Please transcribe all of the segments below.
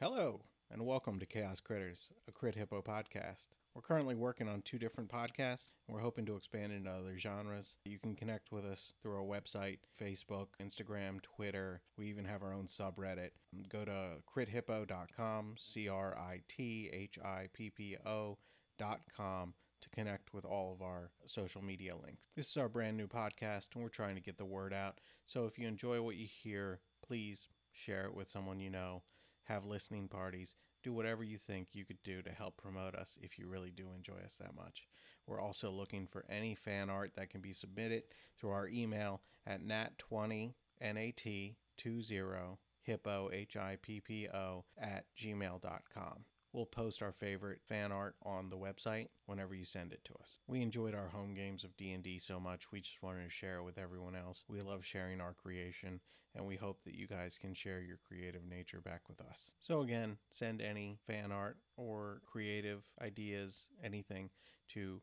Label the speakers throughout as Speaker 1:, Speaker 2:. Speaker 1: Hello, and welcome to Chaos Critters, a Crit Hippo podcast. We're currently working on two different podcasts, and we're hoping to expand into other genres. You can connect with us through our website, Facebook, Instagram, Twitter. We even have our own subreddit. Go to crithippo.com, C R I T H I P P O dot com to connect with all of our social media links. This is our brand new podcast, and we're trying to get the word out. So if you enjoy what you hear, please share it with someone you know have listening parties, do whatever you think you could do to help promote us if you really do enjoy us that much. We're also looking for any fan art that can be submitted through our email at nat20nat20 hippo h-i-p-p-o at gmail.com we'll post our favorite fan art on the website whenever you send it to us we enjoyed our home games of d&d so much we just wanted to share it with everyone else we love sharing our creation and we hope that you guys can share your creative nature back with us. So, again, send any fan art or creative ideas, anything, to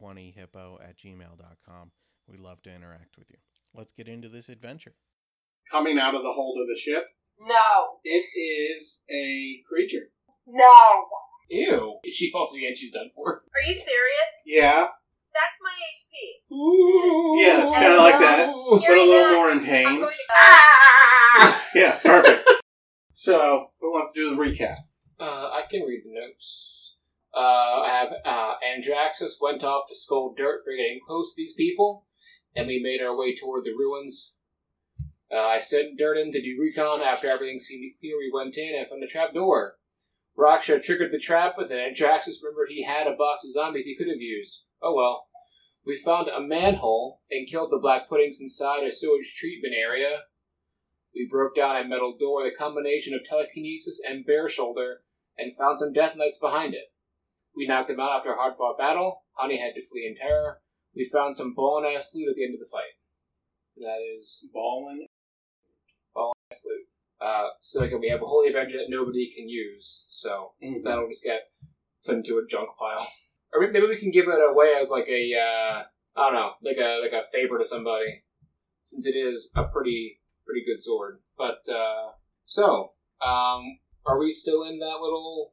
Speaker 1: nat20hippo at gmail.com. We'd love to interact with you. Let's get into this adventure.
Speaker 2: Coming out of the hold of the ship,
Speaker 3: No.
Speaker 2: it is a creature.
Speaker 3: No.
Speaker 4: Ew. If she falls again, she's done for.
Speaker 3: Are you serious?
Speaker 2: Yeah.
Speaker 3: That's my HP.
Speaker 4: Ooh.
Speaker 2: Yeah,
Speaker 3: kinda like
Speaker 2: that.
Speaker 3: You're
Speaker 2: Put a little
Speaker 3: not-
Speaker 2: more in
Speaker 3: I'm
Speaker 2: pain.
Speaker 3: going to ah!
Speaker 2: Yeah, perfect. so, who wants to do the recap?
Speaker 4: Uh, I can read the notes. Uh, I have uh, Andraxis went off to scold dirt for getting close to these people, and we made our way toward the ruins. Uh, I sent Dirt in to do recon. After everything seemed clear, we went in and found a trap door. Raksha triggered the trap, but then Andraxis remembered he had a box of zombies he could have used. Oh well. We found a manhole and killed the black puddings inside a sewage treatment area. We broke down a metal door, the combination of telekinesis and bear shoulder, and found some death knights behind it. We knocked them out after a hard fought battle. Honey had to flee in terror. We found some ball and ass loot at the end of the fight. That is
Speaker 2: Ballin.
Speaker 4: ass loot. Uh, so again, we have a holy avenger that nobody can use, so
Speaker 2: Mm,
Speaker 4: that'll just get put into a junk pile. Or may- maybe we can give that away as like a uh, I don't know, like a like a favor to somebody, since it is a pretty pretty good sword. But uh, so, um, are we still in that little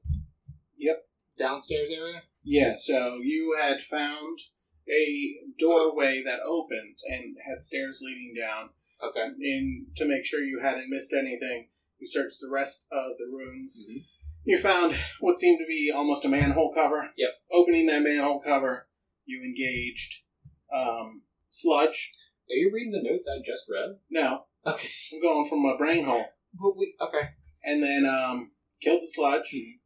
Speaker 2: Yep.
Speaker 4: downstairs area?
Speaker 2: Yeah, so you had found a doorway that opened and had stairs leading down.
Speaker 4: Okay.
Speaker 2: And to make sure you hadn't missed anything, you searched the rest of the rooms
Speaker 4: Mhm.
Speaker 2: You found what seemed to be almost a manhole cover.
Speaker 4: Yep.
Speaker 2: Opening that manhole cover, you engaged um, sludge.
Speaker 4: Are you reading the notes I just read?
Speaker 2: No,
Speaker 4: Okay.
Speaker 2: I'm going from a brain hole.
Speaker 4: But we, okay.
Speaker 2: And then um, killed the sludge.
Speaker 4: Mhm.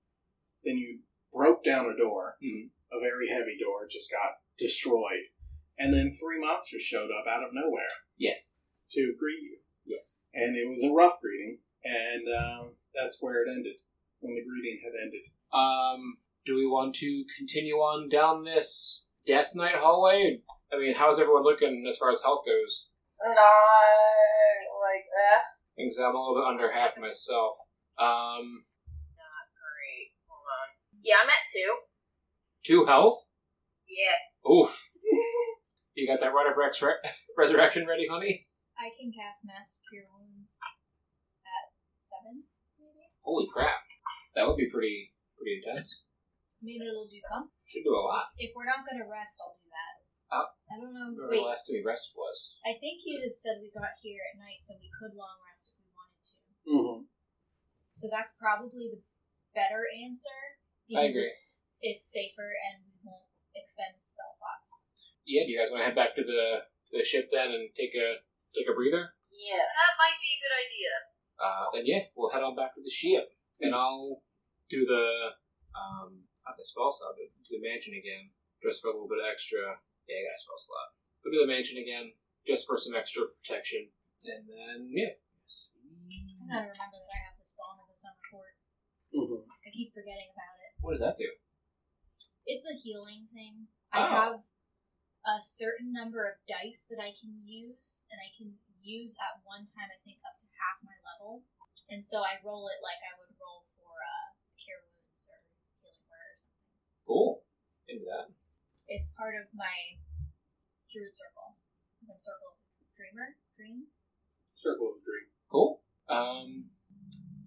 Speaker 2: Then you broke down a door,
Speaker 4: Mhm.
Speaker 2: a very heavy door, just got destroyed. And then three monsters showed up out of nowhere
Speaker 4: Yes.
Speaker 2: to greet you.
Speaker 4: Yes.
Speaker 2: And it was a rough greeting, and um, that's where it ended, when the greeting had ended.
Speaker 4: Um, do we want to continue on down this Death Knight hallway? I mean, how's everyone looking as far as health goes?
Speaker 3: Not like that.
Speaker 4: Because I'm a little bit under half myself. Um,
Speaker 3: Great. Hold on. Yeah, I'm at two.
Speaker 4: two health.
Speaker 3: Yeah.
Speaker 4: Oof. you got that right of rex- resurrection ready, honey?
Speaker 5: I can cast Mass Cure Wounds at seven, maybe.
Speaker 4: Holy crap! That would be pretty pretty intense.
Speaker 5: I mean, it'll do some.
Speaker 4: Should do a lot.
Speaker 5: If we're not gonna rest, I'll do that.
Speaker 4: Oh.
Speaker 5: I don't
Speaker 4: I
Speaker 5: know.
Speaker 4: remember
Speaker 5: Wait,
Speaker 4: the last time we rested was.
Speaker 5: I think you had said we got here at night, so we could long rest if we wanted to.
Speaker 2: Mm-hmm.
Speaker 5: So that's probably the better answer
Speaker 4: I
Speaker 5: because
Speaker 4: agree.
Speaker 5: it's it's safer and we won't expend spell slots.
Speaker 4: Yeah. Do you guys want to head back to the to the ship then and take a take a breather?
Speaker 3: Yeah. That might be a good idea.
Speaker 4: Uh, then yeah, we'll head on back to the ship, and I'll do the um, not the spell slot, but do the mansion again, just for a little bit extra. Yeah, I got a spell slot. Go do the mansion again, just for some extra protection, and then yeah.
Speaker 5: I gotta remember that I have this bone in the sun report.
Speaker 2: Mm-hmm.
Speaker 5: I keep keep forgetting about it.
Speaker 4: What does that do?
Speaker 5: It's a healing thing.
Speaker 4: Oh.
Speaker 5: I have a certain number of dice that I can use, and I can use at one time, I think, up to half my level. And so I roll it like I would roll for uh, cure wounds or healing word or something.
Speaker 4: Cool. Into that.
Speaker 5: It's part of my druid circle. 'Cause I'm circle dreamer, dream.
Speaker 2: Circle of Dream.
Speaker 4: Cool. Um,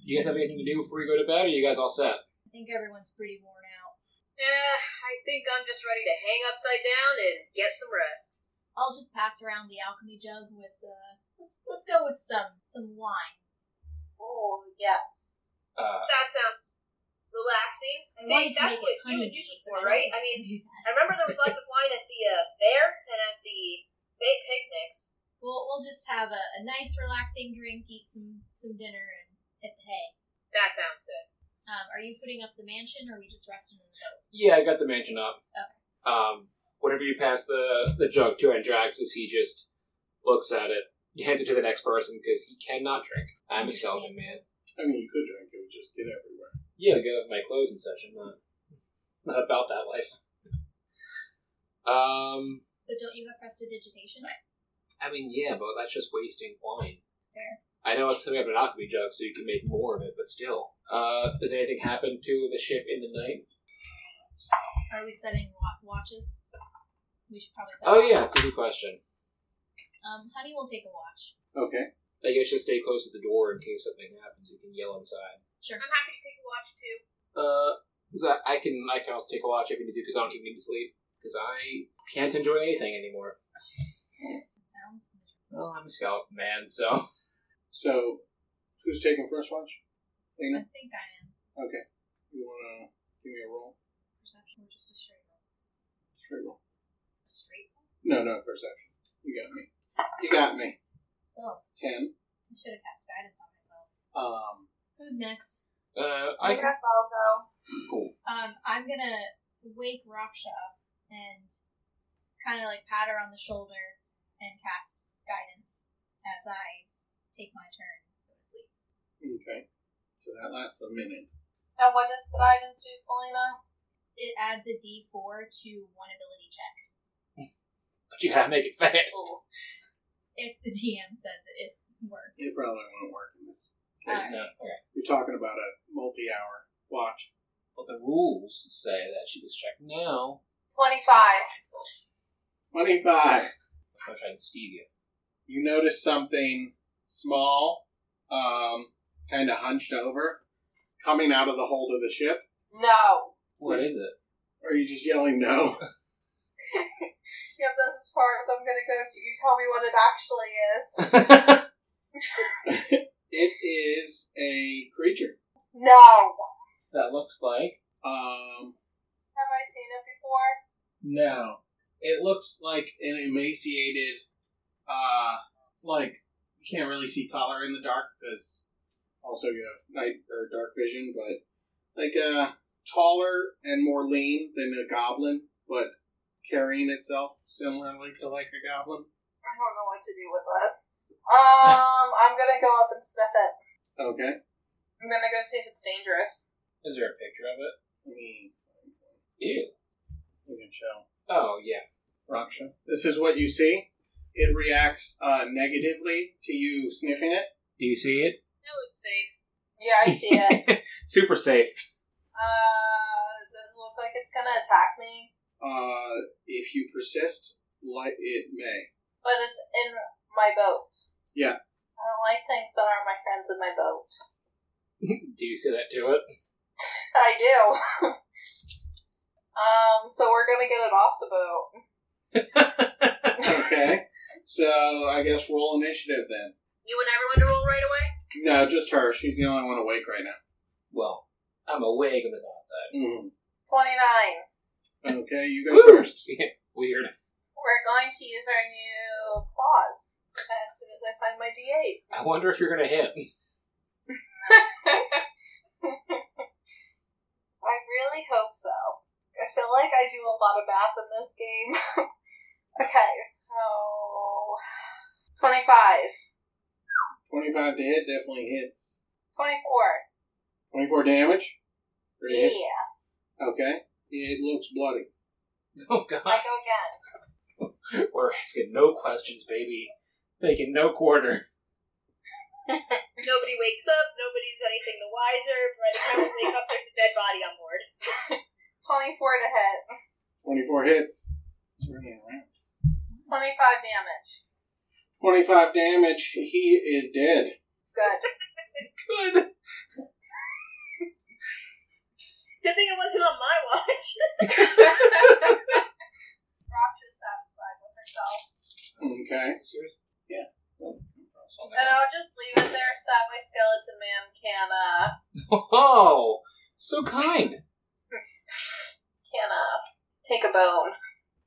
Speaker 4: you guys have anything to do before you go to bed, or you guys all set?
Speaker 5: I think everyone's pretty worn out.
Speaker 6: Eh, I think I'm just ready to hang upside down and get some rest.
Speaker 5: I'll just pass around the alchemy jug with uh, let's let's go with some some wine.
Speaker 6: Oh, yes.
Speaker 4: Uh,
Speaker 6: That sounds relaxing. I
Speaker 5: I wanted
Speaker 6: think
Speaker 5: to
Speaker 6: that's
Speaker 5: make
Speaker 6: what
Speaker 5: it
Speaker 6: you
Speaker 5: honey,
Speaker 6: would use this
Speaker 5: but
Speaker 6: for,
Speaker 5: don't
Speaker 6: right?
Speaker 5: think
Speaker 6: I
Speaker 5: can
Speaker 6: mean,
Speaker 5: do that.
Speaker 6: I remember there was lots of wine at the uh, fair and at the bait picnics.
Speaker 5: We'll we'll just have a, a nice relaxing drink, eat some some dinner, and hit the hay.
Speaker 6: That sounds good.
Speaker 5: Um, are you putting up the mansion, or are we just resting in the boat?
Speaker 4: yeah, I got the mansion up. Um, whenever you pass the the jug to Andraxis, he just looks at it. He hands it to the next person because he cannot drink. I'm a skeleton man.
Speaker 2: I mean, you could drink it, would just get everywhere.
Speaker 4: Yeah, go with my clothes and such. I'm not not about that life. Um,
Speaker 5: But don't you have prestidigitation?
Speaker 4: I mean, yeah, but that's just wasting wine.
Speaker 5: Fair.
Speaker 4: I know it's coming up an alchemy jug, so you can make more of it, but still. Uh, does anything happen to the ship in the night?
Speaker 5: Are we setting wa- watches? We should probably set.
Speaker 4: Oh
Speaker 5: watches.
Speaker 4: yeah, it's a good question.
Speaker 5: Um, honey will take a watch.
Speaker 2: Okay.
Speaker 4: I guess you'll stay close to the door in case something happens. You can yell inside.
Speaker 5: Sure.
Speaker 6: I'm happy to take a watch too.
Speaker 4: Uh, 'cause I, I can I can also take a watch if you need to because I don't even need to sleep because I can't enjoy anything anymore.
Speaker 5: That sounds good.
Speaker 4: Well, I'm a scout man, so
Speaker 2: So, who's taking first watch?
Speaker 5: I
Speaker 2: Lena?
Speaker 5: think I am.
Speaker 2: Okay. You want to give me a roll?
Speaker 5: Perception or just a straight roll?
Speaker 2: Straight roll.
Speaker 5: A straight roll?
Speaker 2: No, no, perception. You got me. You got me.
Speaker 5: Oh,
Speaker 2: Ten.
Speaker 5: I should have cast guidance on myself.
Speaker 2: Um,
Speaker 5: Who's next?
Speaker 4: uh, I can.
Speaker 6: guess I'll go.
Speaker 4: Cool.
Speaker 5: Um, I'm gonna wake Raksha up and kind of like pat her on the shoulder and cast guidance as I take my turn to go to sleep.
Speaker 2: okay. So that lasts a minute.
Speaker 6: And what does guidance do, Selena?
Speaker 5: It adds a D4 to one ability check
Speaker 4: But you gotta make it fast.
Speaker 5: if the DM says it works.
Speaker 2: It probably won't work in this
Speaker 5: All
Speaker 2: case.
Speaker 5: right.
Speaker 4: No, okay.
Speaker 2: You're talking about a multi-hour watch.
Speaker 4: But the rules say that she was checked now.
Speaker 6: 25.
Speaker 2: Twenty-five.
Speaker 4: I'm trying to steal you.
Speaker 2: You notice something small, um, kind of hunched over, coming out of the hold of the ship.
Speaker 6: No.
Speaker 4: What is it?
Speaker 2: Or are you just yelling no?
Speaker 6: Yep, that's as far as I'm gonna go to. You tell me what it actually is.
Speaker 2: it is a creature.
Speaker 6: No.
Speaker 4: that looks like
Speaker 2: Um,
Speaker 6: Have I seen it before?
Speaker 2: No. It looks like an emaciated, uh, like, you can't really see color in the dark because also you have night or dark vision, but like a taller and more lean than a goblin, but carrying itself similarly to like a goblin.
Speaker 6: I don't know what to do with this. Um, I'm gonna go up and sniff it.
Speaker 2: Okay.
Speaker 6: I'm gonna go see if it's dangerous.
Speaker 4: Is there a picture of it?
Speaker 2: I mean,
Speaker 4: Ew.
Speaker 2: you can show.
Speaker 4: Oh yeah.
Speaker 2: Raksha. This is what you see. It reacts uh, negatively to you sniffing it.
Speaker 4: Do you see it?
Speaker 6: No, it's safe. Yeah, I see it.
Speaker 4: Super safe.
Speaker 6: uh, does it look like it's gonna attack me?
Speaker 2: Uh, if you persist, like it may.
Speaker 6: But it's in my boat.
Speaker 2: Yeah.
Speaker 6: I don't like things that aren't my friends in my boat.
Speaker 4: Do you say that to it?
Speaker 6: I do. um, so we're gonna get it off the boat.
Speaker 2: okay. So I guess roll initiative then.
Speaker 6: You want everyone to roll right away?
Speaker 2: No, just her. She's the only one awake right now.
Speaker 4: Well, I'm awake on the outside.
Speaker 2: Mm-hmm.
Speaker 6: 29.
Speaker 2: Okay, you go
Speaker 4: Woo!
Speaker 2: first.
Speaker 4: Weird.
Speaker 6: We're going to use our new claws as soon as I find my D8.
Speaker 4: I wonder if you're gonna hit.
Speaker 6: I really hope so. I feel like I do a lot of math in this game. okay, so. 25.
Speaker 2: 25 to hit definitely hits.
Speaker 6: 24.
Speaker 2: 24 damage. Crit hit.
Speaker 3: Yeah.
Speaker 2: Okay. It looks bloody.
Speaker 4: Oh God,
Speaker 3: I go again.
Speaker 4: we're asking no questions, baby. Taking no quarter.
Speaker 6: Nobody wakes up. Nobody's anything the wiser. By the time we wake up, there's a dead body on board.
Speaker 3: 24 to hit.
Speaker 2: 24 hits. It's really around.
Speaker 3: 25 damage.
Speaker 2: 25 damage. He is dead.
Speaker 3: Good.
Speaker 4: Good.
Speaker 6: Good thing it wasn't on my watch.
Speaker 3: Rob is satisfied with herself.
Speaker 2: Okay.
Speaker 3: And I'll just leave it there so that my skeleton man can, uh,
Speaker 4: Oh, so kind.
Speaker 3: can, uh, take a bone.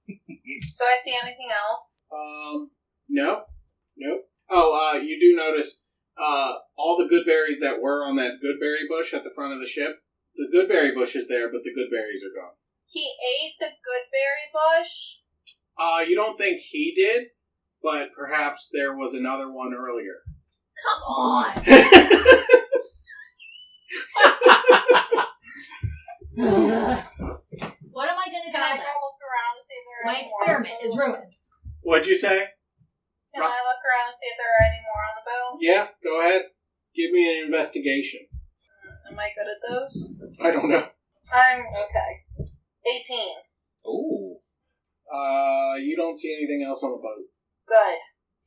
Speaker 3: Do I see anything else?
Speaker 2: Um, no. Nope. Oh, uh, you do notice uh, all the good berries that were on that good berry bush at the front of the ship. The good berry bush is there, but the good berries are gone.
Speaker 3: He ate the goodberry bush.
Speaker 2: Uh, you don't think he did, but perhaps there was another one earlier.
Speaker 5: Come on. what am I gonna
Speaker 3: Can
Speaker 5: tell
Speaker 3: I
Speaker 5: them?
Speaker 3: go look around to see if there are
Speaker 5: My
Speaker 3: any more
Speaker 5: experiment
Speaker 3: on the
Speaker 5: is
Speaker 3: boat?
Speaker 5: ruined.
Speaker 2: What'd you say?
Speaker 3: Can I look around to see if there are any more on the boat?
Speaker 2: Yeah, go ahead. Give me an investigation.
Speaker 3: Am I good at those?
Speaker 2: I don't know.
Speaker 3: I'm okay. 18.
Speaker 4: Ooh.
Speaker 2: Uh, you don't see anything else on the boat.
Speaker 3: Good.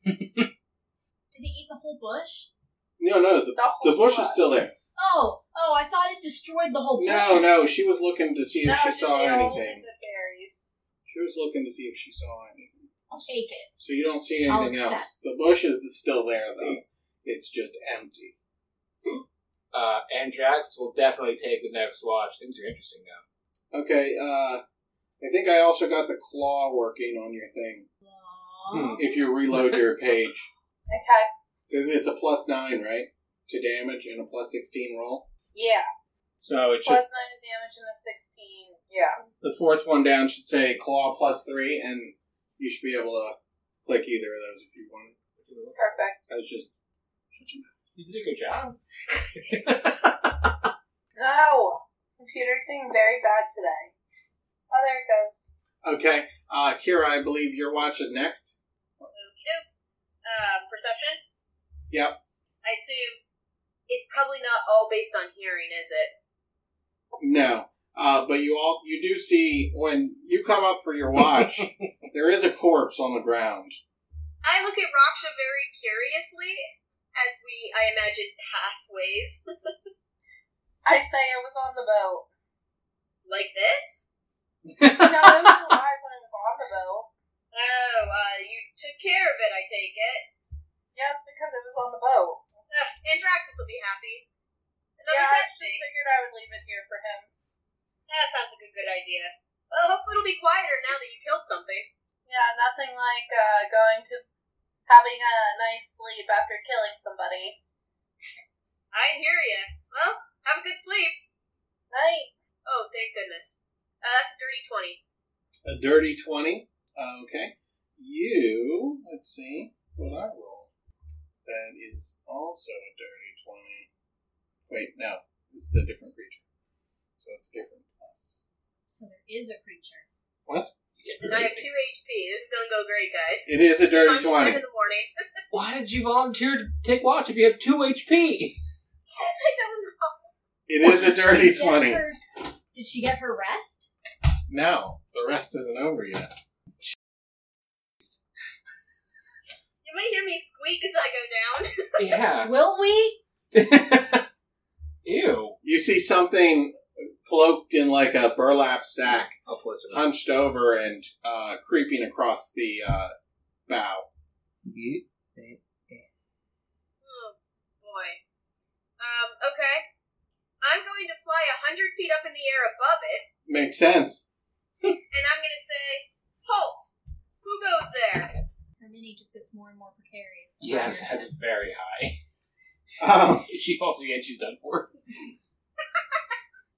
Speaker 5: Did he eat the whole bush?
Speaker 2: No, no, the,
Speaker 3: The, whole
Speaker 2: the bush is still there.
Speaker 5: Oh, oh, I thought it destroyed the whole bush.
Speaker 2: No, no, she was looking to see if
Speaker 3: No,
Speaker 2: she
Speaker 3: just
Speaker 2: saw
Speaker 3: the old
Speaker 2: anything.
Speaker 3: good berries.
Speaker 2: She was looking to see if she saw anything.
Speaker 5: I'll take it.
Speaker 2: So you don't see
Speaker 5: I'll
Speaker 2: anything else.
Speaker 5: accept.
Speaker 2: The bush is still there, though. It's just empty.
Speaker 4: Uh, Andrax will definitely take the next watch. Things are interesting now.
Speaker 2: Okay, uh, I think I also got the claw working on your thing.
Speaker 5: Aw.
Speaker 2: If you reload your page.
Speaker 3: Okay.
Speaker 2: Because it's a plus 9, right? To damage and a plus 16 roll.
Speaker 3: Yeah.
Speaker 2: So it should,
Speaker 3: Plus 9 to damage and a 16. Yeah.
Speaker 2: the fourth one down should say claw plus 3, and you should be able to click either of those if you want.
Speaker 3: Perfect.
Speaker 2: I was just. shut your mouth.
Speaker 4: You did a good job.
Speaker 3: No! Computer thing very bad today. Oh, there it goes.
Speaker 2: Okay, uh, Kira, I believe your watch is next.
Speaker 6: Okey-doke. Um, perception.
Speaker 2: Yep.
Speaker 6: I assume it's probably not all based on hearing, is it?
Speaker 2: No. Uh, but you all you do see when you come up for your watch, there is a corpse on the ground.
Speaker 6: I look at Raksha very curiously as we, I imagine, pass ways
Speaker 3: I say it was on the boat.
Speaker 6: like this.
Speaker 3: No, it was alive when it was on the boat.
Speaker 6: Oh, uh, you took care of it, I take it.
Speaker 3: Yeah, it's because it was on the boat.
Speaker 6: Ugh, Andraxis will be happy. Another
Speaker 3: Yeah, I
Speaker 6: death
Speaker 3: just
Speaker 6: thing.
Speaker 3: figured I would leave it here for him.
Speaker 6: That sounds like a good idea. Well, hopefully it'll be quieter now that you killed something.
Speaker 3: Yeah, nothing like uh, going to having a nice sleep after killing somebody.
Speaker 6: I hear ya. Well, have a good sleep.
Speaker 3: Night.
Speaker 6: Oh, thank goodness. Uh, that's a dirty 20.
Speaker 2: A dirty twenty. Uh, Okay. You let's see what I roll. That is also a dirty twenty. Wait, no. This is a different creature. So it's a different plus.
Speaker 5: So there is a creature.
Speaker 6: And I have 2 HP. This is gonna go great, guys.
Speaker 2: It is a dirty
Speaker 6: Time to bed
Speaker 2: twenty.
Speaker 6: in the morning.
Speaker 4: Why did you volunteer to take watch if you have two HP?
Speaker 6: I don't know.
Speaker 2: It is a dirty
Speaker 5: Did she get
Speaker 2: twenty.
Speaker 5: her- did she get her rest?
Speaker 2: No, the rest isn't over yet.
Speaker 6: You may hear me squeak as I go down.
Speaker 4: Yeah.
Speaker 5: Will we?
Speaker 4: Ew.
Speaker 2: You see something cloaked in like a burlap sack,
Speaker 4: I'll pull this one.
Speaker 2: hunched over and uh, creeping across the uh, bow.
Speaker 6: Oh boy. Um, okay. I'm going to fly a hundred feet up in the air above it,
Speaker 2: Makes sense.
Speaker 6: and I'm gonna say, Halt! Who goes there?
Speaker 5: Hermione just gets more and more precarious. the
Speaker 4: Yes,
Speaker 5: higher it
Speaker 4: that's
Speaker 5: goes.
Speaker 4: very high.
Speaker 2: Um,
Speaker 4: If she falls again, she's done for.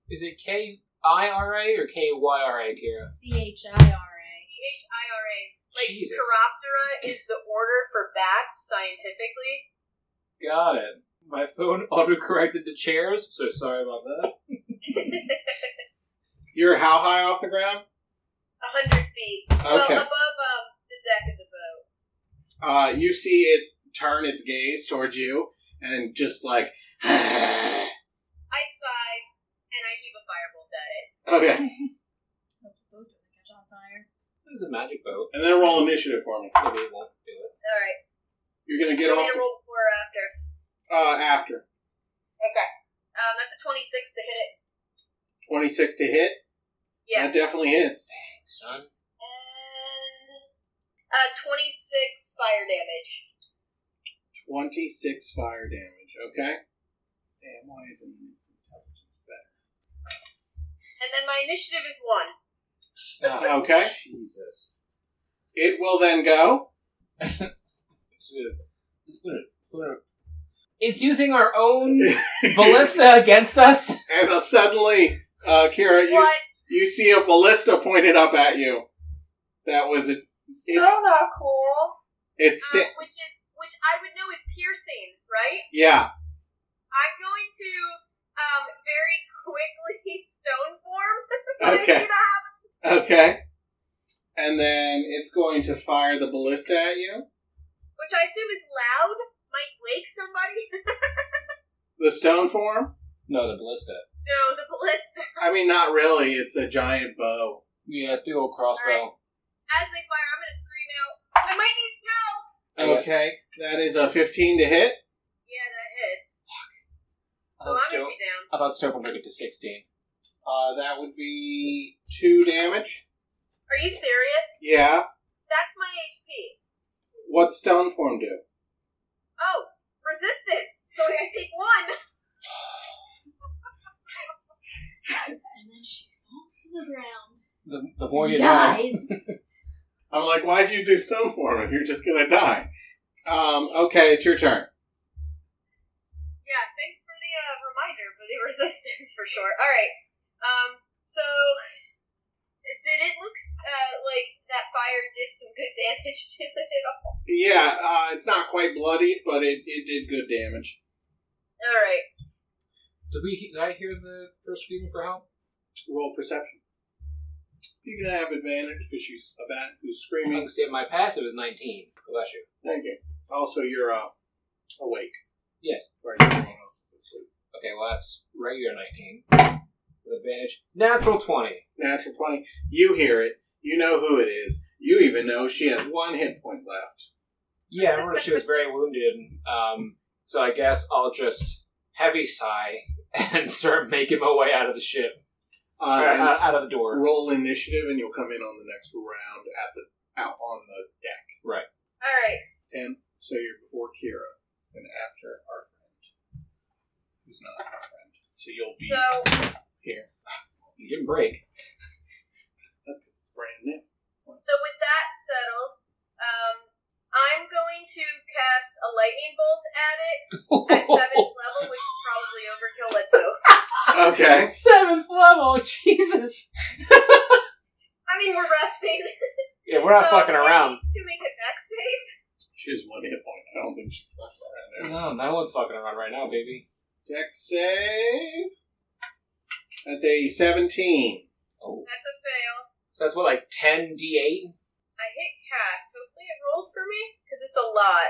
Speaker 4: Is it K I R A or K Y R A, Kira?
Speaker 5: C-H-I-R-A.
Speaker 6: C H I R A. Like
Speaker 4: Jesus.
Speaker 6: Chiroptera is the order for bats scientifically.
Speaker 4: Got it. My phone auto corrected to chairs, so sorry about that.
Speaker 2: You're how high off the ground?
Speaker 6: A hundred feet. Well,
Speaker 2: Okay.
Speaker 6: above um, the deck of the boat.
Speaker 2: Uh, you see it turn its gaze towards you and just like, oh, okay.
Speaker 6: I sigh and I heave a firebolt at it.
Speaker 5: Hope the boat doesn't catch on fire.
Speaker 4: This is a magic boat.
Speaker 2: And then roll initiative for me.
Speaker 4: Maybe it won't do it.
Speaker 6: All right.
Speaker 2: You're gonna get
Speaker 6: I'm
Speaker 2: off
Speaker 6: gonna
Speaker 2: the,
Speaker 6: roll before or after.
Speaker 2: uh, after
Speaker 6: Okay. Um, that's a twenty-six to hit it.
Speaker 2: twenty six to hit.
Speaker 6: Yeah.
Speaker 2: that definitely hits.
Speaker 4: Son.
Speaker 6: And uh, twenty-six fire damage.
Speaker 2: Twenty six fire damage. Okay. Damn, why isn't its intelligence
Speaker 6: And then my initiative is one.
Speaker 4: Ah,
Speaker 2: better? Okay. Jesus. It will then go.
Speaker 4: It's using our own ballista against us.
Speaker 2: And uh, suddenly, uh, Kira, you,
Speaker 6: What?
Speaker 2: s- you see a ballista pointed up at you. That was it.
Speaker 3: So not cool.
Speaker 2: It's
Speaker 6: Um, which is which I would know is piercing, right?
Speaker 2: yeah.
Speaker 6: I'm going to um very quickly stone form.
Speaker 2: Okay.
Speaker 6: I do that.
Speaker 2: Okay. And then it's going to fire the ballista at you.
Speaker 6: Which I assume is loud. Might wake somebody.
Speaker 2: The stone form.
Speaker 4: No, the ballista.
Speaker 6: no, the ballista.
Speaker 2: I mean, not really. It's a giant bow.
Speaker 4: Yeah, big old crossbow.
Speaker 6: As they fire, I'm gonna scream out. I might need help.
Speaker 2: Okay, that is a fifteen to hit.
Speaker 6: Yeah, that hits.
Speaker 4: I
Speaker 6: Oh,
Speaker 4: thought
Speaker 6: I'm
Speaker 4: Stone.
Speaker 6: gonna be down.
Speaker 4: I thought Stone would make it to sixteen.
Speaker 2: Uh, that would be two damage.
Speaker 6: Are you serious?
Speaker 2: Yeah.
Speaker 6: That's my HP.
Speaker 2: What stone form do?
Speaker 6: Oh, resistance. So I take one.
Speaker 5: And then she falls to the ground.
Speaker 4: The, the more you know.
Speaker 5: dies.
Speaker 2: I'm like, why'd you do stone form if you're just gonna die? Um, okay, it's your turn.
Speaker 6: Yeah, thanks for the uh, reminder for the resistance for sure. All right. Um. So, did it look uh, like that fire did some good damage to it at all?
Speaker 2: Yeah, uh, it's not quite bloodied, but it, it did good damage.
Speaker 6: All right.
Speaker 4: Did we? Did I hear the first screaming for help?
Speaker 2: Roll perception. You're gonna have advantage because she's a bat who's
Speaker 4: I
Speaker 2: screaming.
Speaker 4: mean, see, my passive is nineteen. Bless you.
Speaker 2: Thank you. Also, you're uh, awake,
Speaker 4: Yes.
Speaker 2: whereas everyone else is asleep.
Speaker 4: Okay, well that's regular nineteen. With advantage, natural twenty.
Speaker 2: Natural twenty. You hear it. You know who it is. You even know she has one hit point left.
Speaker 4: Yeah, I remember she was very wounded. Um, so I guess I'll just heavy sigh and start making my way out of the ship,
Speaker 2: Uh,
Speaker 4: or
Speaker 2: and
Speaker 4: out, out of the door.
Speaker 2: roll initiative, and you'll come in on the next round at the out on the deck.
Speaker 6: All right.
Speaker 2: Ten. So you're before Kira and after our friend, who's not our friend. So you'll be
Speaker 6: So,
Speaker 2: here.
Speaker 4: You didn't break.
Speaker 2: That's 'cause it's brand new.
Speaker 6: so with that settled, um, I'm going to cast a lightning bolt at it at seventh level, which is probably overkill. Let's hope.
Speaker 2: Okay.
Speaker 4: Seventh level, oh, Jesus.
Speaker 6: I mean, we're resting.
Speaker 4: Yeah, we're
Speaker 5: Oh,
Speaker 4: not
Speaker 6: So
Speaker 4: fucking
Speaker 6: it
Speaker 4: around.
Speaker 6: Needs to make a deck save.
Speaker 2: She has one hit point. I don't think she's fucking around now.
Speaker 4: No, no one's fucking around right now, baby.
Speaker 2: Deck save. That's a seventeen.
Speaker 4: Oh,
Speaker 6: That's a fail.
Speaker 4: so that's what like ten d8.
Speaker 6: I hit cast. Hopefully it rolled for me, because it's a lot.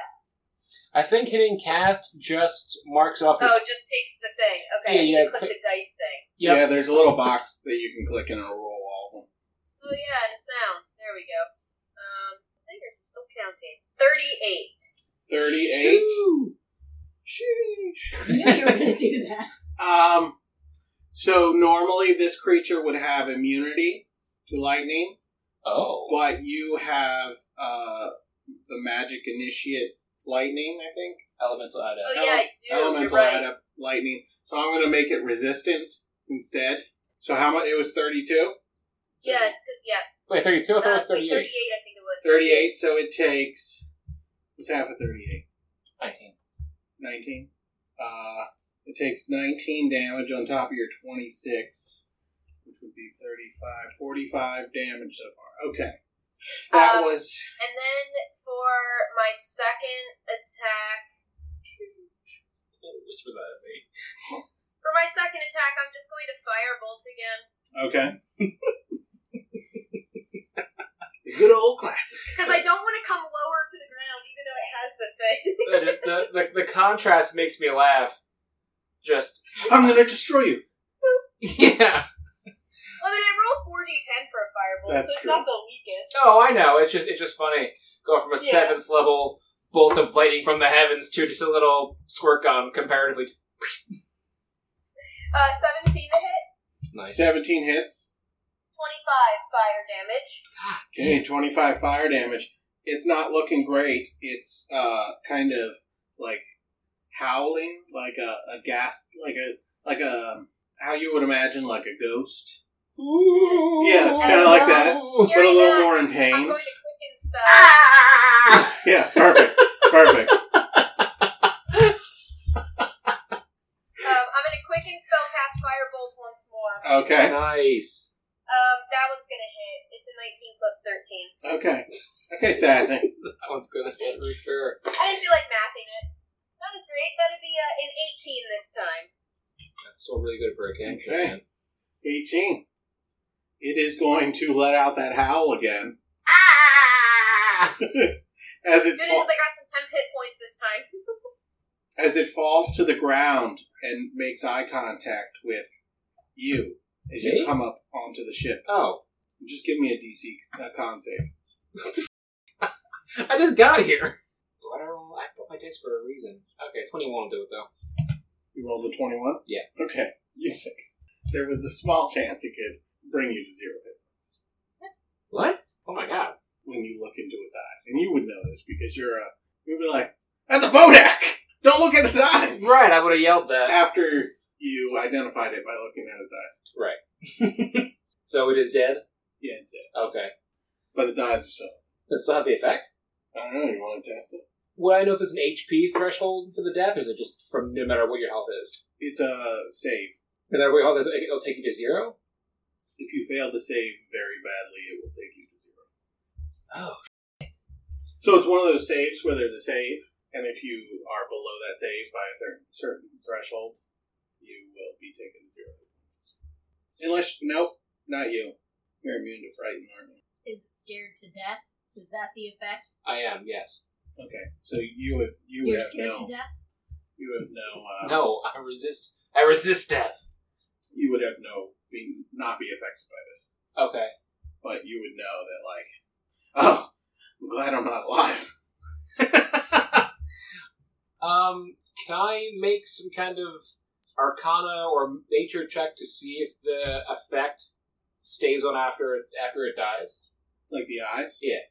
Speaker 4: I think hitting cast just marks off. His...
Speaker 6: Oh, it just takes the thing. Okay,
Speaker 4: Yeah,
Speaker 6: you
Speaker 4: yeah,
Speaker 6: click the dice thing.
Speaker 4: Yep.
Speaker 2: Yeah, there's a little box that you can click and it'll roll all of them.
Speaker 6: Oh yeah, and a sound. There we go. Um, fingers is still counting.
Speaker 2: Thirty-eight.
Speaker 6: Thirty-eight.
Speaker 4: Shoo.
Speaker 5: You knew you were going to do that.
Speaker 2: Um, so normally this creature would have immunity to lightning,
Speaker 4: Oh,
Speaker 2: but you have uh, the magic initiate lightning, I think.
Speaker 4: elemental add
Speaker 6: Oh
Speaker 4: up.
Speaker 6: yeah, I do. You're
Speaker 2: Elemental
Speaker 6: right.
Speaker 2: add up lightning. So I'm going to make it resistant instead. So how much? It was 32?
Speaker 6: Yes, 'cause- yeah.
Speaker 4: Wait, thirty-two. I thought it was
Speaker 6: Uh, wait,
Speaker 4: thirty-eight.
Speaker 6: Thirty-eight. I think it was.
Speaker 2: 38, so it takes. It's half of 38.
Speaker 4: Nineteen.
Speaker 2: 19. Uh, it takes 19 damage on top of your 26, which would be 35, 45 damage so far. Okay. That
Speaker 6: Um,
Speaker 2: was.
Speaker 6: And then for my second attack,
Speaker 4: Whisper that at me.
Speaker 6: For my second attack, I'm just going to firebolt again.
Speaker 2: Okay. Good old classic.
Speaker 6: Because I don't want to come lower to the ground, even though it has the thing.
Speaker 4: the, the, the, the contrast makes me laugh. Just
Speaker 2: I'm gonna destroy you.
Speaker 4: yeah.
Speaker 6: well, then Oh, I roll 4d10 for a firebolt,
Speaker 2: That's
Speaker 6: so it's
Speaker 2: true.
Speaker 6: not the weakest.
Speaker 4: No, I know. It's just it's just funny. Go from a
Speaker 6: Yeah.
Speaker 4: seventh level bolt of lightning from the heavens to just a little squirt gun comparatively.
Speaker 6: Uh, 17 to hit,
Speaker 4: Nice.
Speaker 2: Seventeen hits.
Speaker 6: 25 fire
Speaker 2: Okay,
Speaker 6: damage.
Speaker 2: twenty-five fire damage. It's not looking great. It's uh kind of like howling, like a, a gas, like a like a how you would imagine like a ghost. Yeah, kind of like that, but a
Speaker 6: You're
Speaker 2: little
Speaker 6: not-
Speaker 2: more in
Speaker 6: I'm
Speaker 2: pain.
Speaker 6: going to quicken spell.
Speaker 2: Yeah, perfect, perfect.
Speaker 6: Um, I'm going to quicken spell cast firebolt once more.
Speaker 2: Okay,
Speaker 4: Nice.
Speaker 6: Um, that one's going to hit. It's a 19 plus 13.
Speaker 2: okay, okay, Sassy.
Speaker 4: That one's gonna hit for sure.
Speaker 6: I didn't feel like mathing it. That was great. That'd be uh, an 18 this time.
Speaker 4: That's still really good for a game.
Speaker 2: Okay. 18. It is going to let out that howl again.
Speaker 6: Ah!
Speaker 2: As it, fa-
Speaker 6: Good news, I got some temp hit points this time.
Speaker 2: as it falls to the ground and makes eye contact with you as you
Speaker 4: Me?
Speaker 2: come up onto the ship.
Speaker 4: Oh,
Speaker 2: Just give me a DC uh, con save.
Speaker 4: I just got here. I don't know. I put my dice for a reason. Okay, twenty-one will do it though.
Speaker 2: You rolled a 21?
Speaker 4: Yeah.
Speaker 2: Okay, you save. There was a small chance it could bring you to zero hit
Speaker 4: What? Oh my god.
Speaker 2: when you look into its eyes. And you would know this because you're a. You'd be like, that's a Bodak! Don't look at its eyes!
Speaker 4: Right, I would have yelled that.
Speaker 2: After you identified it by looking at its eyes.
Speaker 4: so it is dead.
Speaker 2: Yeah, it's it.
Speaker 4: Okay.
Speaker 2: But its eyes are still.
Speaker 4: Does it still have the effect?
Speaker 2: I don't know. You want to test it?
Speaker 4: Well, I know if it's an HP threshold for the death, or is it just from no matter what your health is?
Speaker 2: It's a save.
Speaker 4: No matter what your health is, it'll take you to zero.
Speaker 2: If you fail to save very badly, it will take you to zero.
Speaker 4: Oh.
Speaker 2: So it's one of those saves where there's a save, and if you are below that save by a cer- certain threshold, you will be taken to zero. Unless, nope, not you. You're immune to frighten, aren't you?
Speaker 5: Is it scared to death? Is that the effect?
Speaker 4: I am. Yes.
Speaker 2: Okay, so you have you
Speaker 5: You're
Speaker 2: have
Speaker 5: scared
Speaker 2: no
Speaker 5: to death?
Speaker 2: you have no uh,
Speaker 4: No, I resist. I resist death.
Speaker 2: you would have no be, not be affected by this.
Speaker 4: Okay.
Speaker 2: but you would know that like oh i'm glad i'm not alive
Speaker 4: um, can I make some kind of arcana or nature check to see if the effect stays on after it, after it dies?
Speaker 2: like the eyes
Speaker 4: Yeah.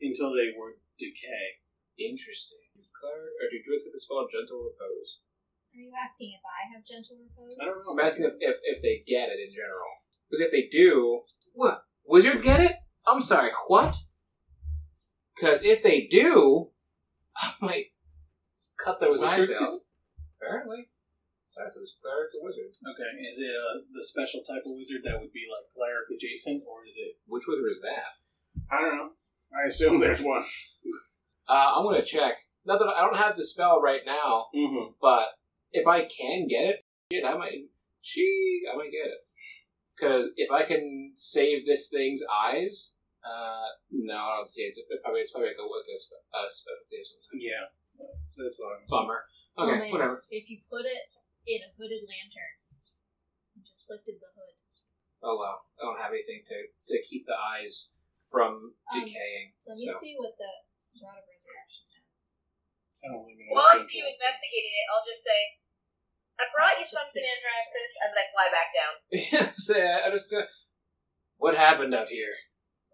Speaker 2: until they were decay
Speaker 4: Interesting. Claire, or do druids get the spell gentle repose?
Speaker 5: Are you asking if I have gentle repose?
Speaker 2: i don't know
Speaker 4: I'm asking if, if, if they get it in general. Because if they do, what wizards get it? I'm sorry, what? Because if they do, I might cut those eyes
Speaker 2: Wizards
Speaker 4: out. Apparently, that's a cleric or wizard.
Speaker 2: okay is it uh, the special type of wizard that would be like cleric adjacent or is it
Speaker 4: Which wizard is that?
Speaker 2: i don't know i assume there's one
Speaker 4: Uh, I'm gonna check. Not that I don't have the spell right now,
Speaker 2: mm-hmm.
Speaker 4: but if I can get it, shit, I might. She, I might get it. Because if I can save this thing's eyes, uh, no, I don't see it. It's probably it's probably like a Wicca spe- uh, specialty or something.
Speaker 2: yeah that's what i'm
Speaker 4: Bummer.
Speaker 5: Oh,
Speaker 4: Okay,
Speaker 5: man.
Speaker 4: whatever.
Speaker 5: If you put it in a hooded lantern and just lifted the hood.
Speaker 4: Oh well, I don't have anything to, to keep the eyes from
Speaker 5: Um,
Speaker 4: decaying.
Speaker 5: Let me
Speaker 4: so
Speaker 5: see what the rod of resurrection has.
Speaker 2: i don't even know
Speaker 6: While
Speaker 2: what
Speaker 6: I see you
Speaker 2: gentle-
Speaker 6: investigating it, I'll just say, I brought you something, Andraxis, as I fly back down.
Speaker 4: so yeah, I'm just gonna. What happened up here?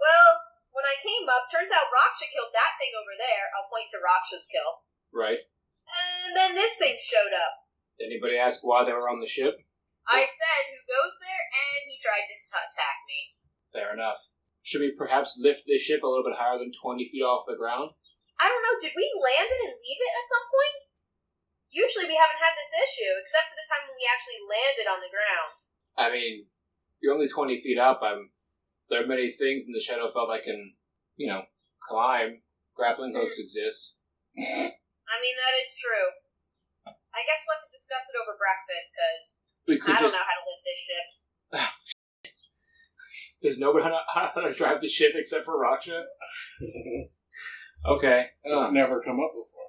Speaker 6: Well, when I came up, turns out Raksha killed that thing over there. I'll point to Raksha's kill.
Speaker 4: Right?
Speaker 6: And then this thing showed up.
Speaker 4: Did anybody ask why they were on the ship?
Speaker 6: I said, who goes there? And he tried to t- attack me.
Speaker 4: Fair enough. Should we perhaps lift this ship a little bit higher than 20 feet off the ground?
Speaker 6: I don't know, did we land it and leave it at some point? Usually we haven't had this issue, except for the time when we actually landed on the ground.
Speaker 4: I mean, you're only 20 feet up. I'm. There are many things in the Shadowfell I can, you know, climb. Grappling
Speaker 6: Hmm.
Speaker 4: hooks exist.
Speaker 6: I mean, that is true. I guess we'll have to discuss it over breakfast, because
Speaker 4: We
Speaker 6: I
Speaker 4: could
Speaker 6: don't
Speaker 4: just.
Speaker 6: know how to lift this ship.
Speaker 4: Does nobody know how to drive the ship except for Raksha? Okay.
Speaker 2: That's never come up before.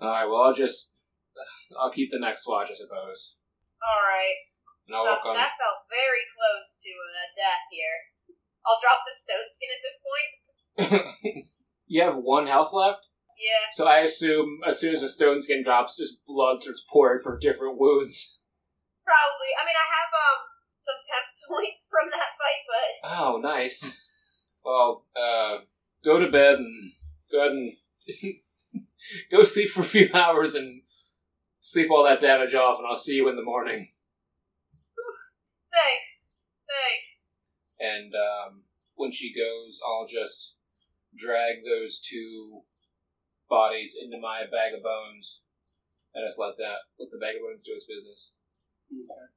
Speaker 4: All right. Well, I'll just. I'll keep the next watch, I suppose,
Speaker 6: All right.
Speaker 4: and I'll
Speaker 6: Well,
Speaker 4: work on.
Speaker 6: Oh, that felt very close to a death here. I'll drop the stone skin at this point.
Speaker 4: you have one health left,
Speaker 6: Yeah.
Speaker 4: so I assume as soon as the stone skin drops, just blood starts pouring from different wounds.
Speaker 6: Probably. I mean, I have um some temp points from that fight, but
Speaker 4: Oh, nice. Well, uh, go to bed and go ahead and go sleep for a few hours and sleep all that damage off, and I'll see you in the morning.
Speaker 6: thanks, thanks.
Speaker 4: And um, when she goes, I'll just drag those two bodies into my bag of bones, and just let that let the bag of bones do its business.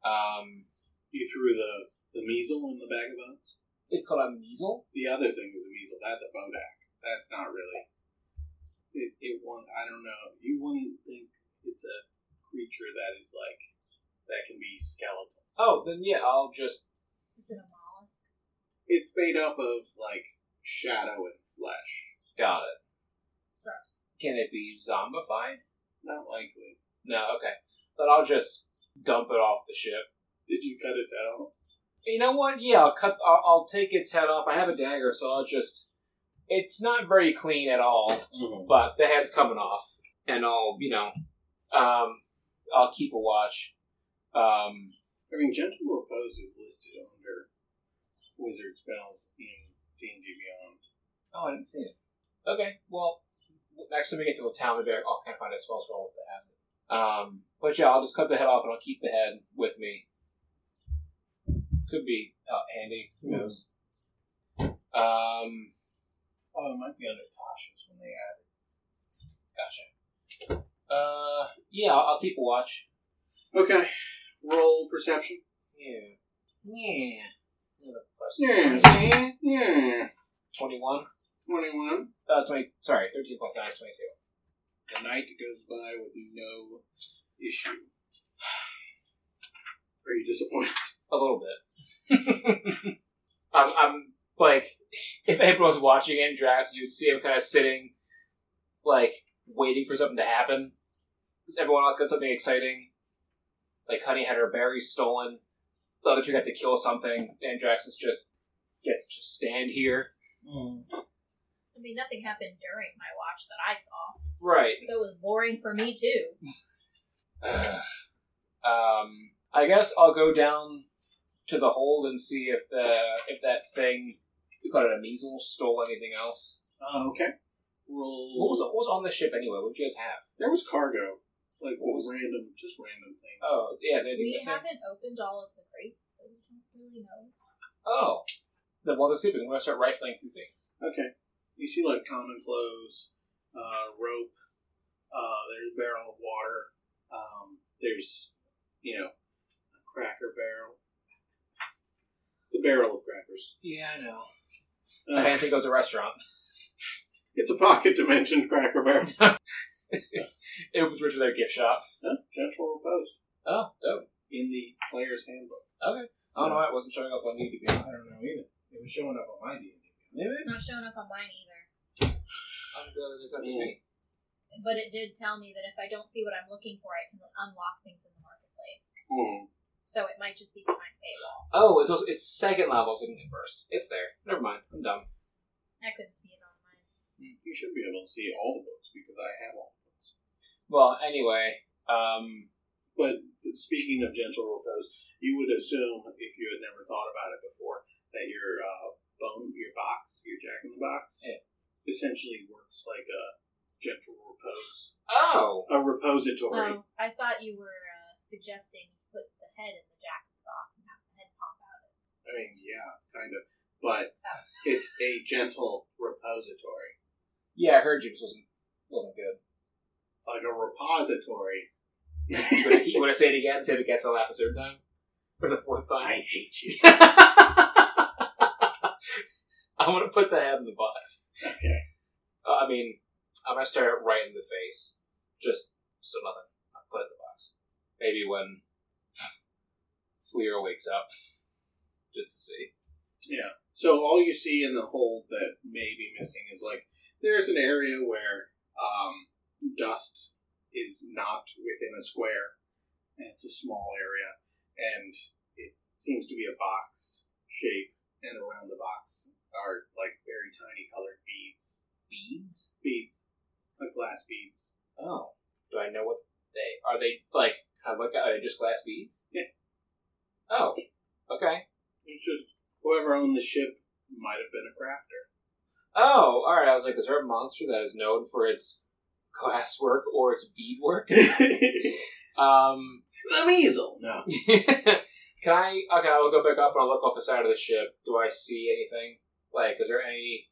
Speaker 4: Um,
Speaker 2: You threw the the measle in the bag of bones.
Speaker 4: it's called a measle.
Speaker 2: The other thing is a measle. That's a bodak. That's not really. It, it won't. I don't know. You wouldn't think it's a creature that is like that can be skeletal.
Speaker 4: Oh, then yeah, I'll just
Speaker 5: Is it a mollusk?
Speaker 2: It's made up of like shadow and flesh.
Speaker 4: got it.
Speaker 5: Gross.
Speaker 4: Can it be zombified?
Speaker 2: Not likely.
Speaker 4: No, okay. Then I'll just dump it off the ship.
Speaker 2: Did you cut its head off?
Speaker 4: You know what? Yeah, I'll cut. I'll, I'll take its head off. I have a dagger, so I'll just. It's not very clean at all, but the head's coming off, and I'll you know, um, I'll keep a watch. Um,
Speaker 2: I mean, gentle repose is listed under wizard spells in D and D Beyond.
Speaker 4: oh, I didn't see it. Okay, well, next time we get to a town, maybe I'll kind of find a spell scroll that has it. Um, but yeah, I'll just cut the head off, and I'll keep the head with me. Could be uh, Andy.
Speaker 2: Hmm.
Speaker 4: Who knows? Um.
Speaker 2: Oh, it might be under Tasha's when they add.
Speaker 4: Gotcha. Uh, yeah, I'll, I'll keep a watch.
Speaker 2: Okay. Roll perception.
Speaker 4: Yeah. Yeah.
Speaker 2: Yeah. Yeah.
Speaker 4: 21?
Speaker 2: Twenty-one.
Speaker 4: Uh, 20, sorry, 13 plus 9 is 22.
Speaker 2: The night goes by with no issue. Are you disappointed?
Speaker 4: A little bit. I'm, I'm, like, if everyone's watching in drafts, you'd see him kind of sitting, like, waiting for something to happen. Because everyone else got something exciting. Like, Honey had her berries stolen. The other two got to kill something. Andrax is just gets to stand here. Mm.
Speaker 5: I mean, nothing happened during my watch that I saw,
Speaker 4: Right.
Speaker 5: so it was boring for me too.
Speaker 4: um, I guess I'll go down to the hold and see if the if that thing we call it a measle stole anything else.
Speaker 2: Uh, okay. Roll.
Speaker 4: What was what was on the ship anyway? What did you guys have?
Speaker 2: There was cargo. Like
Speaker 4: What was-
Speaker 2: random, just random things.
Speaker 4: Oh, yeah, is there anything
Speaker 5: We
Speaker 4: missing?
Speaker 5: haven't opened all of the crates, so we don't really know.
Speaker 4: Oh, then while they're sleeping, we're gonna start rifling through things.
Speaker 2: Okay. You see like common clothes, uh, rope. Uh, there's a barrel of water. Um, there's, you know, a cracker barrel. It's a barrel of crackers.
Speaker 4: Yeah, I know. I
Speaker 2: Uh,
Speaker 4: didn't think it was a restaurant.
Speaker 2: it's a pocket dimension cracker barrel.
Speaker 4: It was written their gift shop.
Speaker 2: Huh? Gentle repose
Speaker 4: Oh, dope.
Speaker 2: in the player's handbook.
Speaker 4: Okay. I don't know why it wasn't showing up on you to be
Speaker 2: I don't know either. It was showing up on my E D.
Speaker 4: Maybe.
Speaker 5: It's not showing up on mine either.
Speaker 4: I'm glad that it's E not me.
Speaker 5: But it did tell me that if I don't see what I'm looking for, I can unlock things in the marketplace.
Speaker 2: Mm-hmm.
Speaker 5: So it might just be behind paywall.
Speaker 4: Oh, it's also, it's second level, isn't it? First, it's there. Never mind. I'm dumb.
Speaker 5: I couldn't see it on mine.
Speaker 2: You should be able to see all the books because I have all the books.
Speaker 4: Well, anyway, um,
Speaker 2: But speaking of gentle repose, you would assume if you had never thought about it before that your uh, bone, your box, your jack in the box,
Speaker 4: Yeah.
Speaker 2: essentially works like a gentle repose,
Speaker 4: oh,
Speaker 2: a repository.
Speaker 5: Oh, I thought you were uh, suggesting put the head in the jack in the box and have the head pop out.
Speaker 2: I mean, yeah, kind of, but it's a gentle repository,
Speaker 4: yeah, I heard you wasn't wasn't good.
Speaker 2: like a repository.
Speaker 4: You wanna, you wanna say it again? See if it gets the laugh a third time or the fourth time.
Speaker 2: I hate you.
Speaker 4: I want to put the head in the box.
Speaker 2: Okay.
Speaker 4: Uh, I mean, I'm gonna stare it right in the face, just so nothing. I put it in the box. Maybe when Fleer wakes up just to see.
Speaker 2: Yeah. So all you see in the hold that may be missing is like there's an area where um, dust is not within a square, and it's a small area, and it seems to be a box shape, and around the box are like very tiny colored beads,
Speaker 4: Beads?
Speaker 2: beads, like glass beads.
Speaker 4: Oh. Do I know what they are? They like kind of like are they just glass beads?
Speaker 2: Yeah.
Speaker 4: Oh. Okay.
Speaker 2: It's just whoever owned the ship might have been a crafter.
Speaker 4: Oh, all right. I was like, is there a monster that is known for its glasswork or its beadwork?
Speaker 2: the
Speaker 4: um.
Speaker 2: measle. No.
Speaker 4: Can I? Okay, I'll go back up and I'll look off the side of the ship. Do I see anything? Like, is there any,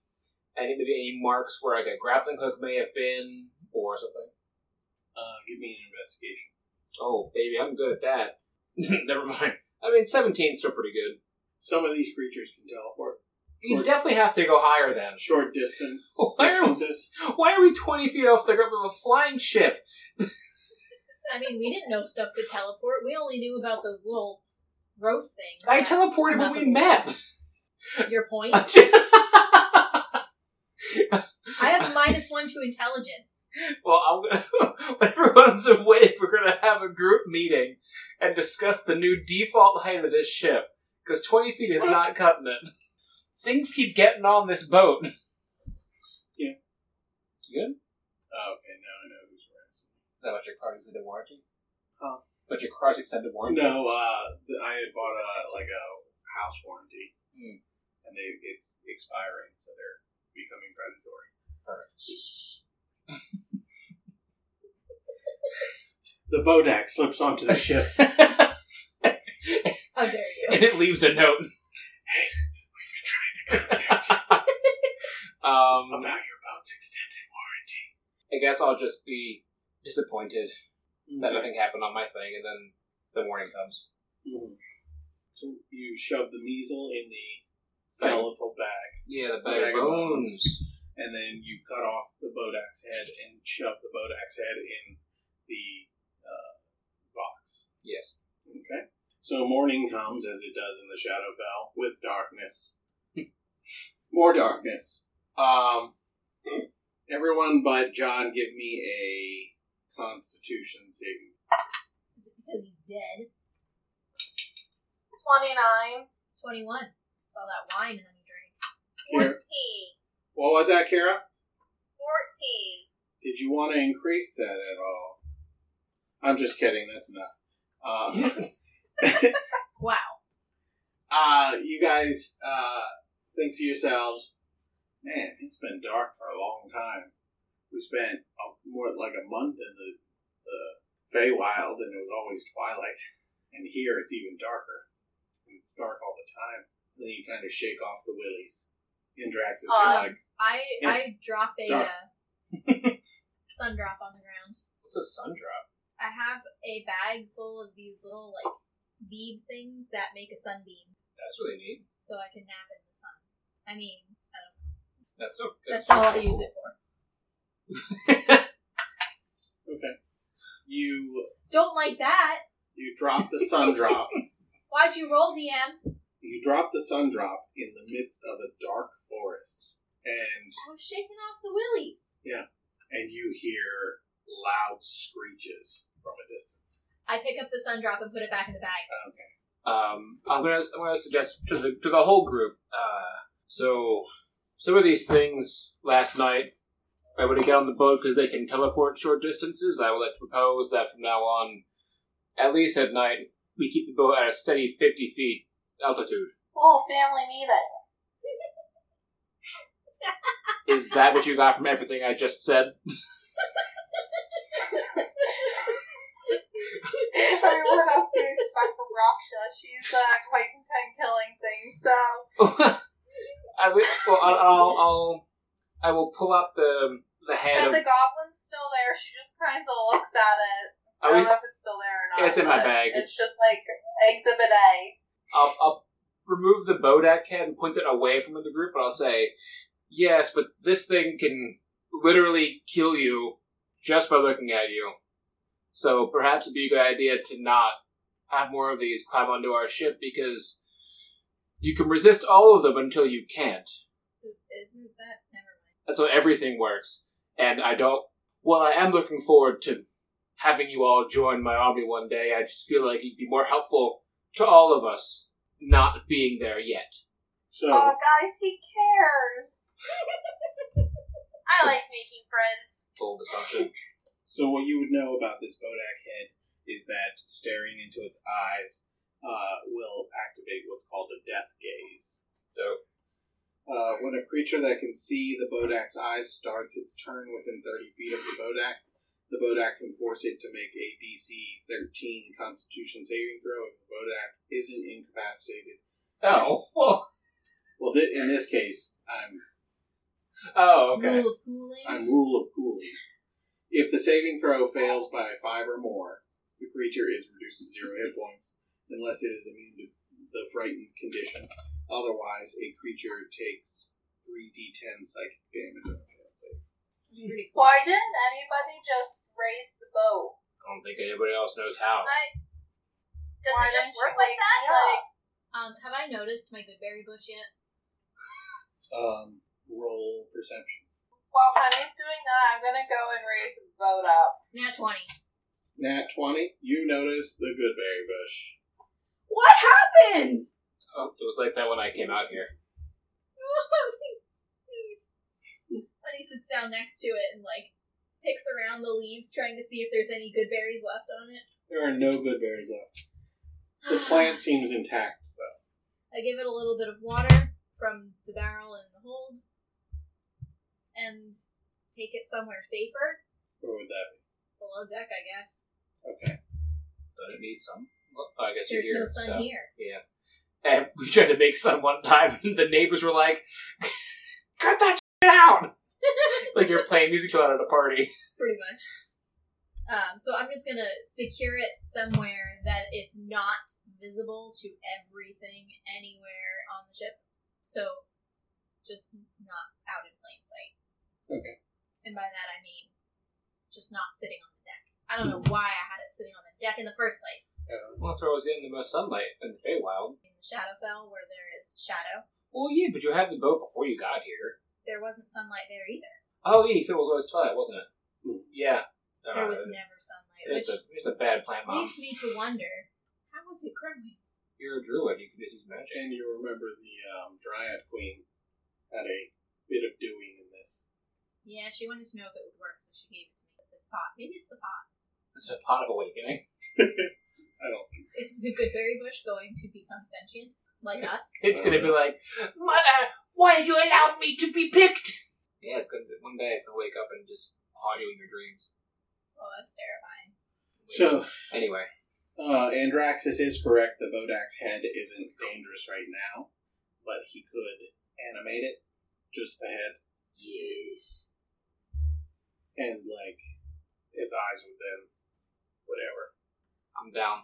Speaker 4: any maybe any marks where like a grappling hook may have been or something?
Speaker 2: Uh, give me an investigation.
Speaker 4: Oh, baby, I'm good at that. Never mind. I mean, 17's still pretty good.
Speaker 2: Some of these creatures can teleport
Speaker 4: You
Speaker 2: Sure.
Speaker 4: definitely have to go higher then.
Speaker 2: short distance
Speaker 4: Why are,
Speaker 2: distances.
Speaker 4: why are we 20 feet off the grip of a flying ship?
Speaker 5: I mean, we didn't know stuff could teleport. We only knew about those little gross things.
Speaker 4: I
Speaker 5: that
Speaker 4: teleported when
Speaker 5: snuck
Speaker 4: we
Speaker 5: aboard.
Speaker 4: met.
Speaker 5: Your point.
Speaker 4: I just-
Speaker 5: I have a minus one to intelligence.
Speaker 4: Well, I'm gonna, when everyone's awake, we're going to have a group meeting and discuss the new default height of this ship. Because 20 feet is not cutting it. Things keep getting on this boat.
Speaker 2: Yeah.
Speaker 4: You good?
Speaker 2: Oh, okay, now I know who's ransom.
Speaker 4: Is that what your card extended warranty?
Speaker 2: Huh.
Speaker 4: But your car's extended warranty?
Speaker 2: No, uh, th- I had bought a like a house warranty,
Speaker 4: Hmm.
Speaker 2: and they it's expiring, so they're becoming predatory. The bodak slips onto the ship.
Speaker 5: How dare you?
Speaker 4: and it leaves a note. um,
Speaker 2: About your boat's extended.
Speaker 4: I guess I'll just be disappointed that
Speaker 2: Okay.
Speaker 4: nothing happened on my thing, and then the warning comes.
Speaker 2: Mhm. So you shove the measle in the skeletal bag,
Speaker 4: Yeah, the
Speaker 2: bag of bones.
Speaker 4: bones.
Speaker 2: and then you cut off the bodak's head and shove the bodak's head in the uh, box.
Speaker 4: Yes.
Speaker 2: Okay. So morning comes as it does in the Shadowfell with darkness. More darkness. Um, everyone but John, give me a Constitution saving.
Speaker 5: Is it because he's dead?
Speaker 3: 29.
Speaker 5: 21. Saw that wine in him drink.
Speaker 2: Kara,
Speaker 6: 14.
Speaker 2: what was that, Kara?
Speaker 6: 14.
Speaker 2: Did you want to increase that at all? I'm just kidding. That's enough. Uh,
Speaker 5: Wow.
Speaker 2: uh, you guys uh, think to yourselves, man, it's been dark for a long time. We spent uh, more like a month in the, the Feywild, and it was always twilight. And here it's even darker. And it's dark all the time. And then you kind of shake off the willies. Andrax is
Speaker 3: Um,
Speaker 2: like,
Speaker 5: I
Speaker 2: Yeah.
Speaker 5: I drop a
Speaker 2: Stop.
Speaker 5: uh, sun drop on the ground.
Speaker 4: What's a sun drop?
Speaker 5: I have a bag full of these little like bead things that make a sunbeam,
Speaker 4: That's really neat.
Speaker 5: so I can nap in the sun. I mean, I don't know.
Speaker 4: That's so.
Speaker 5: That's all I use it for.
Speaker 2: okay. You
Speaker 5: Don't like that.
Speaker 2: you drop the sun drop.
Speaker 5: Why'd you roll, DM?
Speaker 2: You drop the sun drop in the midst of a dark forest, and
Speaker 5: I was shaking off the willies.
Speaker 2: and you hear loud screeches from a distance.
Speaker 5: I pick up the sun drop and put it back in the bag.
Speaker 2: Okay.
Speaker 4: Um, I'm gonna I'm gonna suggest to the to the whole group. Uh, so some of these things last night, I would get on the boat because they can teleport short distances. I would like to propose that from now on, at least at night, we keep the boat at a steady fifty feet altitude.
Speaker 3: Ooh, family meeting.
Speaker 4: Is that what you got from everything I just said?
Speaker 3: Everyone else you expect from Raksha. She's uh, quite content killing things, so.
Speaker 4: I will, well, I'll, I'll, I'll I will pull up the the head
Speaker 3: But
Speaker 4: of.
Speaker 3: the goblin's still there. She just kind of looks at it. I
Speaker 4: I
Speaker 3: don't
Speaker 4: will,
Speaker 3: know if it's still there or not.
Speaker 4: it's in my
Speaker 3: but
Speaker 4: bag.
Speaker 3: It's
Speaker 4: It's,
Speaker 3: just like Exhibit A.
Speaker 4: I'll, I'll remove the bodak head and point it away from the group, and I'll say, "Yes, but this thing can literally kill you just by looking at you. So perhaps it'd be a good idea to not have more of these climb onto our ship because you can resist all of them until you can't.
Speaker 5: Isn't that never mind?
Speaker 4: That's how everything works. And I don't. Well, I am looking forward to having you all join my army one day. I just feel like it'd be more helpful to all of us not being there yet.
Speaker 2: So
Speaker 6: Uh,
Speaker 3: Oh, guys, he cares.
Speaker 6: I like making friends.
Speaker 4: Bold assumption.
Speaker 2: So what you would know about this Bodak head is that staring into its eyes uh, will activate what's called a death gaze.
Speaker 4: Dope.
Speaker 2: Uh, when a creature that can see the Bodak's eyes starts its turn within 30 feet of the Bodak, the Bodak can force it to make a DC 13 Constitution saving throw if the Bodak isn't incapacitated.
Speaker 4: Oh. Well,
Speaker 2: Well, th- in this case, I'm
Speaker 4: oh, okay.
Speaker 5: Rule of cooling.
Speaker 2: I'm rule of cooling. If the saving throw fails by five or more, the creature is reduced to zero hit points unless it is immune to the frightened condition. Otherwise, a creature takes three d10 psychic damage on a failed save.
Speaker 5: It's pretty cool.
Speaker 3: Why didn't anybody just raise the boat?
Speaker 4: I don't think anybody else knows how.
Speaker 6: Like, does
Speaker 3: Why
Speaker 6: it just
Speaker 3: didn't you
Speaker 6: work
Speaker 3: wake
Speaker 6: like that?
Speaker 3: me up?
Speaker 6: Like,
Speaker 5: Um, have I noticed my goodberry bush yet?
Speaker 2: Um, roll perception.
Speaker 3: While Honey's doing that, I'm gonna go and raise the boat up.
Speaker 5: Now twenty.
Speaker 2: Nat 20, you notice the goodberry bush.
Speaker 7: What happened?
Speaker 4: Oh, it was like that when I came out here.
Speaker 5: Honey sits down next to it and like picks around the leaves, trying to see if there's any good berries left on it.
Speaker 2: There are no good berries left. The plant seems intact, though.
Speaker 5: I give it a little bit of water from the barrel and the hold, and take it somewhere safer
Speaker 2: Where would that be?
Speaker 5: below deck, I guess.
Speaker 2: Okay.
Speaker 4: But it needs some. Well, I guess
Speaker 5: There's
Speaker 4: you're here.
Speaker 5: no sun
Speaker 4: so.
Speaker 5: here.
Speaker 4: Yeah. And we tried to make some one time, and the neighbors were like, cut that shit out! like you're playing music to it at a party.
Speaker 5: pretty much. Um, so I'm just gonna secure it somewhere that it's not visible to everything anywhere on the ship. So just not out in plain sight.
Speaker 2: Okay.
Speaker 5: And by that I mean just not sitting on the deck. I don't
Speaker 4: Hmm.
Speaker 5: know why I had it sitting on the deck in the first place.
Speaker 2: Um,
Speaker 4: Well, that's where I was getting the most sunlight in the Feywild.
Speaker 5: In the Shadowfell, where there is shadow,
Speaker 4: Well, yeah, but you had the boat before you got here.
Speaker 5: there wasn't sunlight there either.
Speaker 4: Oh, yeah, you said it was always twilight, wasn't it? Hmm. Yeah.
Speaker 5: There
Speaker 4: Uh,
Speaker 5: was never sunlight,
Speaker 4: it's,
Speaker 5: which
Speaker 4: a, it's a bad plant, Mom.
Speaker 5: leads me to wonder how was it growing?
Speaker 4: You're a druid, you can just use magic.
Speaker 2: And you remember the um, Dryad Queen had a bit of doing in this.
Speaker 5: Yeah, she wanted to know if it would work, so she gave it to me with this pot. Maybe it's the pot.
Speaker 4: It's a pot of awakening.
Speaker 2: I don't think
Speaker 5: Is the goodberry bush going to become sentient like us?
Speaker 4: It's gonna be like, Mother, why have you allowed me to be picked? Yeah, it's gonna one day it's gonna wake up and just haunt you in your dreams.
Speaker 5: Well, Oh, that's terrifying.
Speaker 2: so.
Speaker 4: Anyway,
Speaker 2: Uh, Andraxis is correct. The Bodak's head isn't dangerous right now, but he could animate it, just the head. Yes. And like, its eyes would then, whatever.
Speaker 4: I'm down.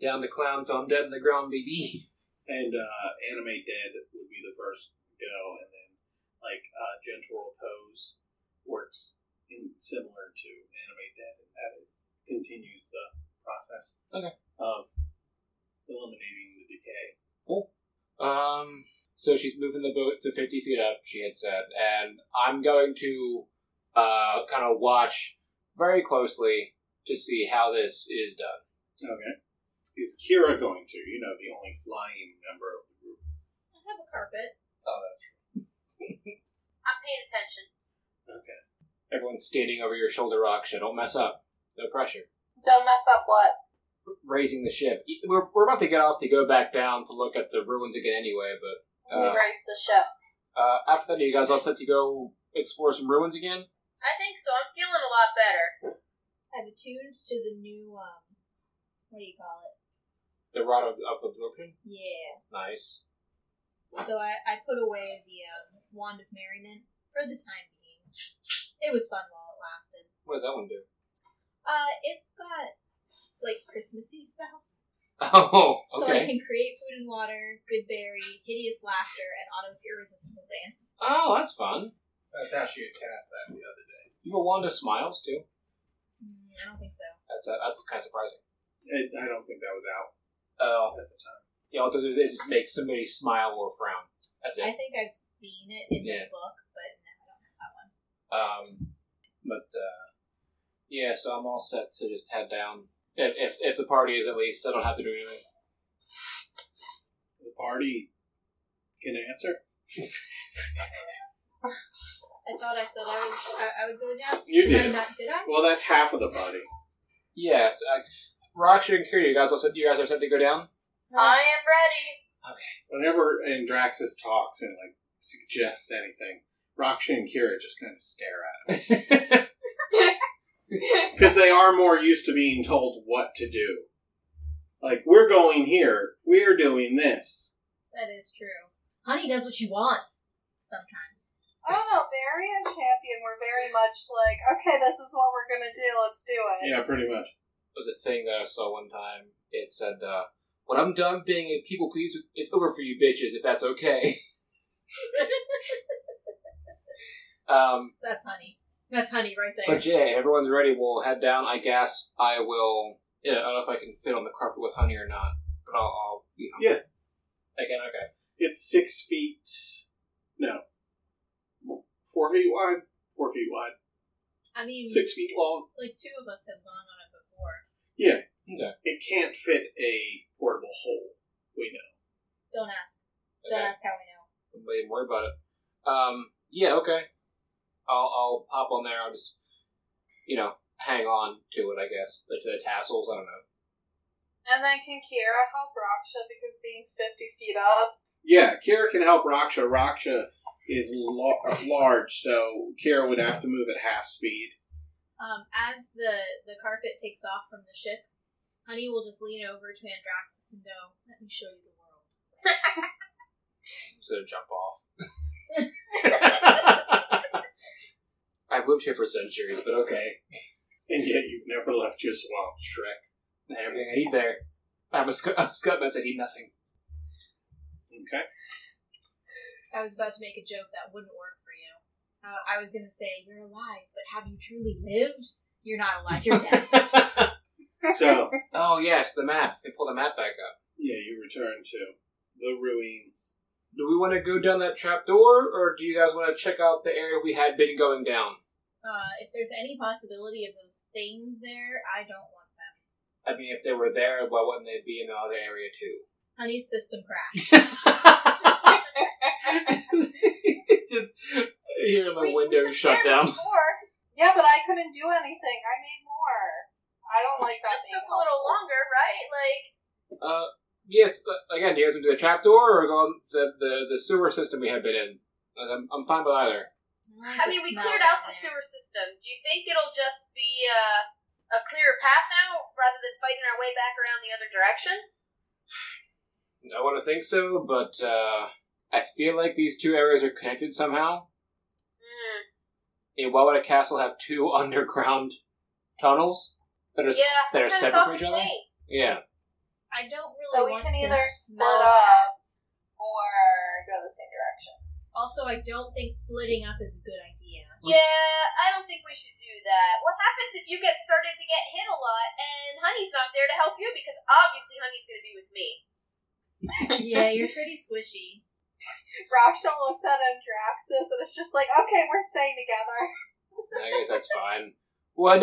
Speaker 4: Down the clown till I'm dead in the ground, baby.
Speaker 2: And uh, animate dead would be the first go, and then like uh, gentle repose works in similar to animate dead, and that it continues the process
Speaker 4: Okay.
Speaker 2: of eliminating the decay.
Speaker 4: Um, so she's moving the boat to 50 feet up, she had said, and I'm going to uh, kind of watch very closely to see how this is done.
Speaker 2: Okay. Is Kira going to? You know, the only flying member of the group.
Speaker 5: I have a carpet.
Speaker 2: Oh, that's
Speaker 6: I'm paying attention.
Speaker 2: okay.
Speaker 4: Everyone's standing over your shoulder rock, so don't mess up. No pressure.
Speaker 3: Don't mess up what?
Speaker 4: raising the ship. E, We're, we're about to get off to go back down to look at the ruins again anyway, but
Speaker 3: we
Speaker 4: uh,
Speaker 3: raised the ship.
Speaker 4: uh, after that, are you guys all set to go explore some ruins again?
Speaker 6: I think so. I'm feeling a lot better.
Speaker 5: I've attuned to the new, um, what do you call it?
Speaker 4: The Rod of, of Absorption?
Speaker 5: Yeah.
Speaker 4: Nice.
Speaker 5: So I, I put away the um, Wand of Merriment for the time being. It was fun while it lasted.
Speaker 4: What does that one do?
Speaker 5: Uh, it's got, like, Christmassy spells.
Speaker 4: Oh,
Speaker 5: So I
Speaker 4: okay.
Speaker 5: can create food and water, good berry, hideous laughter, and Otto's irresistible dance.
Speaker 4: Oh, that's fun.
Speaker 2: That's how she had cast that the other day.
Speaker 4: You have a wand of smiles, too?
Speaker 5: Mm, I don't think so.
Speaker 4: That's uh, that's kind of surprising.
Speaker 2: It, I don't think that was out
Speaker 4: Oh,
Speaker 2: at the time.
Speaker 4: yeah, all it does is just make somebody smile or frown. That's
Speaker 5: I
Speaker 4: it.
Speaker 5: think I've seen it in
Speaker 4: Yeah.
Speaker 5: the book, but no, I don't have that one.
Speaker 4: Um, but uh, yeah, so I'm all set to just head down. If, if, if the party is at least, I don't have to do anything.
Speaker 2: The party can answer.
Speaker 5: I thought I said I would. I, I would go down.
Speaker 2: You
Speaker 5: Did I
Speaker 2: did.
Speaker 5: not? Did I?
Speaker 2: Well, that's half of the party.
Speaker 4: Yes, uh, Rocksher and Kira, you guys all set, you guys are set to go down.
Speaker 6: I am ready.
Speaker 2: Whenever Andraxis talks and like suggests anything, Raksha and Kira just kind of stare at him because they are more used to being told what to do. Like we're going here, we're doing this.
Speaker 5: That is true. Honey does what she wants sometimes.
Speaker 3: I don't know. Barry and Champion were very much like, okay, this is what we're gonna do. Let's do it.
Speaker 2: Yeah, pretty much.
Speaker 4: was a thing that I saw one time. It said, uh, "When I'm done being a people pleaser, it's over for you bitches. If that's okay." um,
Speaker 5: That's honey. That's honey right there.
Speaker 4: but yeah, everyone's ready. We'll head down. I guess I will. Yeah, I don't know if I can fit on the carpet with honey or not, but I'll. I'll you know.
Speaker 2: Yeah.
Speaker 4: Again, okay.
Speaker 2: It's six feet. No, four feet wide. Four feet wide.
Speaker 5: I mean,
Speaker 2: Six feet long.
Speaker 5: like two of us have gone on it before.
Speaker 4: Okay.
Speaker 2: It can't fit a portable hole. We know.
Speaker 5: Don't ask. Don't
Speaker 4: Okay.
Speaker 5: ask how we know.
Speaker 4: I'm not even worried about it. Um, yeah. Okay. I'll I'll hop on there. I'll just you know hang on to it. I guess like to the tassels. I don't know.
Speaker 3: And then can Kira help Raksha because being fifty feet up?
Speaker 2: Yeah, Kira can help Raksha. Raksha is lar- large, so Kira would have to move at half speed.
Speaker 5: Um, as the the carpet takes off from the ship, honey will just lean over to Andraxis and go, "Let me show you the world."
Speaker 4: so jump off. I've lived here for centuries, but okay.
Speaker 2: And yet you've never left your swamp, Shrek.
Speaker 4: I had everything I need there. I'm a, sc- I'm a scut mess, I need nothing.
Speaker 2: Okay.
Speaker 5: I was about to make a joke that wouldn't work for you. Uh, I was gonna say you're alive, but have you truly lived? You're not alive. You're dead.
Speaker 2: So,
Speaker 4: oh, yes, the map. They pulled the map back up.
Speaker 2: yeah, you return to the ruins.
Speaker 4: Do we want to go down that trap door, or do you guys want to check out the area we had been going down?
Speaker 5: uh, if there's any possibility of those things there, I don't want them.
Speaker 4: I mean, if they were there, why wouldn't they be in the other area, too?
Speaker 5: Honey's system crashed.
Speaker 4: Just hearing the window shut down.
Speaker 6: Before,
Speaker 3: Yeah, but I couldn't do anything. I made more. I don't like that
Speaker 6: just
Speaker 3: being
Speaker 6: took a little
Speaker 3: helpful.
Speaker 6: longer, right? Like,
Speaker 4: Uh, yes. but Again, do you guys want to do the trap door or go on the, the, the sewer system we have been in? Uh, I'm, I'm fine with either.
Speaker 5: like
Speaker 6: I
Speaker 5: the
Speaker 6: mean, we
Speaker 5: smell
Speaker 6: cleared
Speaker 5: down
Speaker 6: out the
Speaker 5: there.
Speaker 6: sewer system. Do you think it'll just be uh, a clearer path now, rather than fighting our way back around the other direction?
Speaker 4: I want to think so, but uh, I feel like these two areas are connected somehow.
Speaker 6: Mm.
Speaker 4: And why would a castle have two underground tunnels that are, s-
Speaker 6: Yeah,
Speaker 4: that are
Speaker 6: kinda
Speaker 4: separate from each other?
Speaker 6: complicated.
Speaker 4: Yeah.
Speaker 5: I don't really
Speaker 3: So we
Speaker 5: want
Speaker 3: can
Speaker 5: to
Speaker 3: either
Speaker 5: smell
Speaker 3: split
Speaker 5: that.
Speaker 3: Or go the same direction.
Speaker 5: Also, I don't think splitting up is a good idea.
Speaker 6: Yeah, I don't think we should do that. What happens if you get started to get hit a lot and Honey's not there to help you? Because obviously Honey's going to be with me.
Speaker 5: yeah, you're pretty squishy.
Speaker 3: Raksha looks at Andraxis and it's just like, okay, we're staying together.
Speaker 4: I guess that's fine. What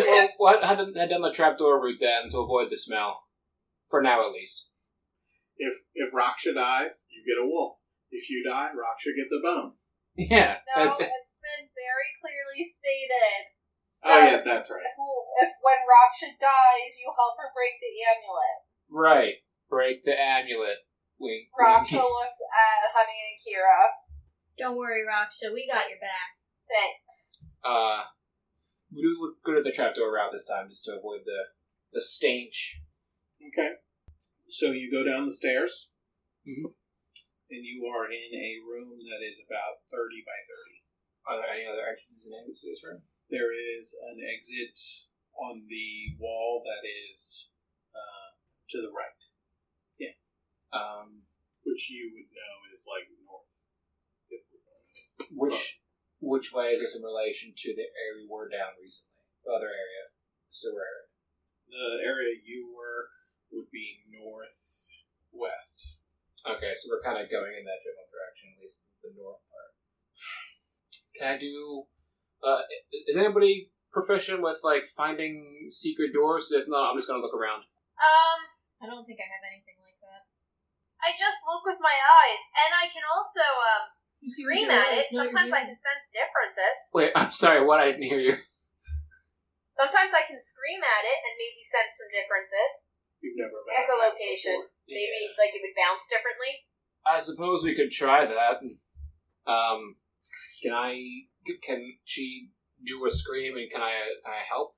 Speaker 4: well, what had had done the trapdoor route then to avoid the smell, for now at least.
Speaker 2: If if Raksha dies, you get a wolf. If you die, Raksha gets a bone.
Speaker 4: Yeah,
Speaker 3: No,
Speaker 4: that's
Speaker 3: it's been very clearly stated.
Speaker 2: Oh, yeah, that's right.
Speaker 3: Who, if when Raksha dies, you help her break the amulet.
Speaker 4: right. Break the amulet. Wink. wink.
Speaker 3: Raksha looks at Honey and Kira.
Speaker 5: Don't worry, Raksha, we got your back.
Speaker 3: Thanks.
Speaker 4: Uh, we do would go to the trapdoor route this time just to avoid the the stench.
Speaker 2: Okay. So you go down the stairs,
Speaker 4: Mhm.
Speaker 2: and you are in a room that is about 30 by 30.
Speaker 4: Are there any other entrances and exits to this room?
Speaker 2: there is an exit on the wall that is uh, to the right,
Speaker 4: Um,
Speaker 2: which you would know is like north.
Speaker 4: which which way is this in relation to the area we were down recently? The other area, sewer area.
Speaker 2: The area you were would be northwest.
Speaker 4: Okay, so we're kind of going in that general direction, at least the north part. Can I do? Uh, is anybody proficient with like finding secret doors? If not, I'm just gonna look around.
Speaker 6: Um,
Speaker 5: I don't think I have anything like that.
Speaker 6: I just look with my eyes, and I can also um, scream at it. Sometimes I can sense differences.
Speaker 4: Wait, I'm sorry. What? I didn't hear you.
Speaker 6: Sometimes I can scream at it and maybe sense some differences.
Speaker 2: You've never met
Speaker 6: Echolocation.
Speaker 2: before.
Speaker 6: Maybe like it would bounce differently.
Speaker 4: I suppose we could try that. Um, can I? Can she do a scream? And can I? Can I help?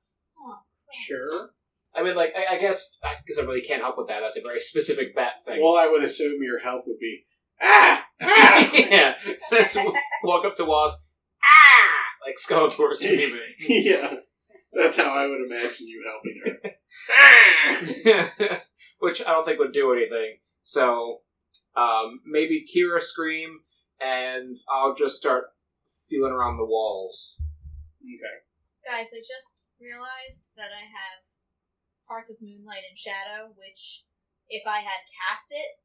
Speaker 2: Sure.
Speaker 4: I mean, like, I, I guess because I really can't help with that. That's a very specific bat thing.
Speaker 2: Well, I would assume your help would be ah, ah!
Speaker 4: yeah, just walk up to Wasp. Ah, like Skeletor screaming.
Speaker 2: yeah. That's how I would imagine you helping her. Ah!
Speaker 4: which I don't think would do anything. So um, maybe Kira scream, and I'll just start feeling around the walls.
Speaker 2: Okay.
Speaker 5: Guys, I just realized that I have Hearth of Moonlight and Shadow, which, if I had cast it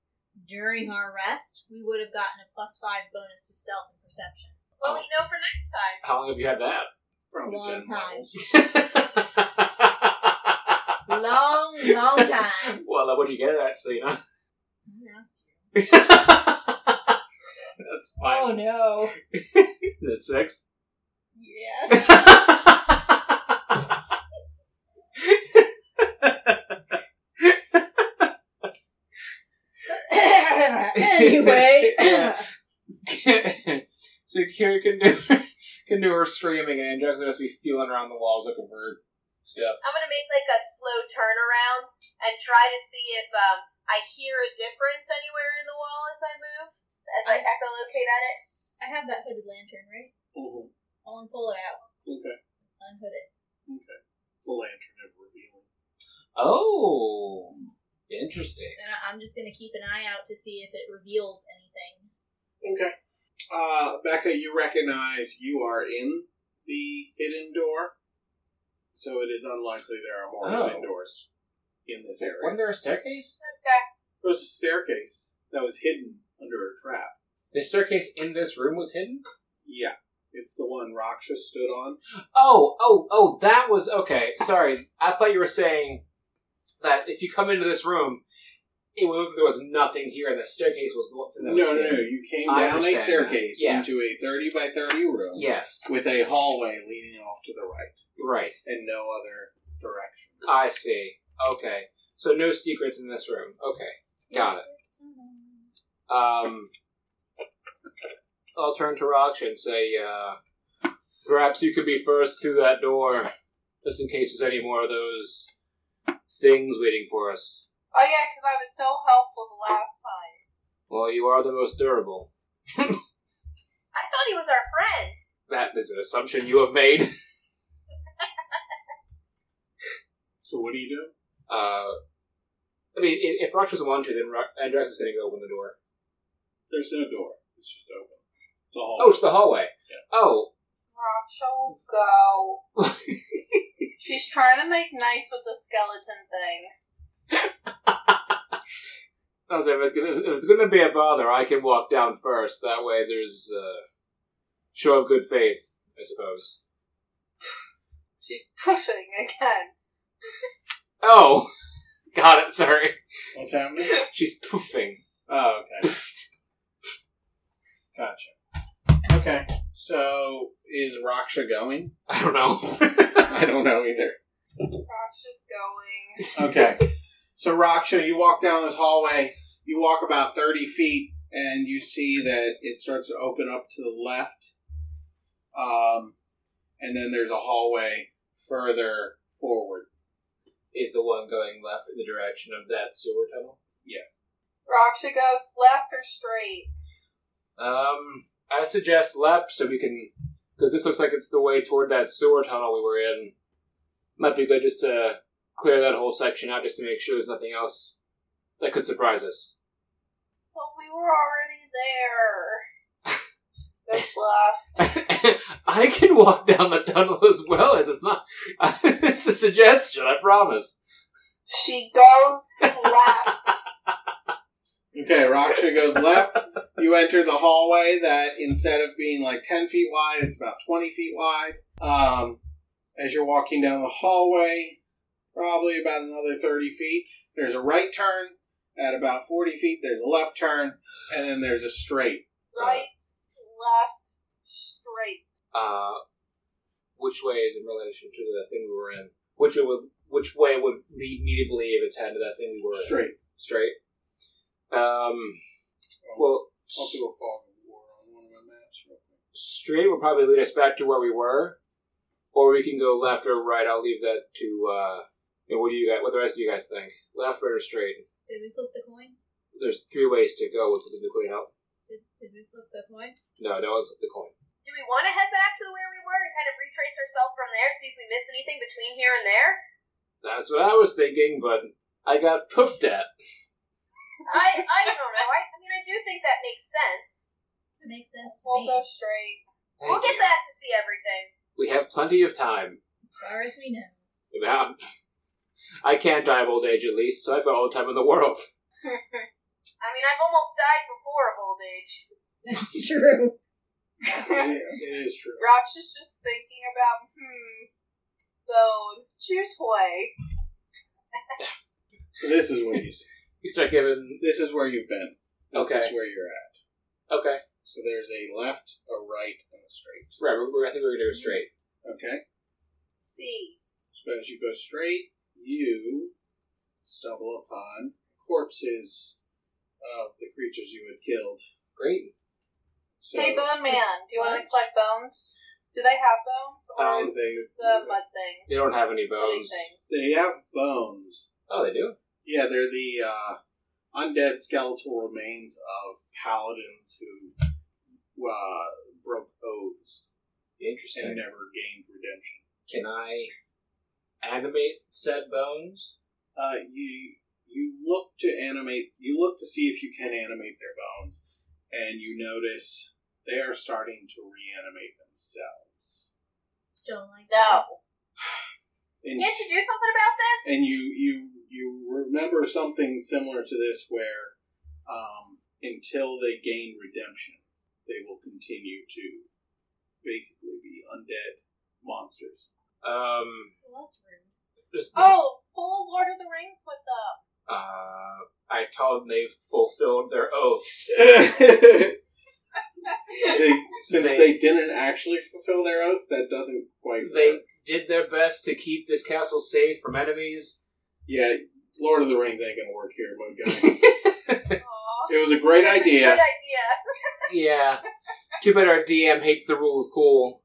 Speaker 5: during our rest, we would have gotten a plus five bonus to stealth and perception.
Speaker 6: Well, we know for next time.
Speaker 4: How long have you had
Speaker 2: Probably 10
Speaker 5: Long time.
Speaker 2: levels.
Speaker 4: that?
Speaker 7: Long, long time.
Speaker 4: well, uh, what do you get at that, Selena?
Speaker 5: I asked you.
Speaker 4: That's fine.
Speaker 5: Oh no.
Speaker 4: Is it six?
Speaker 5: Yeah.
Speaker 4: That's
Speaker 7: anyway.
Speaker 4: Yeah. so Kira can do can do her screaming, and Jackson has to be feeling around the walls looking for stuff.
Speaker 6: I'm gonna make like a slow turnaround and try to see if um, I hear a difference anywhere in the wall as I move, as I echolocate at it.
Speaker 5: I have that hooded lantern, right?
Speaker 2: Mhm.
Speaker 5: I'll unfold it out.
Speaker 2: Okay.
Speaker 5: Unhood it.
Speaker 2: The lantern of revealing.
Speaker 4: Oh, interesting.
Speaker 5: And I- I'm just gonna keep an eye out to see if it reveals anything.
Speaker 2: Okay. Uh, Becca, you recognize you are in the hidden door, so it is unlikely there are more
Speaker 4: Oh.
Speaker 2: hidden doors in this area.
Speaker 4: Wasn't there a staircase?
Speaker 6: Okay.
Speaker 2: There was a staircase that was hidden under a trap.
Speaker 4: The staircase in this room was hidden.
Speaker 2: Yeah, it's the one Raksha stood on.
Speaker 4: Oh, oh, oh, that was okay. Sorry, I thought you were saying that if you come into this room, it was there was nothing here, and the staircase was the one thing that
Speaker 2: No, no,
Speaker 4: was
Speaker 2: no.
Speaker 4: hidden.
Speaker 2: You came
Speaker 4: I
Speaker 2: down a
Speaker 4: understand
Speaker 2: staircase
Speaker 4: that. Yes.
Speaker 2: into a 30 by 30 room
Speaker 4: Yes,
Speaker 2: with a hallway leading off to the right
Speaker 4: right.
Speaker 2: and no other direction.
Speaker 4: I see. Okay, so no secrets in this room. Okay, got it. Um, I'll turn to Raksha and say, uh, perhaps you could be first through that door, just in case there's any more of those things waiting for us.
Speaker 3: Oh yeah, because I was so helpful the last time.
Speaker 4: Well, you are the most durable.
Speaker 6: I thought he was our friend.
Speaker 4: That is an assumption you have made.
Speaker 2: So what do you do?
Speaker 4: Uh, I mean, i- if Rock doesn't want to, then Rock, Andrax is going to go open the door.
Speaker 2: There's no door. It's just open. It's a hallway.
Speaker 4: Oh, it's the hallway. Oh,
Speaker 3: Raksha will go. She's trying to make nice with the skeleton thing.
Speaker 4: I was like, if it's going to be a bother, I can walk down first. That way, there's uh, show of good faith, I suppose.
Speaker 3: She's pushing again.
Speaker 4: Oh, got it. Sorry,
Speaker 2: What's happening?
Speaker 4: she's poofing.
Speaker 2: Oh, okay. gotcha. Okay. So is Raksha going?
Speaker 4: I don't know.
Speaker 2: I don't know either.
Speaker 3: Raksha's going.
Speaker 2: Okay. So Raksha, you walk down this hallway. You walk about thirty feet, and you see that it starts to open up to the left. Um, and then there's a hallway further forward.
Speaker 4: is the one going left in the direction of that sewer tunnel?
Speaker 2: Yes.
Speaker 3: Raksha goes left or straight.
Speaker 4: Um, I suggest left so we can, because this looks like it's the way toward that sewer tunnel we were in. Might be good just to clear that whole section out, just to make sure there's nothing else that could surprise us.
Speaker 3: Well, we were already there. Goes left.
Speaker 4: I can walk down the tunnel as well. It's not. it's a suggestion. I promise.
Speaker 3: She goes left.
Speaker 2: Okay, Raksha goes left. You enter the hallway that instead of being like 10 feet wide, it's about 20 feet wide. Um, as you're walking down the hallway, probably about another 30 feet, there's a right turn. At about 40 feet, there's a left turn. And then there's a straight.
Speaker 3: Right, left, straight.
Speaker 4: Uh, which way is in relation to the thing we were in? Which way would which way would lead me to believe it's headed to that thing we were in?
Speaker 2: Straight.
Speaker 4: Straight. Um. Well,
Speaker 2: I'll do a fog of war on one of my maps real quick.
Speaker 4: straight will probably lead us back to where we were, or we can go left or right. I'll leave that to. uh and what do you guys? What the rest of you guys think? Left, right, or straight?
Speaker 5: Did we flip the coin?
Speaker 4: There's three ways to go with the nuclear help.
Speaker 5: Did, did we flip the coin?
Speaker 4: No, no one's the coin.
Speaker 6: Do we want to head back to where we were and kind of retrace ourselves from there, see if we miss anything between here and there?
Speaker 4: That's what I was thinking, but I got poofed at.
Speaker 6: I I don't know. I, I mean, I do think that makes sense.
Speaker 5: It makes sense to
Speaker 3: We'll
Speaker 5: me.
Speaker 3: go straight.
Speaker 6: We'll get that to see everything.
Speaker 4: We have plenty of time.
Speaker 5: As far as we know.
Speaker 4: Yeah. I can't die of old age, at least, so I've got all the time in the world.
Speaker 6: I mean, I've almost died before of old age.
Speaker 7: That's true.
Speaker 2: It it is true.
Speaker 3: Rox is just thinking about, hmm, bone, chew toy.
Speaker 2: So this is what you see.
Speaker 4: You start giving.
Speaker 2: This is where you've been. This
Speaker 4: Okay.
Speaker 2: is where you're at.
Speaker 4: Okay.
Speaker 2: So there's a left, a right, and a straight.
Speaker 4: Right, we're, we're- I think we're going to go straight.
Speaker 2: Okay?
Speaker 3: See.
Speaker 2: So as you go straight, you stumble upon corpses of the creatures you had killed.
Speaker 4: Great.
Speaker 2: So
Speaker 3: hey, Bone Man, do you want to
Speaker 5: Nice.
Speaker 3: collect bones? Do they have bones? Or
Speaker 2: Um, they-
Speaker 3: is the mud things?
Speaker 4: They don't have any
Speaker 3: Muddy
Speaker 4: bones.
Speaker 3: things?
Speaker 2: they have bones.
Speaker 4: Oh, they do?
Speaker 2: Yeah, they're the uh, undead skeletal remains of paladins who uh, broke oaths and
Speaker 4: Interesting.
Speaker 2: never gained redemption.
Speaker 4: Can I animate said bones?
Speaker 2: Uh, you you look to animate. You look to see if you can animate their bones, and you notice they are starting to reanimate themselves.
Speaker 5: Don't like that.
Speaker 3: No.
Speaker 2: And,
Speaker 6: Can't you do something about this?
Speaker 2: and you you you remember something similar to this where um, until they gain redemption, they will continue to basically be undead monsters.
Speaker 4: Um.
Speaker 5: Well, that's rude.
Speaker 4: Just,
Speaker 3: Oh, pull Lord of the Rings with them.
Speaker 4: Uh, I told them they've fulfilled their oaths.
Speaker 2: they, since
Speaker 4: They-
Speaker 2: they didn't actually fulfill their oaths, that doesn't quite work.
Speaker 4: They did their best to keep this castle safe from enemies.
Speaker 2: Yeah, Lord of the Rings ain't gonna work here, my guy.
Speaker 6: Aw.
Speaker 2: it was a great
Speaker 6: That's a
Speaker 2: idea.
Speaker 6: Good idea.
Speaker 4: Yeah. Too bad our DM hates the rule of cool.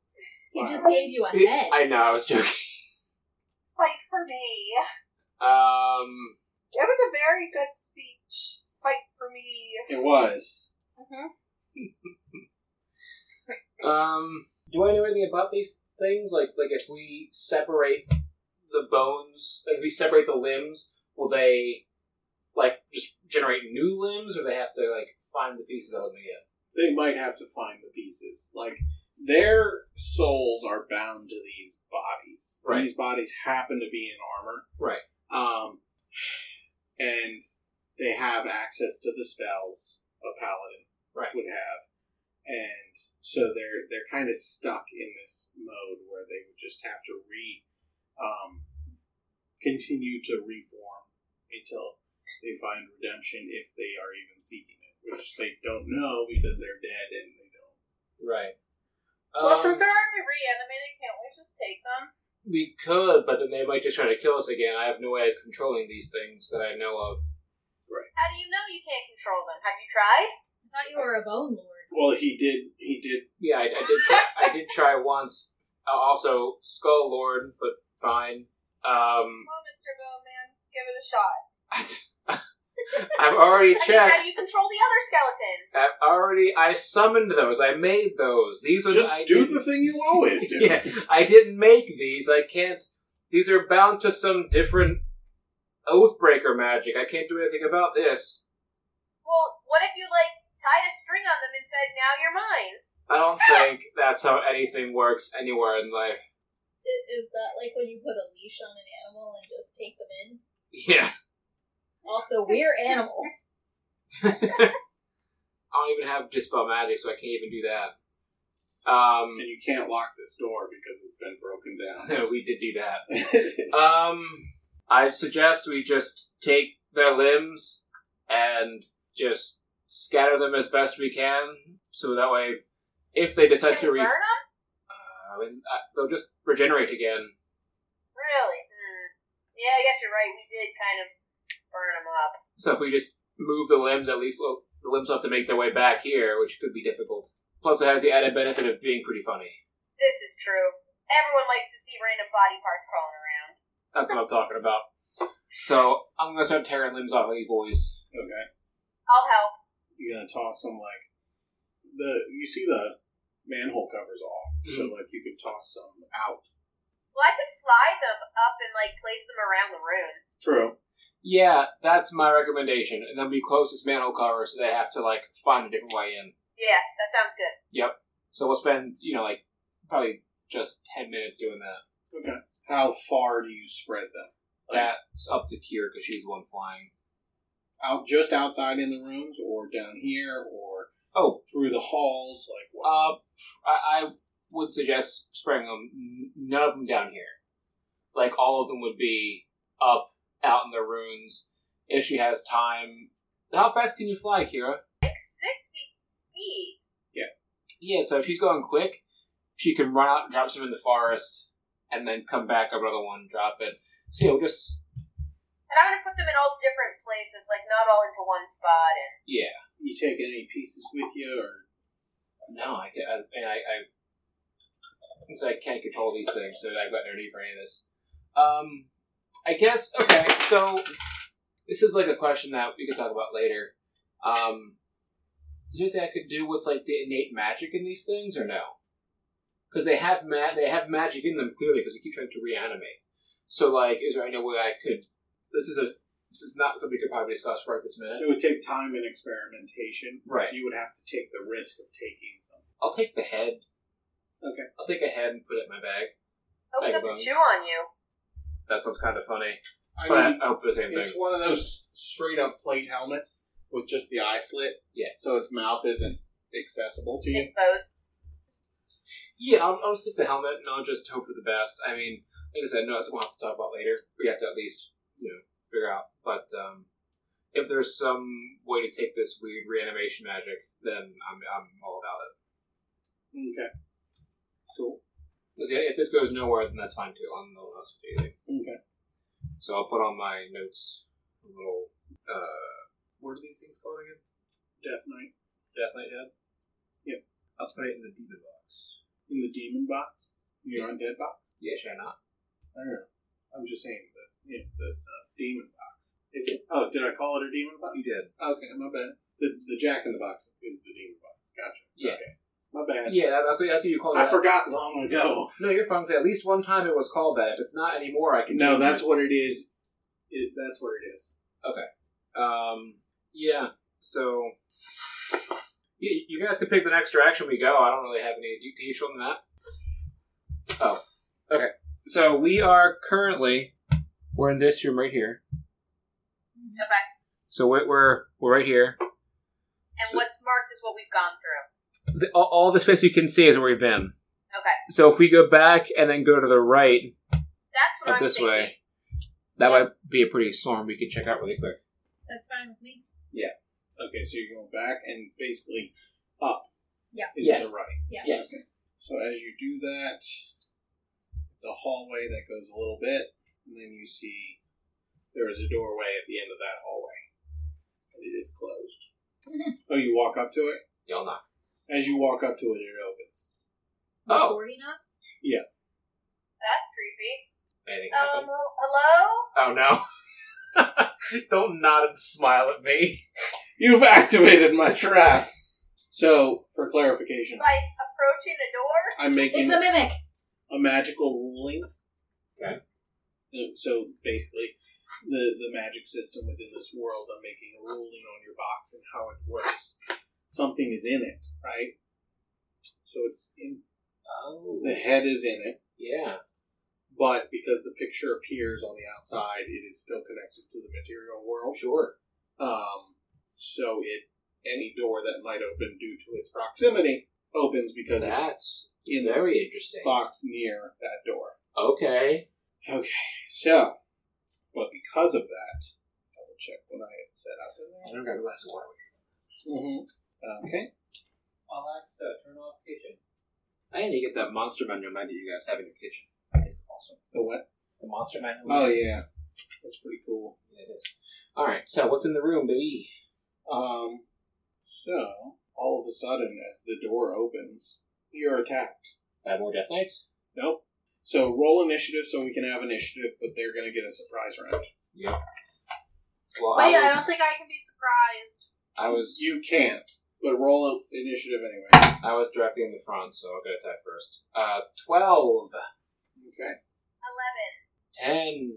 Speaker 5: He just
Speaker 2: Wow.
Speaker 5: gave you a head.
Speaker 4: I know, I was joking.
Speaker 3: Fight for me.
Speaker 4: Um,
Speaker 3: It was a very good speech. Fight for me.
Speaker 2: It was.
Speaker 3: Mm-hmm.
Speaker 4: um, do I know anything about these things? Like, like if we separate the bones, like if we separate the limbs, will they like just generate new limbs, or they have to like find the pieces of them again?
Speaker 2: They might have to find the pieces. Like their souls are bound to these bodies.
Speaker 4: Right.
Speaker 2: These bodies happen to be in armor.
Speaker 4: Right.
Speaker 2: Um, and they have access to the spells a paladin
Speaker 4: Right.
Speaker 2: would have, and so they're they're kind of stuck in this mode where they would just have to re, um, continue to reform until they find redemption if they are even seeking it, which they don't know because they're dead and they don't.
Speaker 4: Right.
Speaker 3: well,
Speaker 4: Um,
Speaker 3: since they're already reanimated, can't we just take them?
Speaker 4: we could, but then they might just try to kill us again. I have no way of controlling these things that I know of.
Speaker 6: How do you know you can't control them? Have you tried?
Speaker 5: I thought you were a bone lord.
Speaker 2: Well, he did. He did.
Speaker 4: Yeah, I, I did. Try, I did try once. Uh, also, Skull Lord, but fine. Um,
Speaker 3: Well, Mr. Bone Man, give it a shot.
Speaker 4: I've already
Speaker 6: I mean, how do
Speaker 4: checked.
Speaker 6: you control the other skeletons?
Speaker 4: I've already. I summoned those. I made those. These are.
Speaker 2: Just
Speaker 4: I
Speaker 2: do
Speaker 4: didn't-
Speaker 2: the thing you always do.
Speaker 4: Yeah, I didn't make these. I can't. These are bound to some different oathbreaker magic. I can't do anything about this.
Speaker 6: Well, what if you like tied a string on them and said, "Now you're mine"?
Speaker 4: I don't think that's how anything works anywhere in life.
Speaker 5: I- Is that like when you put a leash on an animal and just take them in?
Speaker 4: Yeah.
Speaker 5: Also, we're animals.
Speaker 4: I don't even have dispel magic, so I can't even do that. Um,
Speaker 2: And you can't lock this door because it's been broken down.
Speaker 4: we did do that. Um, I'd suggest we just take their limbs and just scatter them as best we can, so that way, if they decide
Speaker 6: Can
Speaker 4: to
Speaker 6: we
Speaker 4: re-
Speaker 6: burn 'em?
Speaker 4: uh, I mean, uh, they'll just regenerate again.
Speaker 6: Really? Hmm. Yeah, I guess you're right. We did kind of burn them up.
Speaker 4: So if we just move the limbs, at least they'll- the limbs will have to make their way back here, which could be difficult. Plus, it has the added benefit of being pretty funny.
Speaker 6: This is true. Everyone likes to see random body parts crawling around.
Speaker 4: That's what I'm talking about. So I'm gonna start tearing limbs off of these boys.
Speaker 2: okay.
Speaker 6: I'll help.
Speaker 2: You're gonna toss some like the you see the manhole covers off, so
Speaker 4: Mm-hmm.
Speaker 2: like you could toss some out.
Speaker 6: Well, I could fly them up and like place them around the runes.
Speaker 2: True.
Speaker 4: Yeah, that's my recommendation. And then we close this manhole cover, so they have to like find a different way in.
Speaker 6: Yeah, that sounds good.
Speaker 4: So we'll spend, you know, like probably just ten minutes doing that.
Speaker 2: Okay. How far do you spread them? Like
Speaker 4: That's up to Kira because she's the one flying.
Speaker 2: out just outside in the rooms, or down here, or
Speaker 4: Oh,
Speaker 2: through the halls? Like what?
Speaker 4: uh, I, I would suggest spraying them. n- None of them down here. Like all of them would be up out in the ruins. If she has time, how fast can you fly, Kira?
Speaker 6: Like sixty feet.
Speaker 4: Yeah, so if she's going quick, she can run out and drop some in the forest, and then come back up another one, drop it. So you know, just
Speaker 6: And I'm gonna put them in all different places, like not all into one spot. And
Speaker 4: yeah.
Speaker 2: You take any pieces with you, or
Speaker 4: No, I can. I, and I, I since I can't control these things, so I've got no need for any of this. Um, I guess okay. So this is like a question that we could talk about later. Um, is there anything I could do with like the innate magic in these things, or no? Because they have ma- they have magic in them clearly, because they keep trying to reanimate. So like, is there any way I could? This is a this is not something we could probably discuss right this minute.
Speaker 2: it would take time and experimentation.
Speaker 4: Right.
Speaker 2: You would have to take the risk of taking something.
Speaker 4: I'll take the head.
Speaker 2: Okay.
Speaker 4: I'll take a head and put it in my bag.
Speaker 6: hope it
Speaker 4: Bag of
Speaker 6: doesn't
Speaker 4: bones.
Speaker 6: chew on you.
Speaker 4: That sounds kind of funny.
Speaker 2: I
Speaker 4: but
Speaker 2: mean,
Speaker 4: I hope for the same thing.
Speaker 2: it's one of those straight up plate helmets with just the eye slit.
Speaker 4: Yeah.
Speaker 2: So its mouth isn't accessible to you.
Speaker 6: Exposed.
Speaker 4: Yeah, I'll, I'll just take the helmet and I'll just hope for the best. I mean, like I said, no, that's what we'll have to talk about later. We have to at least, you know, figure out. But um, if there's some way to take this weird reanimation magic, then I'm, I'm all about it.
Speaker 2: Okay. Cool.
Speaker 4: 'Cause, yeah, if this goes nowhere, then that's fine too. I'm no one else to do anything.
Speaker 2: Okay.
Speaker 4: So I'll put on my notes a little. Uh, what are these things called again?
Speaker 2: Death Knight
Speaker 4: Death Knight Head?
Speaker 2: Yep.
Speaker 4: I'll put it in the demon box.
Speaker 2: in the demon box. You're on dead box.
Speaker 4: Yeah, should I not?
Speaker 2: I don't know. I'm just saying that. Yeah, that's not demon box. Is it? Oh, did I call it a demon box?
Speaker 4: You did.
Speaker 2: Okay, my bad. The the Jack in the Box is the demon box. Gotcha.
Speaker 4: Yeah.
Speaker 2: Okay. My bad.
Speaker 4: Yeah, that's what, that's what you call
Speaker 2: I
Speaker 4: that.
Speaker 2: forgot long ago.
Speaker 4: No, you're fine. 'cause At least one time it was called that. If it's not anymore, I can.
Speaker 2: No,
Speaker 4: change
Speaker 2: that's
Speaker 4: it.
Speaker 2: what it is. It, that's what it is.
Speaker 4: Um. Yeah. So. You, you guys can pick the next direction we go. I don't really have any. You, can you show them that? Oh. Okay. So we are currently we're in this room right here.
Speaker 6: Okay.
Speaker 4: So we're we're, we're right here.
Speaker 6: And
Speaker 4: So-
Speaker 6: what's marked is what we've gone through.
Speaker 4: The, all, all the space you can see is where we've been.
Speaker 6: Okay.
Speaker 4: So if we go back and then go to the right,
Speaker 6: That's what
Speaker 4: Up
Speaker 6: I'm
Speaker 4: this
Speaker 6: thinking.
Speaker 4: way. that might be a pretty storm we could check out really quick.
Speaker 5: That's fine with me.
Speaker 2: Okay, so you're going back and basically up.
Speaker 5: Yeah.
Speaker 2: Is
Speaker 4: Yes.
Speaker 2: the right.
Speaker 5: Yeah.
Speaker 4: Yes.
Speaker 2: So as you do that, it's a hallway that goes a little bit, and then you see there is a doorway at the end of that hallway, and it is closed. oh, you walk up to it.
Speaker 4: Y'all not.
Speaker 2: As you walk up to it, it opens.
Speaker 4: Oh.
Speaker 5: Before he knocks?
Speaker 6: That's creepy.
Speaker 4: Anything
Speaker 6: Um,
Speaker 4: happen?
Speaker 6: hello?
Speaker 4: Oh no. Don't nod and smile at me.
Speaker 2: You've activated my trap. So, for clarification,
Speaker 6: By approaching a door?
Speaker 2: I'm making
Speaker 7: It's a mimic.
Speaker 2: a magical ruling.
Speaker 4: Okay.
Speaker 2: Uh, So basically, the the magic system within this world, I'm making a ruling on your box and how it works. Something is in it, right? So it's in
Speaker 4: Oh.
Speaker 2: the head is in it.
Speaker 4: Yeah.
Speaker 2: but because the picture appears on the outside, it is still connected to the material world. Sure. Um, so it any door that might open due to its proximity opens because it's
Speaker 4: That's
Speaker 2: in the
Speaker 4: very interesting.
Speaker 2: box near that door.
Speaker 4: Okay.
Speaker 2: Okay, so, but because of that, double check what I had set up in
Speaker 4: I
Speaker 2: there.
Speaker 4: don't got a glass of water.
Speaker 2: Mm-hmm. Okay.
Speaker 4: Alexa, uh, turn off kitchen. I need to get that monster menu that you guys have in your kitchen. Awesome.
Speaker 2: The what?
Speaker 4: The monster menu.
Speaker 2: Oh yeah, that's pretty cool.
Speaker 4: It is. All right. So what's in the room, baby?
Speaker 2: Um, so all of a sudden, as the door opens, you're attacked.
Speaker 4: Five more death knights.
Speaker 2: Nope. So roll initiative so we can have initiative, but they're gonna get a surprise round.
Speaker 4: Yep. Well,
Speaker 3: Wait, I
Speaker 4: I
Speaker 3: don't
Speaker 4: was,
Speaker 3: think I can be surprised.
Speaker 4: I was,
Speaker 2: You can't, but roll initiative anyway.
Speaker 4: I was directly in the front, so I'll go attack first. Uh, twelve.
Speaker 2: Okay,
Speaker 3: Eleven.
Speaker 4: Ten.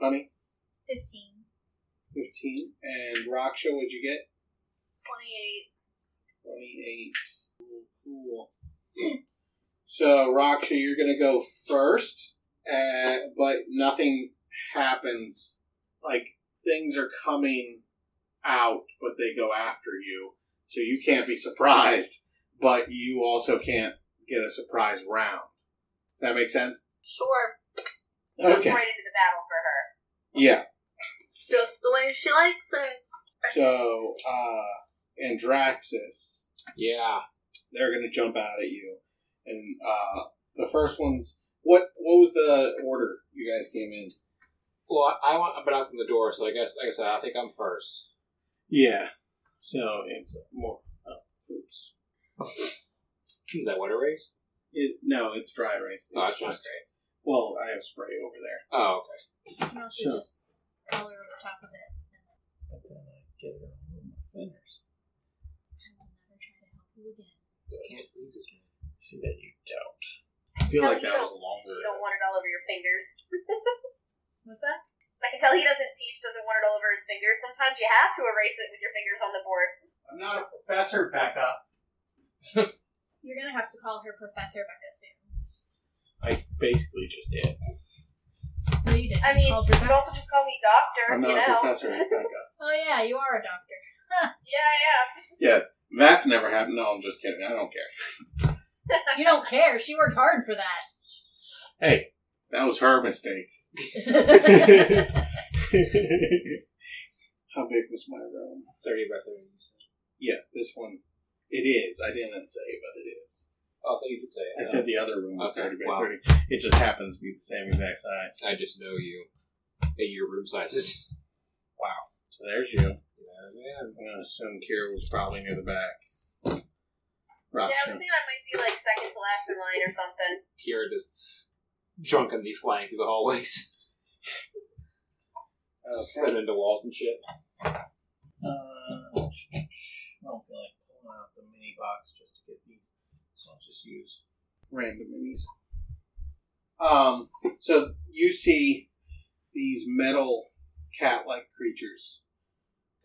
Speaker 2: honey,
Speaker 5: 15.
Speaker 2: fifteen, and Raksha, what'd you get?
Speaker 3: Twenty-eight.
Speaker 2: 28. Cool, cool. So, Raksha, you're going to go first, uh, but nothing happens. Like, things are coming out, but they go after you. So, you can't be surprised, but you also can't get a surprise round. Does that make sense?
Speaker 3: Sure.
Speaker 2: Okay.
Speaker 3: Right into the battle for her.
Speaker 2: Yeah.
Speaker 3: Just the way she likes it.
Speaker 2: So, uh, Andraxis.
Speaker 4: Yeah.
Speaker 2: they're gonna jump out at you. And uh, the first one's what? What was the order you guys came in?
Speaker 4: Well, I I want, but I'm from the door, so I guess, like I said, I think I'm first.
Speaker 2: Yeah. So it's more. Oh, oops.
Speaker 4: Is that water race?
Speaker 2: It, no, it's dry erase.
Speaker 4: Oh,
Speaker 2: It's
Speaker 4: that's not
Speaker 2: just- well, I have spray over there.
Speaker 4: Oh, okay.
Speaker 5: You can also
Speaker 2: Sure.
Speaker 5: just color over top of it.
Speaker 4: Get it on my fingers.
Speaker 5: I will never try to help you again.
Speaker 4: Can't please this man.
Speaker 2: See that you don't. I feel
Speaker 3: No,
Speaker 2: like
Speaker 3: you
Speaker 2: that was
Speaker 3: don't.
Speaker 2: longer.
Speaker 3: You don't want it all over your fingers.
Speaker 5: What's that?
Speaker 3: I can tell he doesn't teach, doesn't want it all over his fingers. Sometimes you have to erase it with your fingers on the board.
Speaker 2: I'm not a professor, Becca.
Speaker 5: You're going to have to call her Professor Becca soon.
Speaker 2: I basically just did.
Speaker 5: No, you didn't.
Speaker 3: I mean,
Speaker 5: You called
Speaker 3: you
Speaker 5: her
Speaker 3: could
Speaker 5: back.
Speaker 3: also just call me doctor,
Speaker 2: I'm
Speaker 3: you
Speaker 2: not a
Speaker 3: know.
Speaker 2: professor, Becca.
Speaker 5: Oh, yeah, you are a doctor.
Speaker 3: Yeah, yeah.
Speaker 2: That's never happened. No, I'm just kidding. I don't care.
Speaker 5: You don't care. She worked hard for
Speaker 2: Hey, that was her mistake.
Speaker 5: that.
Speaker 2: How big was my room?
Speaker 4: 30 by 30.
Speaker 2: Yeah, this one. It is. I didn't say, but it is.
Speaker 4: Oh, I thought you did say it.
Speaker 2: I said the other room was
Speaker 4: Okay,
Speaker 2: 30 by
Speaker 4: wow.
Speaker 2: 30. It just happens to be the same exact size.
Speaker 4: uh, I just know you. Hey, your room sizes.
Speaker 2: So there's you.
Speaker 4: Yeah, man.
Speaker 2: I'm going to assume Kira was probably near the back.
Speaker 3: Yeah, I was
Speaker 2: Rapture.
Speaker 3: thinking I might be like second to last in line or something.
Speaker 4: Kira just drunkenly flying through the hallways,
Speaker 2: Okay.
Speaker 4: slamming into walls and shit.
Speaker 2: Uh, I don't feel like pulling out the mini box just to get these. So I'll just use random minis. Um, so you see these metal cat like creatures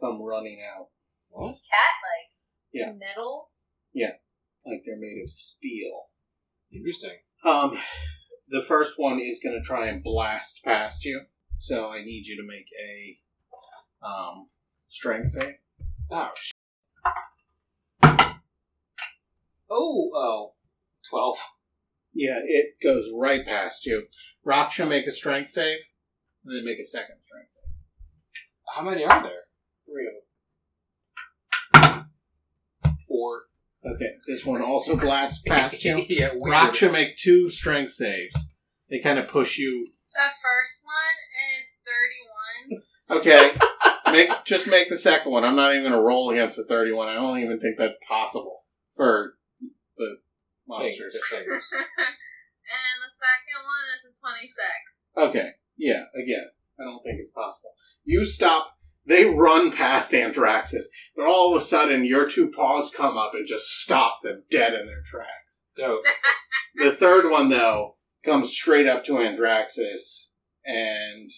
Speaker 2: come running out.
Speaker 4: What?
Speaker 3: Cat like.
Speaker 2: Yeah.
Speaker 5: Metal?
Speaker 2: like they're made of steel.
Speaker 4: Interesting.
Speaker 2: Um, the first one is going to try and blast past you, so I need you to make a um, strength save.
Speaker 4: Oh, sh- Oh, oh. 12.
Speaker 2: Yeah, it goes right past you. Raksha, make a strength save, and then make a second strength save.
Speaker 4: How many are there?
Speaker 2: Three of
Speaker 4: Four.
Speaker 2: them. Okay, this one also blasts past you.
Speaker 4: yeah, weird.
Speaker 2: Raksha, make two strength saves. They kind of push you.
Speaker 3: The first one is 31.
Speaker 2: Okay, make just make the second one. I'm not even going to roll against the 31. I don't even think that's possible for the monsters.
Speaker 4: Fingers, fingers.
Speaker 3: and the second one is a 26.
Speaker 2: Okay. Yeah, again, I don't think it's possible. You stop. They run past Anthraxis, but all of a sudden, your two paws come up and just stop them dead in their tracks.
Speaker 4: Dope.
Speaker 2: The third one, though, comes straight up to Andraxis and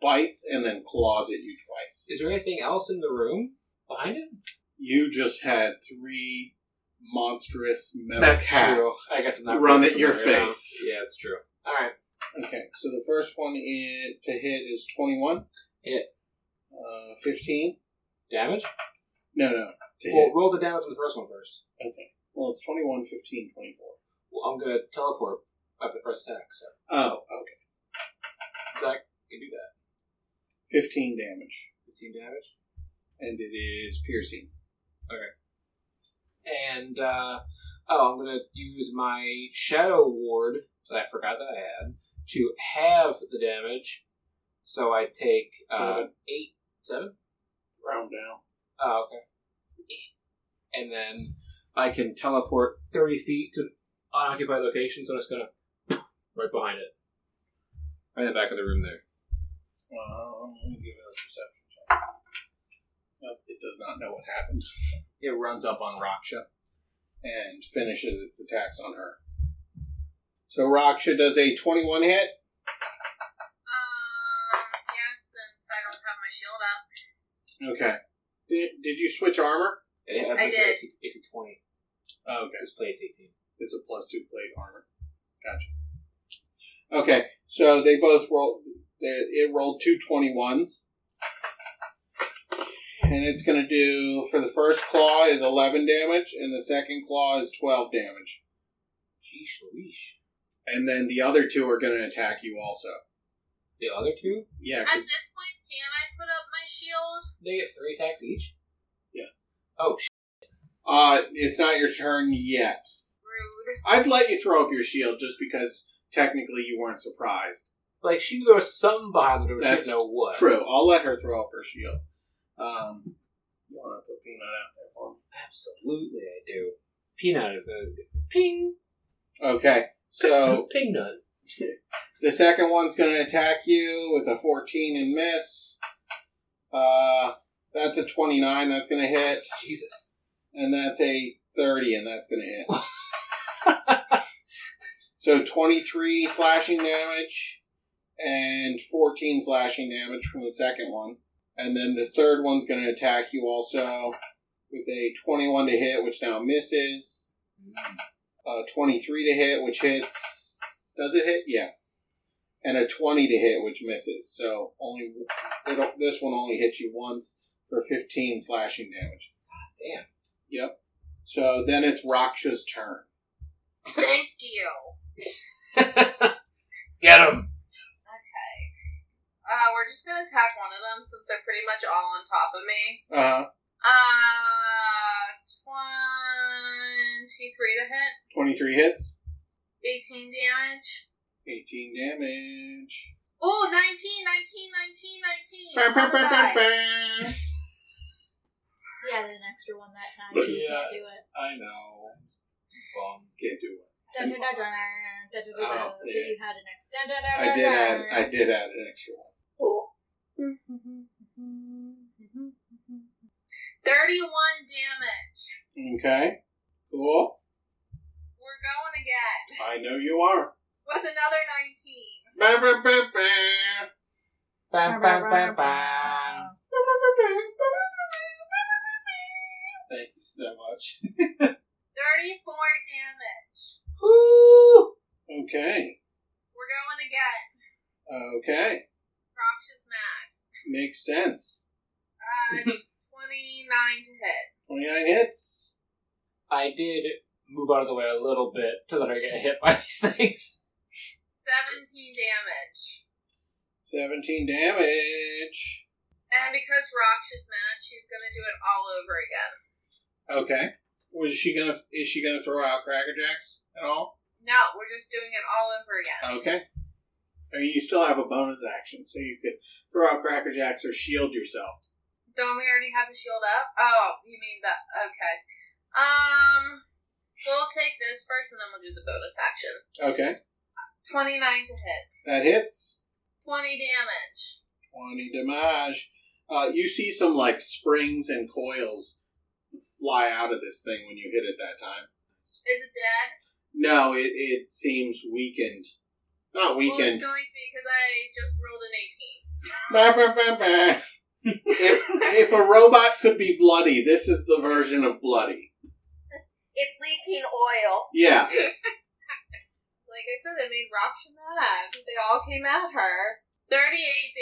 Speaker 2: bites and then claws at you twice.
Speaker 4: Is there anything else in the room behind him?
Speaker 2: You just had three monstrous metal
Speaker 4: That's
Speaker 2: cats.
Speaker 4: true. I guess I'm not
Speaker 2: Run
Speaker 4: really
Speaker 2: at your
Speaker 4: familiar now.
Speaker 2: face.
Speaker 4: Yeah, that's true. All right.
Speaker 2: Okay, so the first one in, to hit is 21.
Speaker 4: Hit.
Speaker 2: Uh, 15.
Speaker 4: Damage?
Speaker 2: No, no. To
Speaker 4: Well, roll the damage on the first one first.
Speaker 2: hit. Okay. Well, it's 21, 15, 24.
Speaker 4: Well, I'm going to teleport after the first attack, so
Speaker 2: Oh, okay.
Speaker 4: Zach can do that.
Speaker 2: 15 damage.
Speaker 4: 15 damage.
Speaker 2: And it is piercing.
Speaker 4: and uh, oh, I'm gonna use my shadow ward that I forgot that I had to halve the damage. So I take uh,
Speaker 2: Seven.
Speaker 4: eight, seven.
Speaker 2: Round down.
Speaker 4: Oh, okay. And then I can teleport thirty feet to an unoccupied location. So I'm just gonna right behind it, right in the back of the room there.
Speaker 2: Um, let me give it a perception check. Nope, it does not know what happened. It runs up on Raksha and finishes its attacks on her. So Raksha does a 21 hit.
Speaker 6: Um, yeah, since I don't have my shield up.
Speaker 2: Okay. Did, did you switch armor?
Speaker 4: Yeah,
Speaker 6: I did.
Speaker 4: It's, it's a twenty.
Speaker 2: Oh, okay.
Speaker 4: This plate's eighteen.
Speaker 2: It's a plus two plate armor. Gotcha. Okay, so they both rolled. they- It rolled two 21s. And it's going to do, for the first claw is 11 damage, and the second claw is 12 damage.
Speaker 4: Jeez Louise.
Speaker 2: And then the other two are going to attack you also.
Speaker 4: The other two,
Speaker 2: Yeah,
Speaker 6: At
Speaker 2: 'cause-
Speaker 6: this point, can I put up my shield?
Speaker 4: they get three attacks each.
Speaker 2: Yeah.
Speaker 4: Oh sh-
Speaker 2: uh, it's not your turn yet.
Speaker 6: Rude.
Speaker 2: I'd let you throw up your shield just because technically you weren't surprised.
Speaker 4: Like she knew there was some behind the door.
Speaker 2: That's
Speaker 4: she didn't know what.
Speaker 2: True, I'll let her throw up her shield. Um, you want to put Peanut out there for me?
Speaker 4: Absolutely, I do. Peanut is gonna ping.
Speaker 2: Okay, so
Speaker 4: ping nut.
Speaker 2: the second one's going to attack you with a 14 and miss. Uh, that's a 29, that's going to hit.
Speaker 4: Jesus.
Speaker 2: And that's a 30, and that's going to hit. so 23 slashing damage and 14 slashing damage from the second one. And then the third one's going to attack you also with a 21 to hit, which now misses. Uh, 23 to hit, which hits. Does it hit? Yeah. And a 20 to hit, which misses. So only it'll, this one only hits you once for 15 slashing damage.
Speaker 4: Damn.
Speaker 2: Yep. So then it's Raksha's turn.
Speaker 6: Thank you.
Speaker 4: Get him.
Speaker 6: Okay. Uh, we're just gonna attack one of them since they're pretty much all on top of me.
Speaker 2: Uh,
Speaker 6: Uh, 23 to hit,
Speaker 2: 23 hits,
Speaker 6: 18 damage.
Speaker 2: 18 damage.
Speaker 6: Oh, 19, 19, 19, 19.
Speaker 2: Bam, bam, bam, bam,
Speaker 6: Bullseye.
Speaker 2: bam.
Speaker 5: Yeah, then an extra one that time. So you can't do it.
Speaker 2: I know.
Speaker 4: Bum.
Speaker 2: Can't do it.
Speaker 5: Dun, dun, dun, dun, dun, dun, dun, dun,
Speaker 2: Oh,
Speaker 5: dun.
Speaker 2: yeah.
Speaker 5: You had an ex- dun, dun, dun,
Speaker 2: I
Speaker 5: dun,
Speaker 2: did add.
Speaker 5: dun.
Speaker 2: I did add an extra one.
Speaker 3: Cool.
Speaker 6: 31 damage.
Speaker 2: Okay. Cool.
Speaker 6: We're going again
Speaker 2: I know you are.
Speaker 6: with another 19.
Speaker 2: Bam, bam, bam, bam.
Speaker 4: Bam, bam, bam, bam. Thank you so much.
Speaker 6: 34 damage.
Speaker 4: Woo!
Speaker 2: Okay.
Speaker 6: We're going again.
Speaker 2: Okay.
Speaker 6: Crocs is mad.
Speaker 2: Makes sense.
Speaker 6: Uh, 29 to hit.
Speaker 2: 29 hits.
Speaker 4: I did move out of the way a little bit to let her get hit by these things.
Speaker 6: 17 damage.
Speaker 2: 17 damage.
Speaker 6: And because Rox is mad, she's gonna do it all over again.
Speaker 2: Okay. Was she gonna? Is she gonna throw out Cracker Jacks at all?
Speaker 6: No, we're just doing it all over again.
Speaker 2: Okay. I mean, you still have a bonus action, so you could throw out Cracker Jacks or shield yourself.
Speaker 6: Don't we already have the shield up? Oh, you mean that? Okay. Um, we'll take this first, and then we'll do the bonus action.
Speaker 2: Okay.
Speaker 6: 29 to hit.
Speaker 2: That hits.
Speaker 6: 20 damage.
Speaker 2: 20 damage. Uh, you see some like springs and coils fly out of this thing when you hit it that time.
Speaker 6: Is it dead?
Speaker 2: No, it, it seems weakened. Not
Speaker 6: Well, it's
Speaker 2: weakened.
Speaker 6: going to be because I just rolled an 18.
Speaker 2: Bah, bah, bah, bah. if, if a robot could be bloody, this is the version of bloody.
Speaker 6: It's leaking oil.
Speaker 2: Yeah.
Speaker 6: Like I said, they made rocks from that. They all came at her. 38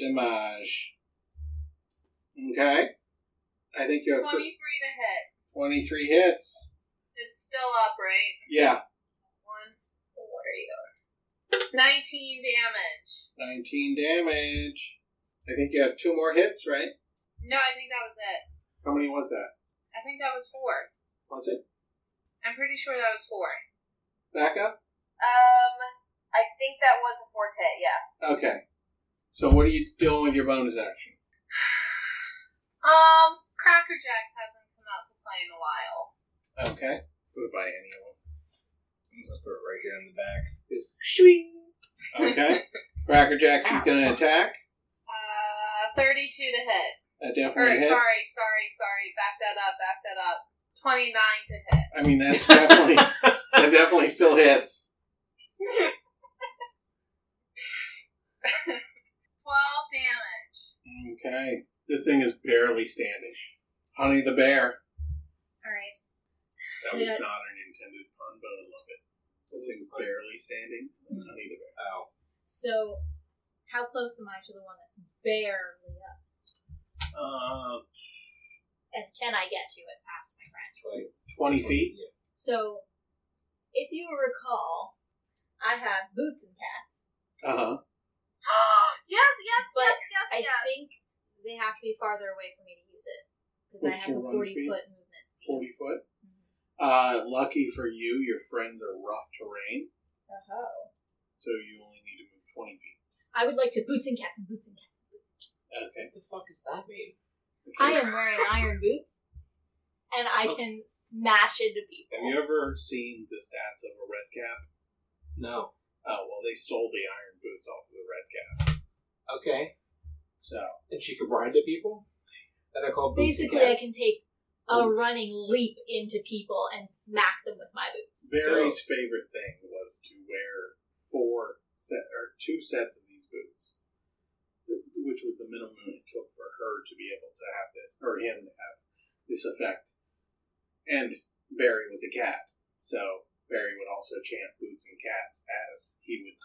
Speaker 2: 38 damage. Okay. I think you have th-
Speaker 6: 23 to hit.
Speaker 2: 23 hits.
Speaker 6: It's still up, right?
Speaker 2: Yeah,
Speaker 6: One, four, eight, oh. 19 damage.
Speaker 2: 19 damage. I think you have two more hits, right?
Speaker 6: No, I think that was it.
Speaker 2: How many was that?
Speaker 6: I think that was four.
Speaker 2: Was it
Speaker 6: I'm pretty sure that was four.
Speaker 2: Becca?
Speaker 3: Um, I think that was a fourth hit, yeah.
Speaker 2: Okay. So what are you doing with your bonus action?
Speaker 6: Um, Cracker Jacks hasn't come out to play in a while.
Speaker 2: Okay.
Speaker 8: Put it by any of them. I'm gonna put it right here in the back. Just
Speaker 2: Okay. Cracker Jacks is going to attack.
Speaker 6: Uh, 32 to hit.
Speaker 2: That
Speaker 6: Or,
Speaker 2: definitely hits.
Speaker 6: sorry, sorry, sorry. Back that up, back that up. 29 to hit.
Speaker 2: I mean, that's definitely that definitely still hits.
Speaker 6: 12 damage.
Speaker 2: Okay. This thing is barely standing. Honey the bear.
Speaker 5: All right.
Speaker 8: that was
Speaker 5: Yeah.
Speaker 8: not an intended pun, but I love it.
Speaker 2: This thing's barely standing. Honey the bear.
Speaker 8: Ow.
Speaker 5: So, how close am I to the one that's barely up?
Speaker 2: Uh,
Speaker 5: And can I get to it past my friends?
Speaker 2: like 20 feet.
Speaker 5: So, if you recall, I have boots and cats.
Speaker 2: Uh huh.
Speaker 6: yes, yes,
Speaker 5: But
Speaker 6: yes, yes,
Speaker 5: I
Speaker 6: yes.
Speaker 5: think they have to be farther away for me to use it because I
Speaker 2: What's
Speaker 5: have
Speaker 2: your
Speaker 5: a
Speaker 2: run
Speaker 5: forty
Speaker 2: speed?
Speaker 5: foot movement speed.
Speaker 2: 40 foot.
Speaker 5: Mhm.
Speaker 2: Uh, lucky for you, your friends are rough terrain,
Speaker 5: Oh.
Speaker 2: so you only need to move 20 feet.
Speaker 5: I would like to boots and cats and boots and cats. And boots.
Speaker 2: Okay.
Speaker 4: What the fuck does that mean?
Speaker 5: I
Speaker 2: okay.
Speaker 5: am wearing iron boots, and I
Speaker 4: Oh.
Speaker 5: can smash into
Speaker 2: Have
Speaker 5: people.
Speaker 2: you ever seen the stats of a red cap?
Speaker 4: No.
Speaker 2: Oh, well, they stole the iron boots off of the red cap.
Speaker 4: Okay.
Speaker 2: So,
Speaker 4: And she could run into people? And they're called boots and
Speaker 5: Basically, I
Speaker 4: cats?
Speaker 5: can take a
Speaker 4: Oof.
Speaker 5: running leap into people and smack them with my boots.
Speaker 2: Barry's favorite thing was to wear four set or two sets of these boots, which was the minimum it took for her to be able to have this, or him to have this effect. And Barry was a cat, so Barry would also chant "boots and cats" as he would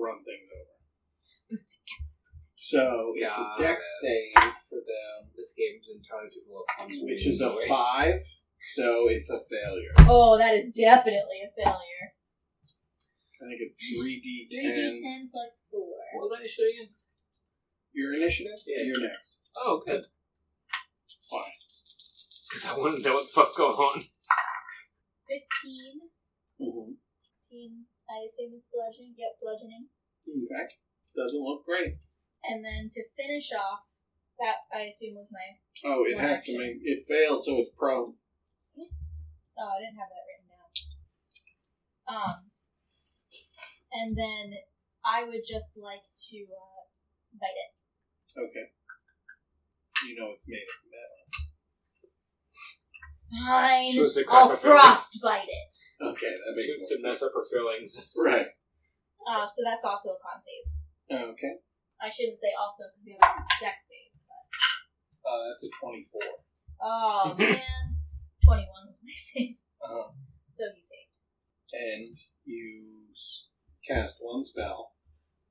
Speaker 2: run things over.
Speaker 5: Boots and cats.
Speaker 4: Oh,
Speaker 2: So it's a
Speaker 4: Got
Speaker 2: dex
Speaker 4: it.
Speaker 2: save for them,
Speaker 4: This game's entirely too low.
Speaker 2: which is a five, so it's a failure.
Speaker 5: Oh, that is definitely a failure.
Speaker 2: I think it's three D
Speaker 5: Three d
Speaker 2: ten.
Speaker 5: ten plus four.
Speaker 4: What did I show you?
Speaker 2: Your initiative.
Speaker 4: Yeah.
Speaker 2: You're next.
Speaker 4: Oh, good.
Speaker 2: Why?
Speaker 4: Because I wanted to know what the fuck's going on.
Speaker 5: Fifteen.
Speaker 2: Mm-hmm.
Speaker 5: Fifteen. I assume it's bludgeoning. Yep, bludgeoning.
Speaker 2: Okay. Doesn't look great.
Speaker 5: And then to finish off, that I assume was my.
Speaker 2: Oh, it
Speaker 5: One
Speaker 2: has to
Speaker 5: action.
Speaker 2: make it failed, so it's prone.
Speaker 5: Oh, I didn't have that written down. Um, and then I would just like to uh, bite it.
Speaker 2: Okay. You know it's made of metal.
Speaker 5: Fine.
Speaker 4: She was a
Speaker 5: I'll
Speaker 4: cracker barrel.
Speaker 5: frostbite it.
Speaker 2: Okay, that
Speaker 4: She
Speaker 2: makes
Speaker 4: used
Speaker 2: more
Speaker 4: to
Speaker 2: sense.
Speaker 4: mess up her feelings.
Speaker 2: Right.
Speaker 5: Uh, so that's also a con save.
Speaker 2: Okay.
Speaker 5: I shouldn't say also because the other one's deck save.
Speaker 2: Uh, that's a twenty-four.
Speaker 5: Oh
Speaker 4: Mm-hmm.
Speaker 5: man, twenty-one was my save,
Speaker 2: Uh,
Speaker 5: so he saved.
Speaker 2: and you s- cast one spell.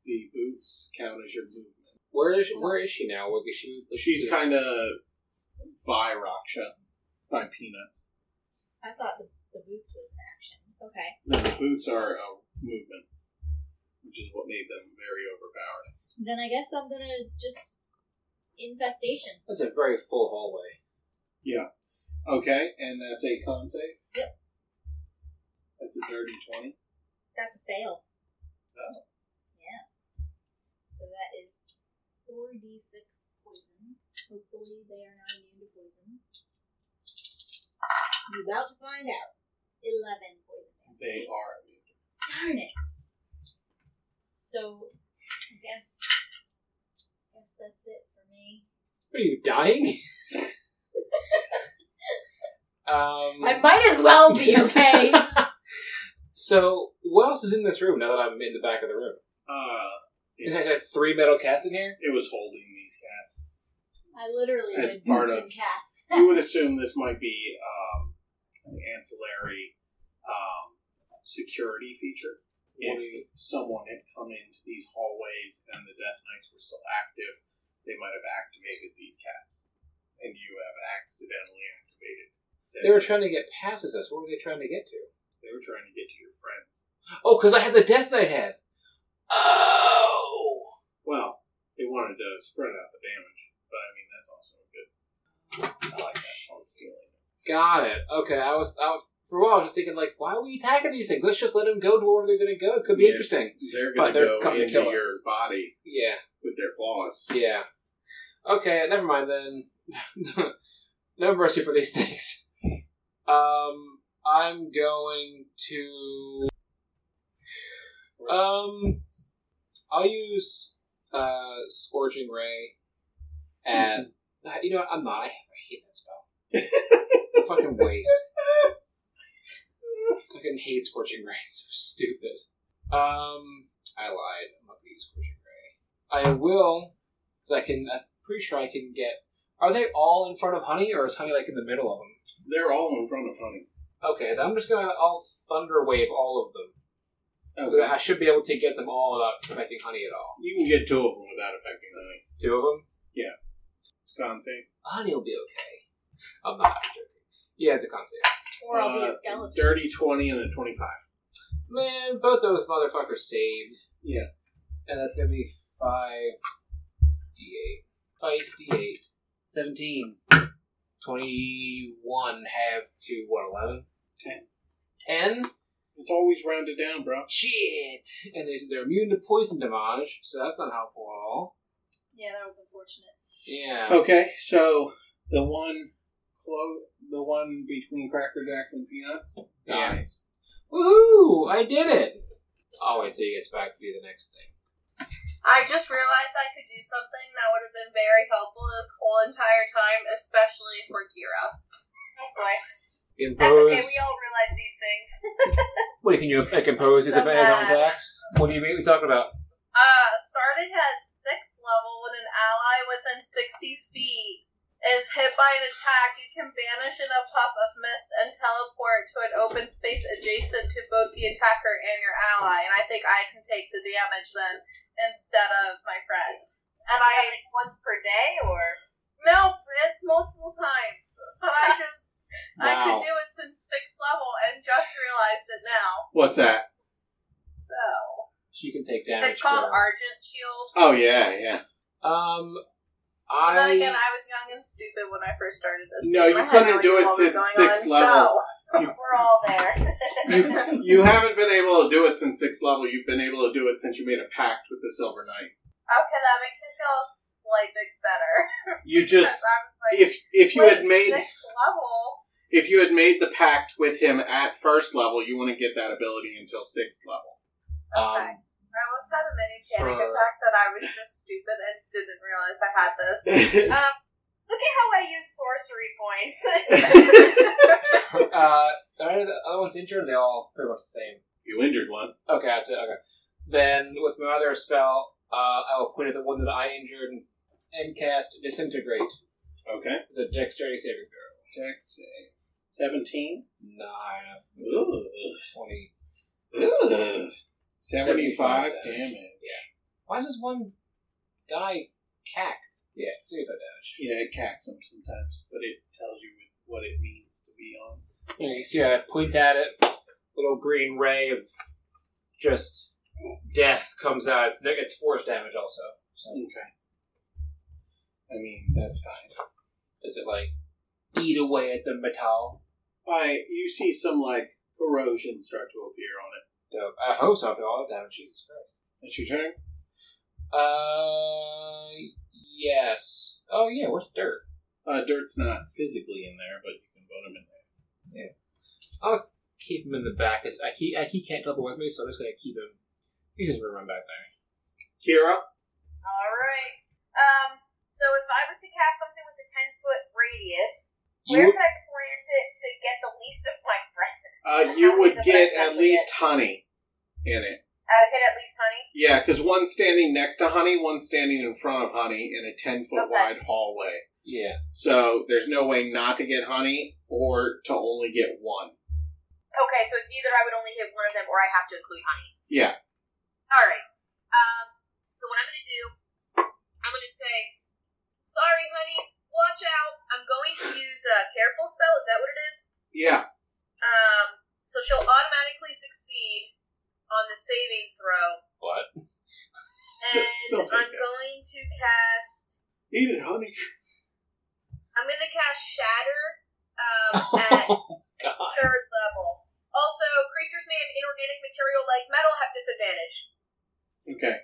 Speaker 2: The boots count as your movement.
Speaker 4: Where is where is she now? Where is she?
Speaker 2: She's kind of by Raksha, by Peanuts.
Speaker 5: I thought the, the boots was an action. Okay.
Speaker 2: No, the boots are a movement, which is what made them very overpowered.
Speaker 5: Then I guess I'm gonna just infestation.
Speaker 4: That's a very full hallway.
Speaker 2: Okay, and that's a con save.
Speaker 5: Yep.
Speaker 2: That's a dirty twenty.
Speaker 5: That's a fail.
Speaker 2: Oh.
Speaker 5: Yeah. So that is 4d6 poison. Hopefully they are not immune to poison. You're about to find out. 11 poison damage.
Speaker 2: They are.
Speaker 5: Darn it! So, I guess, I guess that's it for me.
Speaker 4: Are you dying? um,
Speaker 7: I might as well be, okay?
Speaker 4: so what else is in this room? Now that I'm in the back of the room,
Speaker 2: Uh,
Speaker 4: It has, like, three metal cats in here.
Speaker 2: it was holding these cats.
Speaker 5: I literally
Speaker 2: As
Speaker 5: did
Speaker 2: part
Speaker 5: boots
Speaker 2: of-
Speaker 5: and cats.
Speaker 2: you would assume this might be um, an ancillary um, security feature. If someone had come into these hallways and the Death Knights were still active, they might have activated these cats, and you have accidentally activated. said-
Speaker 4: They were trying to get past us. What were they trying to get to?
Speaker 2: they were trying to get to your friend.
Speaker 4: Oh, because I had the Death Knight head. Oh!
Speaker 2: Well, they wanted to spread out the damage, but I mean that's also good. I like that song stealing.
Speaker 4: Got it. Okay, I was, I was for a while I was just thinking like, why are we attacking these things? Let's just let them go to where they're going to go. It could be
Speaker 2: Yeah.
Speaker 4: interesting.
Speaker 2: They're gonna
Speaker 4: But they're
Speaker 2: go
Speaker 4: coming to
Speaker 2: into
Speaker 4: kill us.
Speaker 2: your body
Speaker 4: Yeah,
Speaker 2: with their claws.
Speaker 4: yeah. Okay, never mind then. no mercy for these things. Um, I'm going to. Um, I'll use uh scorching ray, and you know what? I'm not. I hate that spell. A fucking waste. fucking hate scorching ray. It's so stupid. Um, I lied. I'm not gonna use scorching ray. I will, because I can. I'm pretty sure I can get. Are they all in front of Honey, or is Honey like in the middle of them?
Speaker 2: They're all in front of Honey.
Speaker 4: Okay, then I'm just gonna. I'll thunder wave all of them. I should be able to get them all without affecting Honey at all.
Speaker 2: Oh, You can get two of them without affecting Honey.
Speaker 4: Two of them.
Speaker 2: It's con save.
Speaker 4: Honey will be okay. I'm not joking. Yeah, it's a con save.
Speaker 5: or I'll be
Speaker 2: Uh,
Speaker 5: a skeleton.
Speaker 2: Dirty 20 and a 25.
Speaker 4: Man, both those motherfuckers saved.
Speaker 2: Yeah.
Speaker 4: And that's gonna be five D eight. Five D eight. Seventeen. Twenty one half to what, eleven?
Speaker 2: Ten.
Speaker 4: Ten?
Speaker 2: It's always rounded down, bro.
Speaker 4: Shit. And they they're immune to poison damage, so that's not helpful at all.
Speaker 5: Yeah, that was unfortunate.
Speaker 4: Yeah.
Speaker 2: Okay, so the one clo- the one between Cracker Jacks and Peanuts
Speaker 4: Yeah.
Speaker 2: dies.
Speaker 4: Woohoo! I did it. I'll wait till he gets back to do the next thing.
Speaker 6: I just realized I could do something that would have been very helpful this whole entire time, especially for Gira.
Speaker 3: That's
Speaker 4: Impose.
Speaker 3: okay, we all realize these things.
Speaker 4: What can you uh, like impose these
Speaker 6: So
Speaker 4: advantage on
Speaker 6: bad.
Speaker 4: attacks? What do you mean? We talking about?
Speaker 6: Uh, starting at sixth level, when an ally within 60 feet is hit by an attack, you can vanish in a puff of mist and teleport to an open space adjacent to both the attacker and your ally. And I think I can take the damage then instead of my friend. And
Speaker 3: I
Speaker 6: I
Speaker 3: like once per day, or
Speaker 6: Nope, it's multiple times. But I just I
Speaker 4: Wow.
Speaker 6: could do it since sixth level and just realized it now.
Speaker 2: What's that?
Speaker 6: So
Speaker 4: She can take damage.
Speaker 6: it's called
Speaker 4: for-
Speaker 6: Argent Shield.
Speaker 2: Oh, yeah, yeah.
Speaker 4: Um,
Speaker 6: And then again,
Speaker 4: I
Speaker 6: I was young and stupid when I first started this.
Speaker 2: No,
Speaker 6: game.
Speaker 2: you
Speaker 6: I had
Speaker 2: couldn't
Speaker 6: no
Speaker 2: do
Speaker 6: idea
Speaker 2: it
Speaker 6: what was
Speaker 2: since
Speaker 6: going
Speaker 2: sixth
Speaker 6: on.
Speaker 2: level.
Speaker 3: we're all there.
Speaker 2: You, you haven't been able to do it since sixth level. You've been able to do it since you made a pact with the Silver Knight.
Speaker 6: So, okay, that makes me feel a slight bit better.
Speaker 2: You just
Speaker 6: 'Cause I was like,
Speaker 2: if if you had made
Speaker 6: wait, sixth level,
Speaker 2: if you had made the pact with him at first level, you want to get that ability until sixth level.
Speaker 4: um,
Speaker 6: I almost had a mini panic
Speaker 4: For-
Speaker 6: attack that I was just stupid and didn't realize I had this. Um,
Speaker 3: Look at how I use sorcery points.
Speaker 4: uh, are any of the other ones injured? Are they all pretty much the same.
Speaker 2: you injured one.
Speaker 4: Okay, that's it. Okay. Then with my other spell, uh, I will point at the one that I injured and, and cast disintegrate.
Speaker 2: Okay.
Speaker 4: It's a dexterity saving throw.
Speaker 2: Dex save. seventeen.
Speaker 4: Nine,
Speaker 2: Ooh.
Speaker 4: twenty.
Speaker 2: Ooh. Seventy-five
Speaker 4: Seventy-five
Speaker 2: damage.
Speaker 4: Why does one die? Cack. Yeah, save that damage.
Speaker 2: Yeah, it cacks him sometimes, but it tells you what it means to be on.
Speaker 4: Yeah, you see, I point at it. Little green ray of just death comes out. It's it's force damage also. So
Speaker 2: Okay. I mean, that's fine.
Speaker 4: is it like eat away at the metal?
Speaker 2: I you see some like corrosion start to appear on it.
Speaker 4: Dope. I hope so. After all that damage, Jesus Christ.
Speaker 2: That's your turn.
Speaker 4: Uh, yes. Oh yeah. Where's the dirt?
Speaker 2: Uh, dirt's not physically in there, but you can put him in there.
Speaker 4: Keep him in the back. It's- I keep I he can't double with me, so I'm just gonna keep him. He just run back there.
Speaker 2: Kira,
Speaker 3: all right. Um. So if I was to cast something with a ten foot radius, where
Speaker 4: You
Speaker 3: could I plant it to get the least of my friends?
Speaker 2: Uh, you would get at least honey in it.
Speaker 3: Uh, hit at least honey.
Speaker 2: Yeah, because one's standing next to Honey, one's standing in front of Honey in a 10 foot
Speaker 6: Okay.
Speaker 2: wide hallway.
Speaker 4: Yeah.
Speaker 2: So there's no way not to get Honey or to only get one.
Speaker 6: Okay, so it's either I would only hit one of them or I have to include honey.
Speaker 2: Yeah.
Speaker 6: All right. Um, so what I'm gonna do, I'm gonna say, "Sorry, honey, watch out. I'm going to use a careful spell. Is that what it is?
Speaker 2: Yeah.
Speaker 6: Um, so she'll automatically succeed on the saving throw,
Speaker 4: What?
Speaker 6: and
Speaker 2: Still- still
Speaker 6: I'm
Speaker 2: take that.
Speaker 6: going to cast.
Speaker 2: Eat it, Honey.
Speaker 6: I'm gonna cast Shatter um, at
Speaker 4: God.
Speaker 6: third level. Also, creatures made of inorganic material like metal have disadvantage.
Speaker 2: Okay.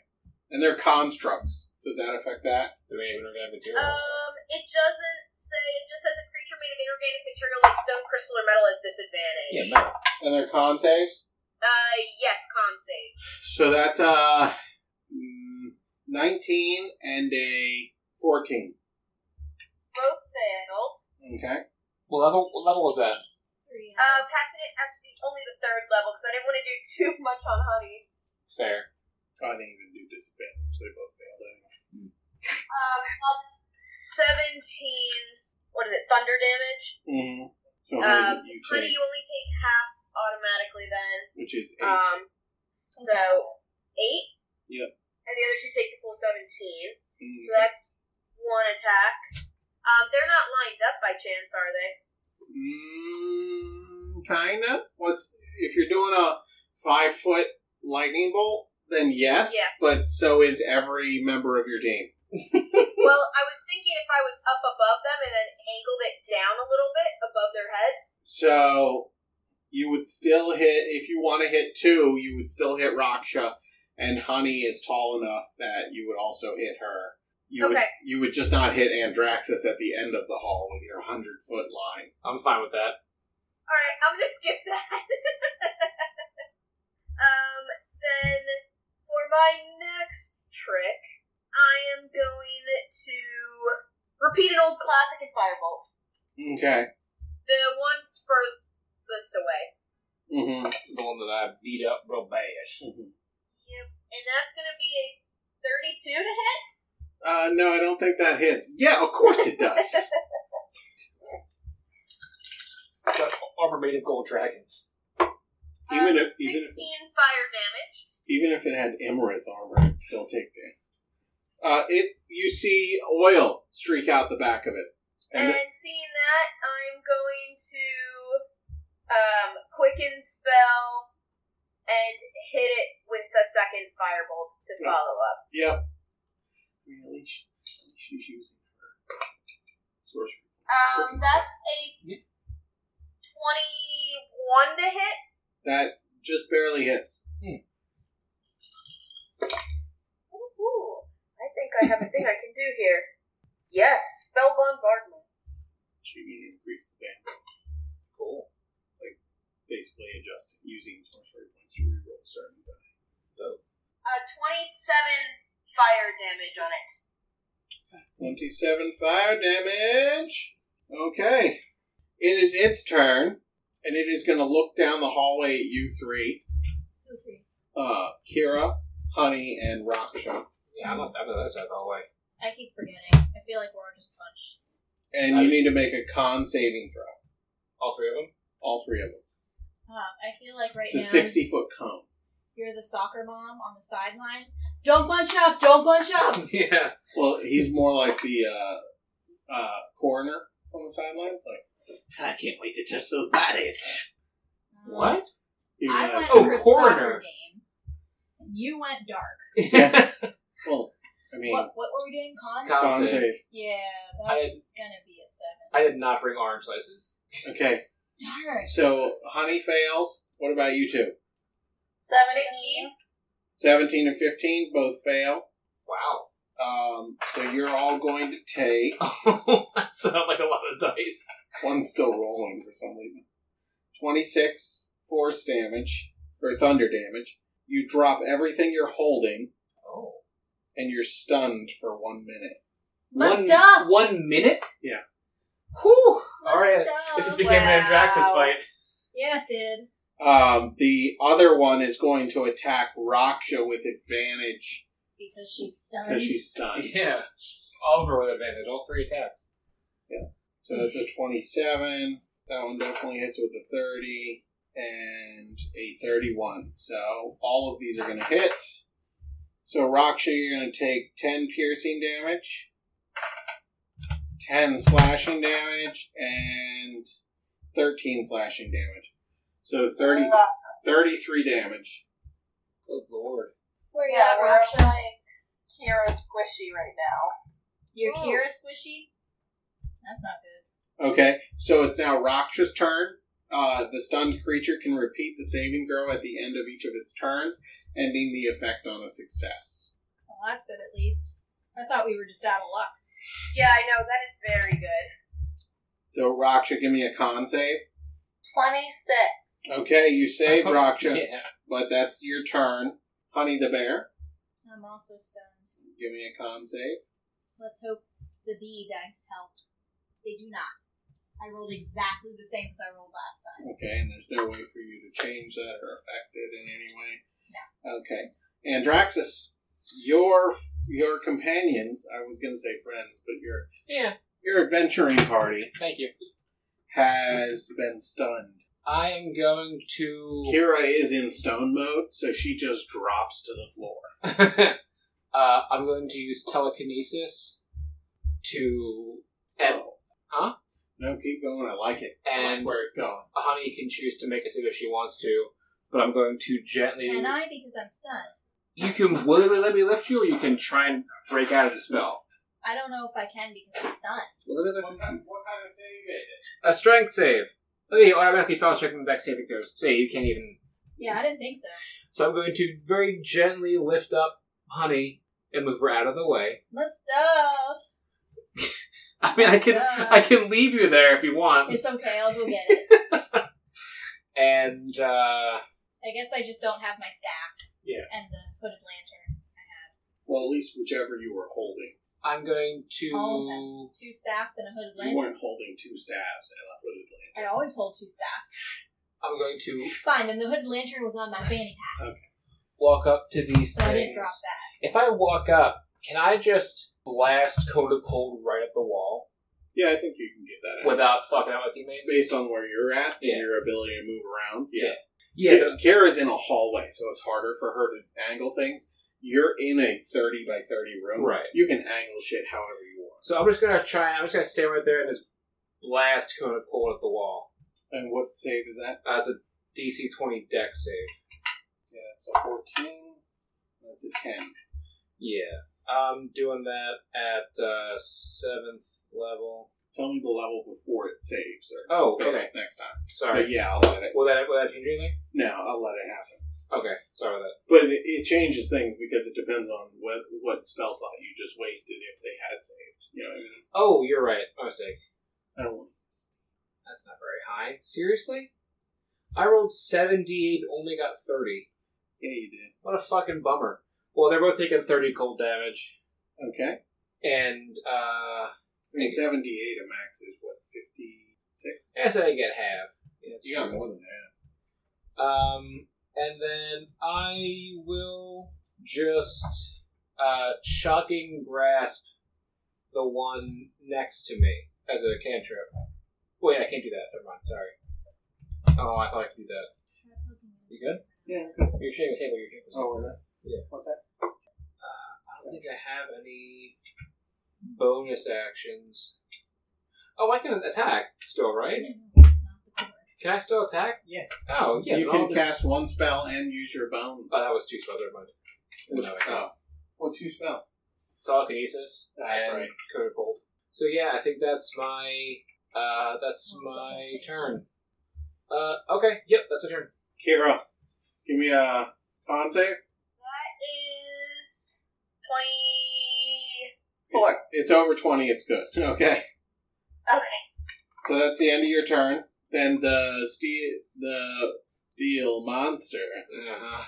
Speaker 2: And they're constructs. Does that affect that?
Speaker 4: The raven are gonna have materials.
Speaker 6: Um, it doesn't say. It just says a creature made of inorganic material like stone, crystal, or metal has disadvantage.
Speaker 4: yeah, no.
Speaker 2: And they're con saves?
Speaker 6: Uh, yes, con save.
Speaker 2: So that's uh, mm, 19 and a 14.
Speaker 6: Both fails.
Speaker 2: Okay.
Speaker 4: Well, level, what level was that?
Speaker 5: Three.
Speaker 6: Uh, passing it at the, only the third level because I didn't want to do too much on honey.
Speaker 4: Fair.
Speaker 2: I didn't even do disadvantage. They both failed anyway.
Speaker 6: Um, that's seventeen. What is it? Thunder damage.
Speaker 2: Mm-hmm. So honey,
Speaker 6: Um,
Speaker 2: you
Speaker 6: Honey,
Speaker 2: take,
Speaker 6: you only take half automatically then.
Speaker 2: which is eight.
Speaker 6: Um, so eight.
Speaker 2: Yep.
Speaker 6: And the other two take the full seventeen.
Speaker 2: Mm,
Speaker 6: So that's one attack. Um, they're not lined up by chance, are they?
Speaker 2: mm, kinda. What's if you're doing a five foot lightning bolt? Then yes,
Speaker 6: Yeah.
Speaker 2: but so is every member of your team.
Speaker 6: well, I was thinking if I was up above them and then angled it down a little bit above their heads.
Speaker 2: So you would still hit if you want to hit two. You would still hit Raksha, and Honey is tall enough that you would also hit her. You would,
Speaker 6: Okay.
Speaker 2: you would just not hit Andraxis at the end of the hall with your hundred foot line.
Speaker 4: I'm fine with that.
Speaker 6: All right, I'm gonna skip that. um, then for my next trick, I am going to repeat an old classic and firebolt.
Speaker 2: Okay.
Speaker 6: The one furthest away.
Speaker 2: Mm-hmm.
Speaker 4: The one that I beat up real bad.
Speaker 6: Yep. And that's gonna be a thirty-two to hit.
Speaker 2: Uh, no, I don't think that hits. Yeah, of course it does.
Speaker 4: It's got armor made of gold dragons.
Speaker 2: even
Speaker 6: Uh,
Speaker 2: if even if,
Speaker 6: 16 fire damage.
Speaker 2: even if it had Emerith armor, it'd still take damage. Uh, it you see oil streak out the back of it,
Speaker 6: And,
Speaker 2: and the-
Speaker 6: seeing that, I'm going to um, quicken spell and hit it with a second firebolt to
Speaker 2: Yeah.
Speaker 6: follow up.
Speaker 2: yep. Really, she, she's using her sorcery.
Speaker 6: Um,
Speaker 2: Quicken
Speaker 6: that's a
Speaker 4: Yeah.
Speaker 6: 21 to hit.
Speaker 2: That just barely hits.
Speaker 6: Ooh, I think I have a thing I can do here. Yes, spell bombardment.
Speaker 2: She can increase the damage,
Speaker 4: Cool.
Speaker 2: basically adjusting using sorcery points to reroll certain dice.
Speaker 6: Uh, 27 fire damage on it.
Speaker 2: 27 fire damage. Okay. It is its turn, and it is going to look down the hallway at you three
Speaker 5: Two, three.
Speaker 2: uh, Kira, Honey, and Raksha.
Speaker 4: Yeah, I'm not, I'm not that side of the hallway.
Speaker 5: I keep forgetting. I feel like we're all just punched.
Speaker 2: And you need to make a con saving throw.
Speaker 4: All three of them?
Speaker 2: All three of them.
Speaker 5: Um, I feel like right
Speaker 2: It's a
Speaker 5: now
Speaker 2: 60 foot cone.
Speaker 5: you're the soccer mom on the sidelines. Don't bunch up! Don't bunch up!
Speaker 4: yeah.
Speaker 2: Well, he's more like the uh, uh, coroner on the sidelines. Like, I can't wait to touch those bodies.
Speaker 5: Um,
Speaker 2: You're
Speaker 5: I
Speaker 2: gonna-
Speaker 5: went
Speaker 4: Oh,
Speaker 5: for a
Speaker 4: coroner.
Speaker 5: soccer game. And you went dark.
Speaker 2: Yeah. well, I mean,
Speaker 5: What, what were we doing? Con?
Speaker 4: Con-
Speaker 2: con save.
Speaker 5: yeah,
Speaker 4: I-
Speaker 5: that's gonna be a seven.
Speaker 4: I did not bring orange slices.
Speaker 2: Okay.
Speaker 5: Darn.
Speaker 2: So, Honey fails. What about you two?
Speaker 6: 17?
Speaker 2: 17 and 15 both fail.
Speaker 4: Wow.
Speaker 2: Um, so you're all going to take.
Speaker 4: that sounded like a lot of dice.
Speaker 2: One's still rolling for some reason. 26 force damage, or thunder damage. You drop everything you're holding,
Speaker 4: Oh.
Speaker 2: and you're stunned for one minute.
Speaker 5: My
Speaker 4: one,
Speaker 5: stuff!
Speaker 4: One minute?
Speaker 2: Yeah.
Speaker 4: Whew.
Speaker 5: My
Speaker 4: All right.
Speaker 5: stuff!
Speaker 4: This just became an Andraxis
Speaker 6: Wow.
Speaker 4: fight.
Speaker 5: Yeah, it did.
Speaker 2: Um, the other one is going to attack Raksha with advantage
Speaker 5: because she's stunned.
Speaker 2: because she's stunned.
Speaker 4: Yeah. Over with advantage, all three attacks.
Speaker 2: So that's a 27. That one definitely hits with a 30 and a 31. So all of these are going to hit. So Raksha, you're going to take 10 piercing damage, 10 slashing damage, and 13 slashing damage. So 30, 33 damage.
Speaker 4: Good lord.
Speaker 5: Where you
Speaker 3: yeah,
Speaker 5: at,
Speaker 3: we're
Speaker 5: Raksha?
Speaker 3: like Kira squishy right now.
Speaker 5: Your
Speaker 6: Ooh.
Speaker 5: Kira squishy? That's not good.
Speaker 2: Okay, so it's now Raksha's turn. Uh, the stunned creature can repeat the saving throw at the end of each of its turns, ending the effect on a success.
Speaker 5: Well, that's good at least. I thought we were just out of luck.
Speaker 6: Yeah, I know. That is very good.
Speaker 2: So Raksha, give me a con save.
Speaker 3: 26.
Speaker 2: Okay, you save
Speaker 4: Uh,
Speaker 2: Raksha,
Speaker 4: Yeah.
Speaker 2: but that's your turn. Honey the bear,
Speaker 5: I'm also stunned.
Speaker 2: give me a con save.
Speaker 5: Let's hope the B dice help. They do not. I rolled exactly the same as I rolled last time.
Speaker 2: Okay, and there's no way for you to change that or affect it in any way. Okay, Andraxis, your your companions. I was going to say friends, but your
Speaker 4: Yeah.
Speaker 2: your adventuring party
Speaker 4: Thank you.
Speaker 2: has been stunned.
Speaker 4: I am going to.
Speaker 2: Kira is in stone mode, so she just drops to the floor.
Speaker 4: uh, I'm going to use telekinesis to.
Speaker 2: Oh.
Speaker 4: And Huh?
Speaker 2: No, keep going. I like it. I like
Speaker 4: And
Speaker 2: where it's going.
Speaker 4: Honey can choose to make a save if she wants to, but I'm going to gently.
Speaker 5: Can I? Because I'm stunned.
Speaker 4: You can willingly let me lift you, or you can try and break out of the spell.
Speaker 5: I don't know if I can because I'm stunned.
Speaker 4: Well, let me
Speaker 2: What
Speaker 4: lift you.
Speaker 2: kind, what kind of save is it?
Speaker 4: A strength save. Oh, you automatically fail check from the deck saving throws. So yeah, you can't even.
Speaker 5: Yeah, I didn't think so.
Speaker 4: So I'm going to very gently lift up Honey and move her out of the way.
Speaker 5: My stuff.
Speaker 4: I mean, I can
Speaker 5: Stuff.
Speaker 4: I can leave you there if you want.
Speaker 5: It's okay. I'll go get it.
Speaker 4: And uh,
Speaker 5: I guess I just don't have my staffs.
Speaker 2: Yeah.
Speaker 5: And the hooded lantern. I have
Speaker 2: Well, at least whichever you were holding.
Speaker 4: I'm going to.
Speaker 5: Oh, two staffs and a hooded
Speaker 2: You
Speaker 5: lantern.
Speaker 2: weren't holding two stabs and a hooded
Speaker 5: I always hold two staffs.
Speaker 4: I'm going to
Speaker 5: Fine, and the hooded lantern was on my fanny pack,
Speaker 4: walk up to these
Speaker 5: so I
Speaker 4: things.
Speaker 5: didn't drop that.
Speaker 4: If I walk up, can I just blast Coat of Cold right at the wall
Speaker 2: Yeah, I think you can get that out.
Speaker 4: without fucking out my teammates?
Speaker 2: Based on where you're at
Speaker 4: Yeah.
Speaker 2: and your ability to move around. Yeah.
Speaker 4: yeah,
Speaker 2: Ki- Kira's in a hallway, so it's harder for her to angle things. You're in a 30 by 30 room.
Speaker 4: Right.
Speaker 2: You can angle shit however you want.
Speaker 4: So I'm just gonna try. I'm just gonna stay right there and just blast cone of cold at the wall.
Speaker 2: And what save is that?
Speaker 4: That's a DC 20 deck save.
Speaker 2: Yeah, that's a 14. That's a 10.
Speaker 4: Yeah, I'm doing that at uh, seventh level.
Speaker 2: Tell me the level before it saves, or
Speaker 4: Oh,
Speaker 2: okay.
Speaker 4: okay.
Speaker 2: that's next time. But
Speaker 4: Sorry.
Speaker 2: yeah, I'll let it.
Speaker 4: Will that will that change anything?
Speaker 2: No, I'll let it happen.
Speaker 4: Okay. Sorry about that.
Speaker 2: But it, it changes things because it depends on what what spell slot you just wasted if they had saved. You know what I mean?
Speaker 4: Oh, you're right. My mistake.
Speaker 2: I don't want this.
Speaker 4: That's not very high. Seriously? I rolled 78, only got 30.
Speaker 2: Yeah, you did.
Speaker 4: What a fucking bummer. Well, they're both taking 30 cold damage.
Speaker 2: Okay.
Speaker 4: And, uh,
Speaker 2: I mean, seventy eight a max is what fifty six.
Speaker 4: I guess I get half. Yeah, that's
Speaker 2: You got
Speaker 4: true.
Speaker 2: more than that.
Speaker 4: Um, and then I will just uh, shocking grasp the one next to me as a cantrip. Wait, I can't do that. Never mind. Sorry. Oh, I thought I could do that. You good?
Speaker 2: Yeah.
Speaker 4: You're shaking the table. You're shaking.
Speaker 2: Oh, was that?
Speaker 4: Yeah.
Speaker 2: What's that?
Speaker 4: I don't think I have any bonus actions. Oh, I can attack still, right?
Speaker 5: Not the cord.
Speaker 4: Can I still attack?
Speaker 2: Yeah.
Speaker 4: Oh, yeah.
Speaker 2: you
Speaker 4: then I'll
Speaker 2: can
Speaker 4: just-
Speaker 2: cast one spell and use your bone.
Speaker 4: Oh, that was two spells. Never mind. No, I can't.
Speaker 2: oh. Well, two spells.
Speaker 4: telekinesis
Speaker 2: That's
Speaker 4: and
Speaker 2: right.
Speaker 4: code of cold. So yeah, I think that's my uh, that's my turn. Uh, okay, yep, that's my turn.
Speaker 2: Kira, give me a con save.
Speaker 6: That is 20.
Speaker 2: It's, it's over twenty. It's good. Okay.
Speaker 6: Okay.
Speaker 2: So that's the end of your turn. Then the steel, the steel monster uh,
Speaker 4: Uh-huh.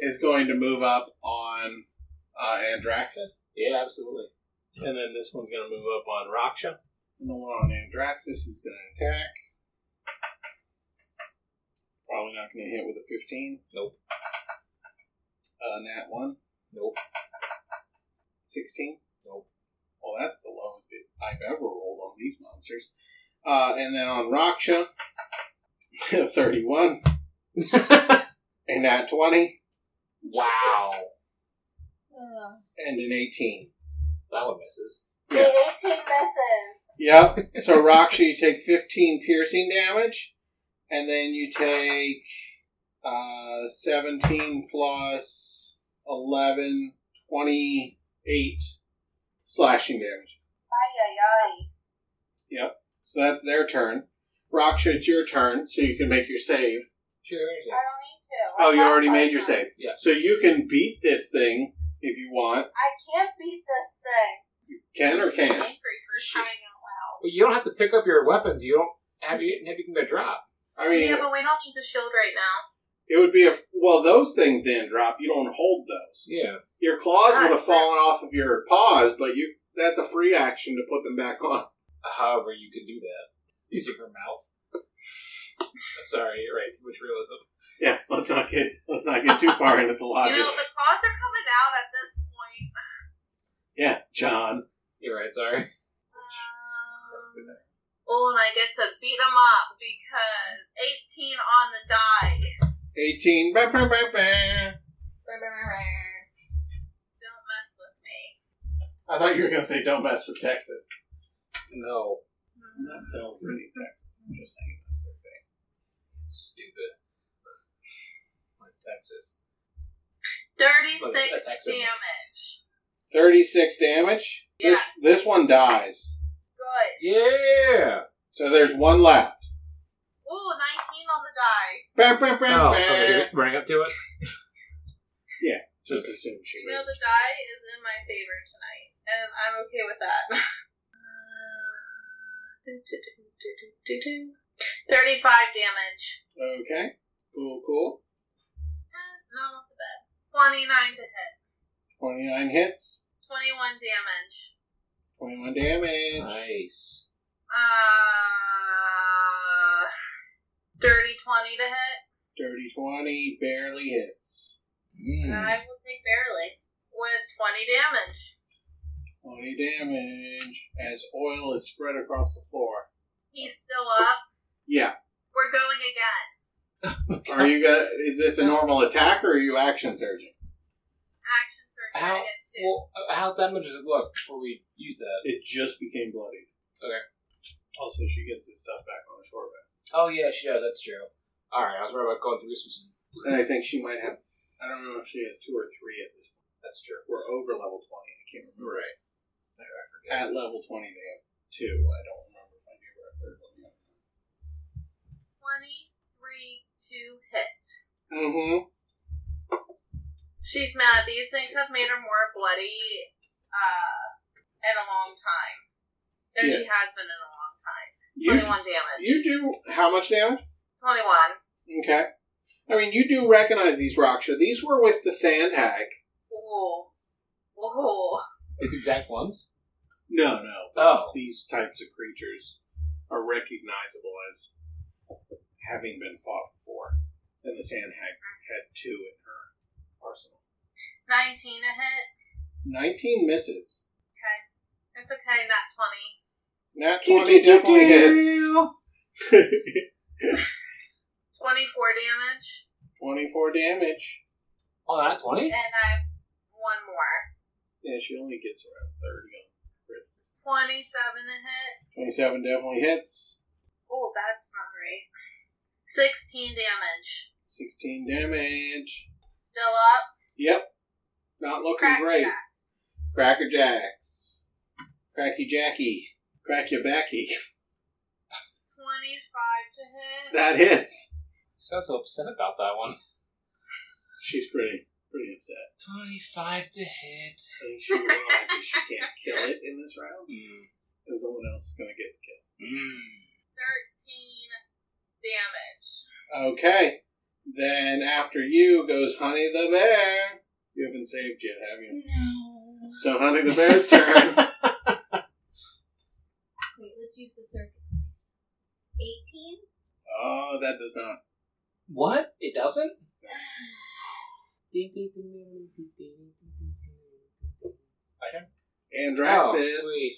Speaker 2: is going to move up on uh, Andraxis,
Speaker 4: Yeah, absolutely.
Speaker 2: and then this one's going to move up on Raksha, and the one on Andraxis is going to attack. probably not going to hit with a 15.
Speaker 4: Nope.
Speaker 2: Uh, nat 1.
Speaker 4: Nope.
Speaker 2: 16.
Speaker 4: Nope.
Speaker 2: Well, that's the lowest it, I've ever rolled on these monsters. Uh, and then on Raksha, 31. and nat 20.
Speaker 4: wow.
Speaker 5: Ugh.
Speaker 2: And an 18.
Speaker 4: That one misses.
Speaker 3: The 18 misses.
Speaker 2: Yep. So Raksha, you take 15 piercing damage, and then you take uh, 17 plus 11, 28 slashing damage.
Speaker 3: Ay, ay, ay.
Speaker 2: So that's their turn. Raksha, it's your turn, so you can make your save.
Speaker 4: Sure.
Speaker 3: I don't need to.
Speaker 2: Oh,
Speaker 3: I'm
Speaker 2: you
Speaker 3: not
Speaker 2: already made
Speaker 3: fighting them.
Speaker 2: your save.
Speaker 4: Yeah.
Speaker 2: So you can beat this thing if you want.
Speaker 3: I can't beat this thing.
Speaker 2: Can or
Speaker 6: I'm
Speaker 2: can't?
Speaker 6: angry for
Speaker 4: Shit.
Speaker 6: crying out loud.
Speaker 4: But you don't have to pick up your weapons. You don't have you have anything to drop.
Speaker 2: I mean,
Speaker 6: yeah, but we don't need the shield right now.
Speaker 2: it would be a. Well, those things didn't drop. You don't hold those.
Speaker 4: Yeah.
Speaker 2: Your claws
Speaker 6: Right,
Speaker 2: would have
Speaker 6: but-
Speaker 2: fallen off of your paws, but you that's a free action to put them back on.
Speaker 4: However, you can do that using your mouth. I'm sorry. You're right. Too much realism.
Speaker 2: Yeah, let's not get let's not get too far into the logic.
Speaker 6: You know, the claws are coming out at this point.
Speaker 2: yeah, John.
Speaker 4: You're right. Sorry.
Speaker 6: Um, oh, and I get to beat them up because 18 on the die.
Speaker 2: Eighteen bah, bah, bah, bah.
Speaker 6: Don't mess with me.
Speaker 2: I thought you were gonna say don't mess with Texas.
Speaker 4: No.
Speaker 2: I'm not celebrating Texas. I'm just saying that's their thing.
Speaker 4: Stupid. Like Texas. Like
Speaker 6: 36
Speaker 4: a Texan.
Speaker 6: damage.
Speaker 2: Thirty six damage. This this one dies.
Speaker 6: Good.
Speaker 4: Yeah.
Speaker 2: So there's one left.
Speaker 6: Ooh, 19 on the die.
Speaker 2: Bah, bah, bah,
Speaker 4: Oh,
Speaker 2: bah.
Speaker 4: okay. You're running up to it.
Speaker 2: Just assume she
Speaker 6: You know,
Speaker 2: moves.
Speaker 6: the die is in my favor tonight, and I'm okay with that. Uh, do, do, do, do, do, do, do. 35 damage.
Speaker 2: Okay. Cool, cool.
Speaker 6: Eh, Not off the bed. 29 to hit.
Speaker 2: Twenty nine hits.
Speaker 6: 21 damage.
Speaker 2: Twenty one damage.
Speaker 4: Nice.
Speaker 6: Uh, dirty 20 to hit.
Speaker 2: Dirty 20 barely hits. Hmm.
Speaker 6: And
Speaker 4: Mm.
Speaker 6: I will take barely. With 20 damage.
Speaker 2: 20 damage as oil is spread across the floor.
Speaker 6: He's still up.
Speaker 2: Yeah.
Speaker 6: We're going again.
Speaker 2: Are you gonna? Is this a normal attack or are you action surgeon?
Speaker 6: Actions are
Speaker 4: How-
Speaker 6: dragon two.
Speaker 4: Well, uh, how damage does it look before we use that?
Speaker 2: It just became bloody.
Speaker 4: Okay.
Speaker 2: Also, she gets this stuff back on the short rest.
Speaker 4: Oh yeah, she does. That's true. All right, I was worried about going through this. with some-
Speaker 2: And I think she might have. I don't know if she has two or three at this point.
Speaker 4: That's true.
Speaker 2: We're over level 20. I can't remember.
Speaker 4: Right.
Speaker 2: At level 20, they have two. I don't remember if I gave her a third one.
Speaker 6: 23 to hit.
Speaker 2: Mm hmm.
Speaker 6: She's mad. These things have made her more bloody uh, in a long time. Than she has been in a long time.
Speaker 2: You,
Speaker 6: 21 damage.
Speaker 2: you do how much damage?
Speaker 6: 21.
Speaker 2: Okay. I mean, you do recognize these Raksha. These were with the sand hag.
Speaker 6: Ooh. Ooh.
Speaker 4: It's exact ones.
Speaker 2: No, no.
Speaker 4: Oh.
Speaker 2: These types of creatures are recognizable as having been fought before. And the sand hag had two in her arsenal.
Speaker 6: 19 to hit.
Speaker 2: 19 misses.
Speaker 6: It's okay, not 20.
Speaker 2: Nat 20 definitely hits.
Speaker 6: 24 damage.
Speaker 2: 24 damage.
Speaker 4: Oh, not twenty.
Speaker 6: And I one more.
Speaker 2: Yeah, she only gets around 30 on crits.
Speaker 6: 27 to hit.
Speaker 2: 27 definitely hits.
Speaker 6: Oh, that's not right. 16 damage.
Speaker 2: 16 damage.
Speaker 6: Still up.
Speaker 2: Yep. Not looking
Speaker 6: Crack
Speaker 2: great.
Speaker 6: that.
Speaker 2: Cracker Jacks. Cracky Jackie. Crack your backy.
Speaker 6: 25 to hit.
Speaker 2: That hits.
Speaker 4: Sounds so upset about that one.
Speaker 2: She's pretty pretty upset.
Speaker 4: Twenty-five to
Speaker 2: I
Speaker 4: hit.
Speaker 2: think she realizes she can't kill it in this round.
Speaker 4: Mm.
Speaker 2: And someone else is gonna get the kill.
Speaker 4: Mm.
Speaker 6: 13 damage.
Speaker 2: Okay. Then after you goes Honey the Bear. You haven't saved yet, have you?
Speaker 5: No.
Speaker 2: So Honey the Bear's turn.
Speaker 5: Wait, let's use the circus dice. 18?
Speaker 2: Oh, that does not
Speaker 4: What? It doesn't? Okay.
Speaker 2: Andrax
Speaker 4: Oh,
Speaker 2: is.
Speaker 4: sweet.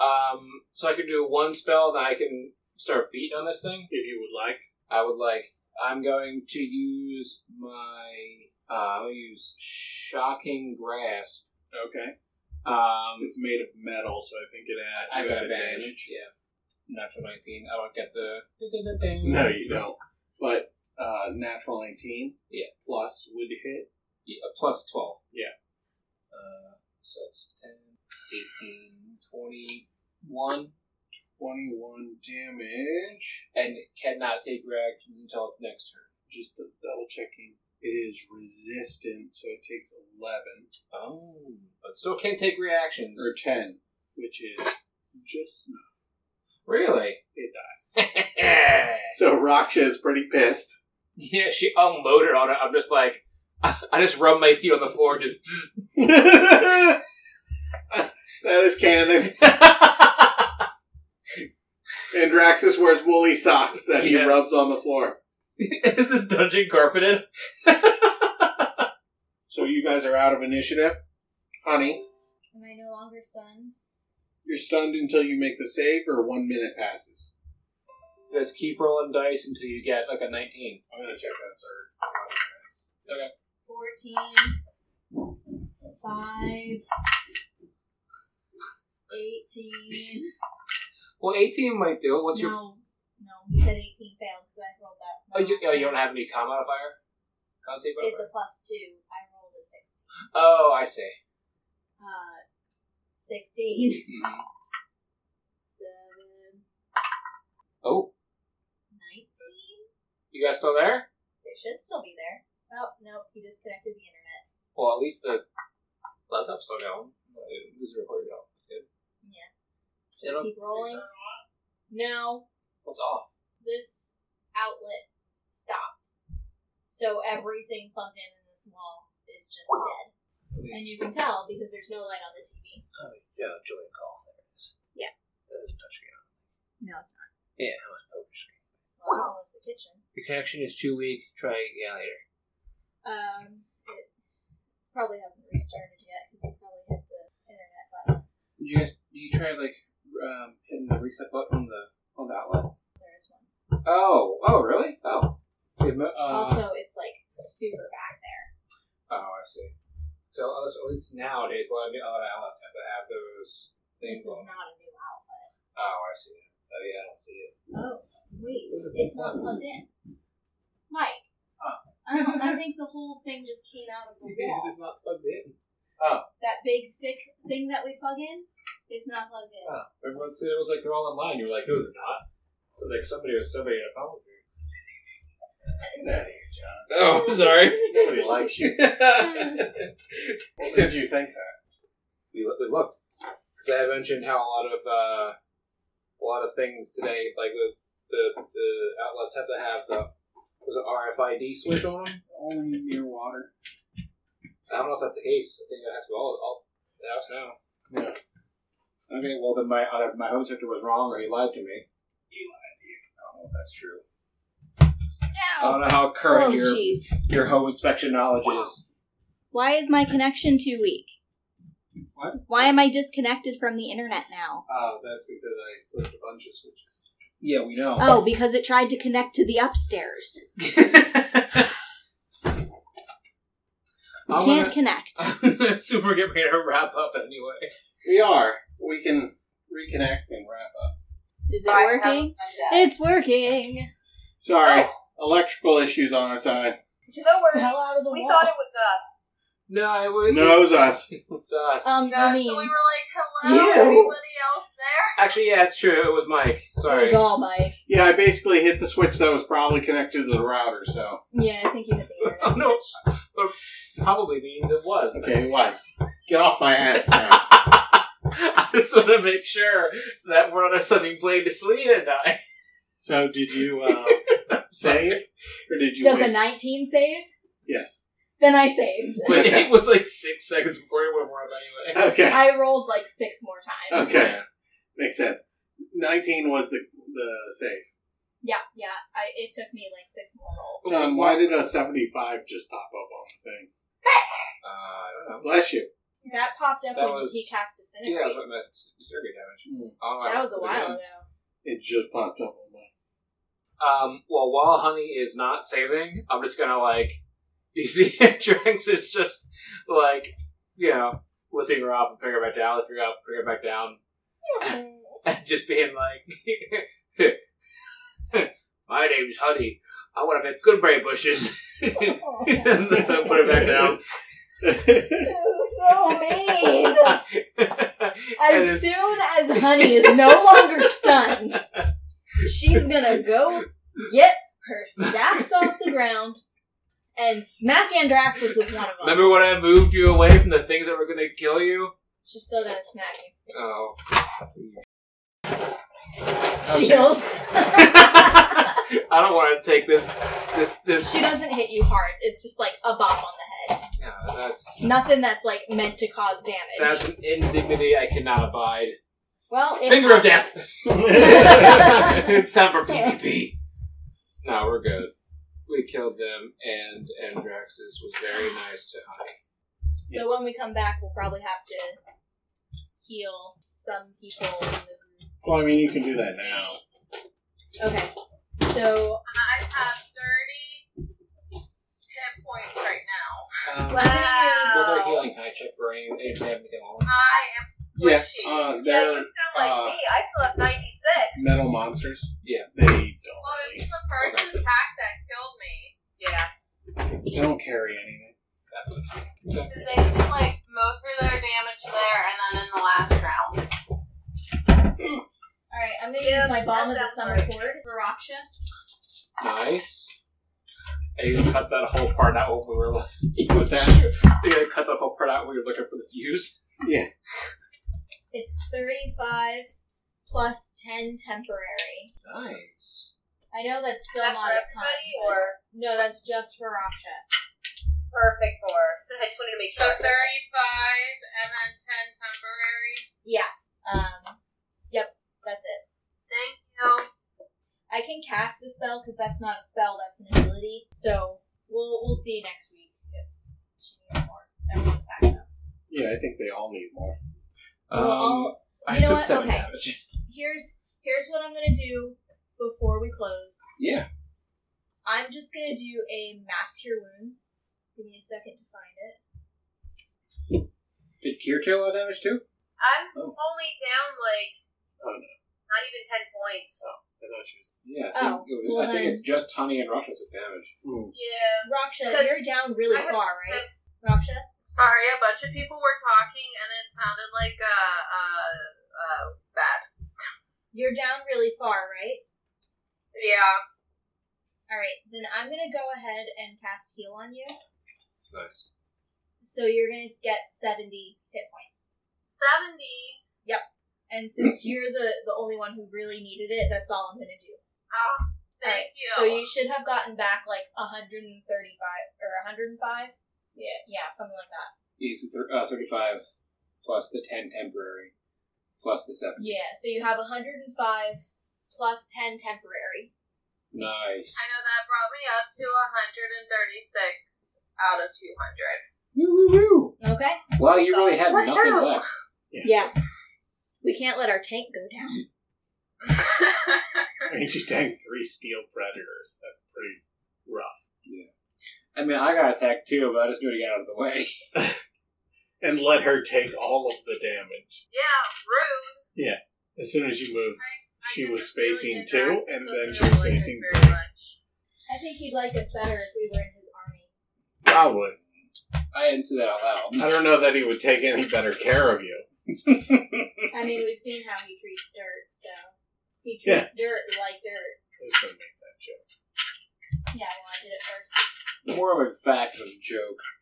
Speaker 4: Um, so I can do one spell, then I can start beating on this thing.
Speaker 2: If you would like.
Speaker 4: I would like. I'm going to use my. Uh, I'm going to use shocking grasp.
Speaker 2: Okay.
Speaker 4: Um,
Speaker 2: It's made of metal, so I think it adds.
Speaker 4: I
Speaker 2: you
Speaker 4: got
Speaker 2: have
Speaker 4: advantage. Yeah. Natural 19. I don't get the.
Speaker 2: No, you don't. But uh, natural 19
Speaker 4: Yeah.
Speaker 2: plus would hit.
Speaker 4: Yeah, uh, plus 12.
Speaker 2: Yeah.
Speaker 4: Uh, so that's 10, 18, 21,
Speaker 2: 21 damage.
Speaker 4: and it cannot take reactions until its next turn.
Speaker 2: Just a double checking. It is resistant, so it takes 11
Speaker 4: Oh. But still can't take reactions.
Speaker 2: or 10, which is just enough.
Speaker 4: Really?
Speaker 2: It
Speaker 4: dies.
Speaker 2: So Raksha is pretty pissed.
Speaker 4: yeah, she unloaded on it. I'm just like, I just rub my feet on the floor and just.
Speaker 2: that is canon. And Draxus wears woolly socks that he
Speaker 4: Yes.
Speaker 2: rubs on the floor.
Speaker 4: Is this dungeon carpeted?
Speaker 2: So you guys are out of initiative. Honey,
Speaker 5: Am I no longer stunned?
Speaker 2: you're stunned until you make the save or one minute passes.
Speaker 4: Just keep rolling dice until you get like a 19.
Speaker 2: I'm going to check that third.
Speaker 5: 14, 5, 18.
Speaker 4: Well, 18 might do. it. What's your.
Speaker 5: no, no, he said 18 failed because I rolled that.
Speaker 4: Oh, you,
Speaker 5: last
Speaker 4: oh, you don't have
Speaker 5: time.
Speaker 4: any con modifier? Con save
Speaker 5: It's
Speaker 4: modifier?
Speaker 5: a plus 2. I rolled a 16.
Speaker 4: Oh, I see.
Speaker 5: Uh, 16,
Speaker 4: Mhm.
Speaker 5: 7,
Speaker 4: Oh,
Speaker 5: 19.
Speaker 4: you guys still there?
Speaker 5: It should still be there. Oh, nope, he disconnected the internet.
Speaker 4: Well, at least the laptop's still going. Uh, Who's recording now? Good.
Speaker 5: Yeah.
Speaker 4: It'll-
Speaker 5: Keep rolling. No,
Speaker 4: What's off?
Speaker 5: this outlet stopped. So everything plugged in in this wall is just dead. And you can tell because there's no light on the TV.
Speaker 4: Oh, Yeah, joy call. There it is.
Speaker 5: Yeah.
Speaker 4: That is a touchscreen.
Speaker 5: No, it's not.
Speaker 4: Yeah, that was poker screen.
Speaker 5: Well, it's the kitchen.
Speaker 4: Your connection is too weak. Try again later.
Speaker 5: Um, it, it probably hasn't restarted yet because you probably hit the internet button.
Speaker 4: Did you guys? Did you try like um, hitting the reset button on the on the outlet?
Speaker 5: There is one.
Speaker 4: Oh, oh, really? Oh. Okay, mo- uh,
Speaker 5: also, it's like super back there.
Speaker 4: Oh, I see. So uh, so at least nowadays, a lot of the other outlets have to have those things.
Speaker 5: This is
Speaker 4: on.
Speaker 5: not a new outlet.
Speaker 4: Oh, I see. Oh, yeah, I don't see it.
Speaker 5: Oh, wait, it's not plugged in. Mike.
Speaker 2: Huh.
Speaker 5: I, don't- I think the whole thing just came out of the wall.
Speaker 4: it's not plugged in.
Speaker 5: that big thick thing that we plug in is not plugged in.
Speaker 4: Oh. Everyone said it was like they're all online. You were like, no, they're not. So like somebody or somebody had a problem with you.
Speaker 2: Get out of here, John.
Speaker 4: Oh, I'm sorry.
Speaker 2: Nobody likes you. What did you think that?
Speaker 4: we, loo- we looked because I had mentioned how a lot of uh, a lot of things today, like the the, the outlets have to have the was it RFID switch on them.
Speaker 2: Only near water.
Speaker 4: I don't know if that's the case. I think it has to be all, all the house now.
Speaker 2: Yeah.
Speaker 4: Okay, well then my uh, my home sector was wrong, or he lied to me.
Speaker 2: He
Speaker 4: lied to you. I don't know if that's true. I don't know how current
Speaker 9: Oh,
Speaker 4: your
Speaker 9: jeez.
Speaker 4: your home inspection knowledge is.
Speaker 9: Why is my connection too weak?
Speaker 2: What?
Speaker 9: Why am I disconnected from the internet now?
Speaker 2: Oh, that's because I flipped a bunch of switches.
Speaker 4: Yeah, we know.
Speaker 9: Oh, because it tried to connect to the upstairs.
Speaker 4: I'm
Speaker 9: Can't connect.
Speaker 4: gonna, so we're getting ready to wrap up anyway.
Speaker 2: We are. We can reconnect and wrap up.
Speaker 9: Is it
Speaker 3: I haven't
Speaker 9: working?
Speaker 3: done that.
Speaker 9: It's working.
Speaker 2: Sorry, electrical issues on our side.
Speaker 5: Just
Speaker 3: Don't worry.
Speaker 5: fell out of the
Speaker 3: We
Speaker 5: wall.
Speaker 3: thought it was us.
Speaker 4: No, it was
Speaker 2: No, it was us.
Speaker 4: It was us.
Speaker 9: Um,
Speaker 3: Yeah,
Speaker 9: I mean,
Speaker 3: so we were like, hello,
Speaker 2: You.
Speaker 3: anybody else there?
Speaker 4: Actually, yeah, it's true. It was Mike.
Speaker 9: it
Speaker 4: Sorry.
Speaker 9: was all Mike.
Speaker 2: Yeah, I basically hit the switch that was probably connected to the router. So
Speaker 9: Yeah, I think you hit the
Speaker 4: Oh,
Speaker 9: internet.
Speaker 4: no. Probably means it was.
Speaker 2: okay, it was. Get off my ass now.
Speaker 4: I just want to make sure that we're on a something plane to Selena and I.
Speaker 2: so did you uh, save or did you?
Speaker 9: Does a
Speaker 2: wait?
Speaker 9: 19 save?
Speaker 2: Yes.
Speaker 9: Then I saved.
Speaker 4: But
Speaker 2: Okay.
Speaker 4: it was like six seconds before we went warm anyway.
Speaker 2: Okay.
Speaker 9: I rolled like six more times.
Speaker 2: Okay. Makes sense. Nineteen was the the save.
Speaker 10: Yeah, yeah. I it took me like six more rolls.
Speaker 2: Son, why did a 75 just pop up on the thing?
Speaker 11: Uh, I don't know.
Speaker 2: Bless you.
Speaker 10: That popped up
Speaker 4: That
Speaker 10: when
Speaker 4: was-
Speaker 10: he cast
Speaker 11: Yeah, I was
Speaker 10: disintegrate.
Speaker 11: looking at survey damage.
Speaker 4: Oh,
Speaker 10: that was a
Speaker 4: I-
Speaker 10: while ago.
Speaker 2: It just popped up on mine.
Speaker 4: Um, well, while Honey is not saving, I'm just gonna like you see Drinks is just like you know lifting her up and putting her back down, lifting her up, putting her back down, and just being like, "My name's Honey. I want to make good brain bushes." and then put her back down.
Speaker 5: This is so mean.
Speaker 4: And
Speaker 5: As
Speaker 4: it's-
Speaker 5: soon as Honey is no longer stunned, she's gonna go get her staffs off the ground and smack Andraxis with one of them.
Speaker 4: remember when I moved you away from the things that were gonna kill you?
Speaker 5: She's still gonna smack you.
Speaker 4: Oh.
Speaker 5: Shield.
Speaker 4: I don't want to take this. This. This.
Speaker 5: she doesn't hit you hard. It's just like a bop on the head.
Speaker 4: No, that's
Speaker 5: Nothing that's like meant to cause damage.
Speaker 4: that's an indignity I cannot abide.
Speaker 5: well, it-
Speaker 4: Finger of death. it's time for PvP. No, we're good. We killed them, and Andraxis was very nice to Honey.
Speaker 5: So when we come back, we'll probably have to heal some people in the group.
Speaker 2: Well, I mean, you can do that now.
Speaker 5: Okay. So
Speaker 6: I have 30 hit points right now.
Speaker 4: Um,
Speaker 5: Wow.
Speaker 4: Well, they're healing. Can I check for any if they have anything on?
Speaker 6: I am
Speaker 2: Yeah,
Speaker 6: squishy.
Speaker 2: uh,
Speaker 6: yeah,
Speaker 2: they're
Speaker 6: you sound like
Speaker 2: uh,
Speaker 6: me. I still have 96.
Speaker 2: metal monsters.
Speaker 4: Yeah.
Speaker 2: They don't.
Speaker 6: Well, it was the first attack that killed me. Yeah.
Speaker 2: They don't carry anything.
Speaker 4: That was
Speaker 6: Because they did, like, most of their damage there and then in the last round.
Speaker 5: all right, I'm gonna
Speaker 6: Yeah,
Speaker 5: use my bomb of the
Speaker 6: that's
Speaker 5: summer
Speaker 6: right.
Speaker 5: cord, Viraksha.
Speaker 4: nice. Are you gonna cut that whole part out when we were like,
Speaker 2: What's that?
Speaker 4: you're gonna cut that whole part out when you're looking for the fuse?
Speaker 5: It's thirty-five plus ten temporary.
Speaker 4: Nice.
Speaker 5: I know that's still
Speaker 6: That's
Speaker 5: not
Speaker 6: for
Speaker 5: a ton.
Speaker 6: everybody,
Speaker 5: but-
Speaker 6: or
Speaker 5: No, that's just Viraksha.
Speaker 6: perfect for? I just wanted to make
Speaker 10: sure.
Speaker 6: So 35 and then 10 temporary.
Speaker 5: Yeah. Um. Yep. That's it.
Speaker 6: Thank you.
Speaker 5: I can cast a spell because that's not a spell. That's an ability. So we'll we'll see next week if she needs more. Everyone's back up.
Speaker 2: Yeah, I think they all need more.
Speaker 5: Well, I'll-
Speaker 4: Um, I
Speaker 5: you know
Speaker 4: took
Speaker 5: what?
Speaker 4: seven
Speaker 5: Okay.
Speaker 4: damage.
Speaker 5: here's here's what I'm gonna do before we close.
Speaker 2: Yeah.
Speaker 5: I'm just gonna do a mask your wounds. Give me a second to find it.
Speaker 4: Did Kier take a lot of damage too?
Speaker 6: I'm
Speaker 4: Oh.
Speaker 6: only down, like,
Speaker 2: Oh, no. Oh.
Speaker 6: not even 10 points.
Speaker 2: I thought she was.
Speaker 4: Yeah, I think,
Speaker 5: Oh,
Speaker 4: it was-
Speaker 5: well
Speaker 4: I think
Speaker 5: then-
Speaker 4: it's just Honey and Russia took damage.
Speaker 2: Ooh.
Speaker 6: Yeah.
Speaker 5: Raksha,
Speaker 6: Because
Speaker 5: you're down really
Speaker 6: I heard-
Speaker 5: far, right? Raksha?
Speaker 6: Sorry, a bunch of people were talking and it sounded like, uh, uh, uh, bad.
Speaker 5: You're down really far, right?
Speaker 6: Yeah.
Speaker 5: Alright, then I'm gonna go ahead and cast heal on you.
Speaker 4: Nice.
Speaker 5: So you're gonna get seventy hit points.
Speaker 6: 70.
Speaker 5: And since you're the, the only one who really needed it, that's all I'm gonna do.
Speaker 6: Oh, thank
Speaker 5: Alright,
Speaker 6: you.
Speaker 5: So you should have gotten back like 135 or 105. Yeah, yeah, something like that.
Speaker 4: He's th- uh, 35 plus the 10 temporary plus the 7.
Speaker 5: Yeah, so you have 105 plus 10 temporary.
Speaker 4: Nice.
Speaker 6: I know that brought me up to 136 out of 200.
Speaker 4: Woo, woo, woo.
Speaker 5: Okay?
Speaker 4: Well, you really had
Speaker 6: What
Speaker 4: nothing
Speaker 6: now?
Speaker 4: left.
Speaker 5: Yeah. We can't let our tank go down.
Speaker 2: I mean, she tanked three steel predators. That's pretty rough.
Speaker 4: I mean, I got attacked too, but I just knew to get out of the way.
Speaker 2: And let her take all of the damage.
Speaker 6: yeah, rude.
Speaker 2: As soon as you move,
Speaker 6: I
Speaker 2: she
Speaker 6: did
Speaker 2: was
Speaker 6: this really
Speaker 2: facing
Speaker 6: good
Speaker 2: two,
Speaker 6: practice,
Speaker 2: and
Speaker 6: so
Speaker 2: then
Speaker 6: I
Speaker 2: she was
Speaker 6: like it
Speaker 2: facing
Speaker 6: very
Speaker 2: three.
Speaker 6: much.
Speaker 5: I think he'd like us better if we were in his army.
Speaker 2: I would.
Speaker 4: I didn't say that out loud.
Speaker 2: I don't know that he would take any better care of you.
Speaker 5: I mean, we've seen how he treats dirt, so. He
Speaker 2: Yeah.
Speaker 5: treats dirt like dirt.
Speaker 2: Let's not make that joke.
Speaker 5: Yeah, well, I did it first.
Speaker 4: More of a fact than a joke.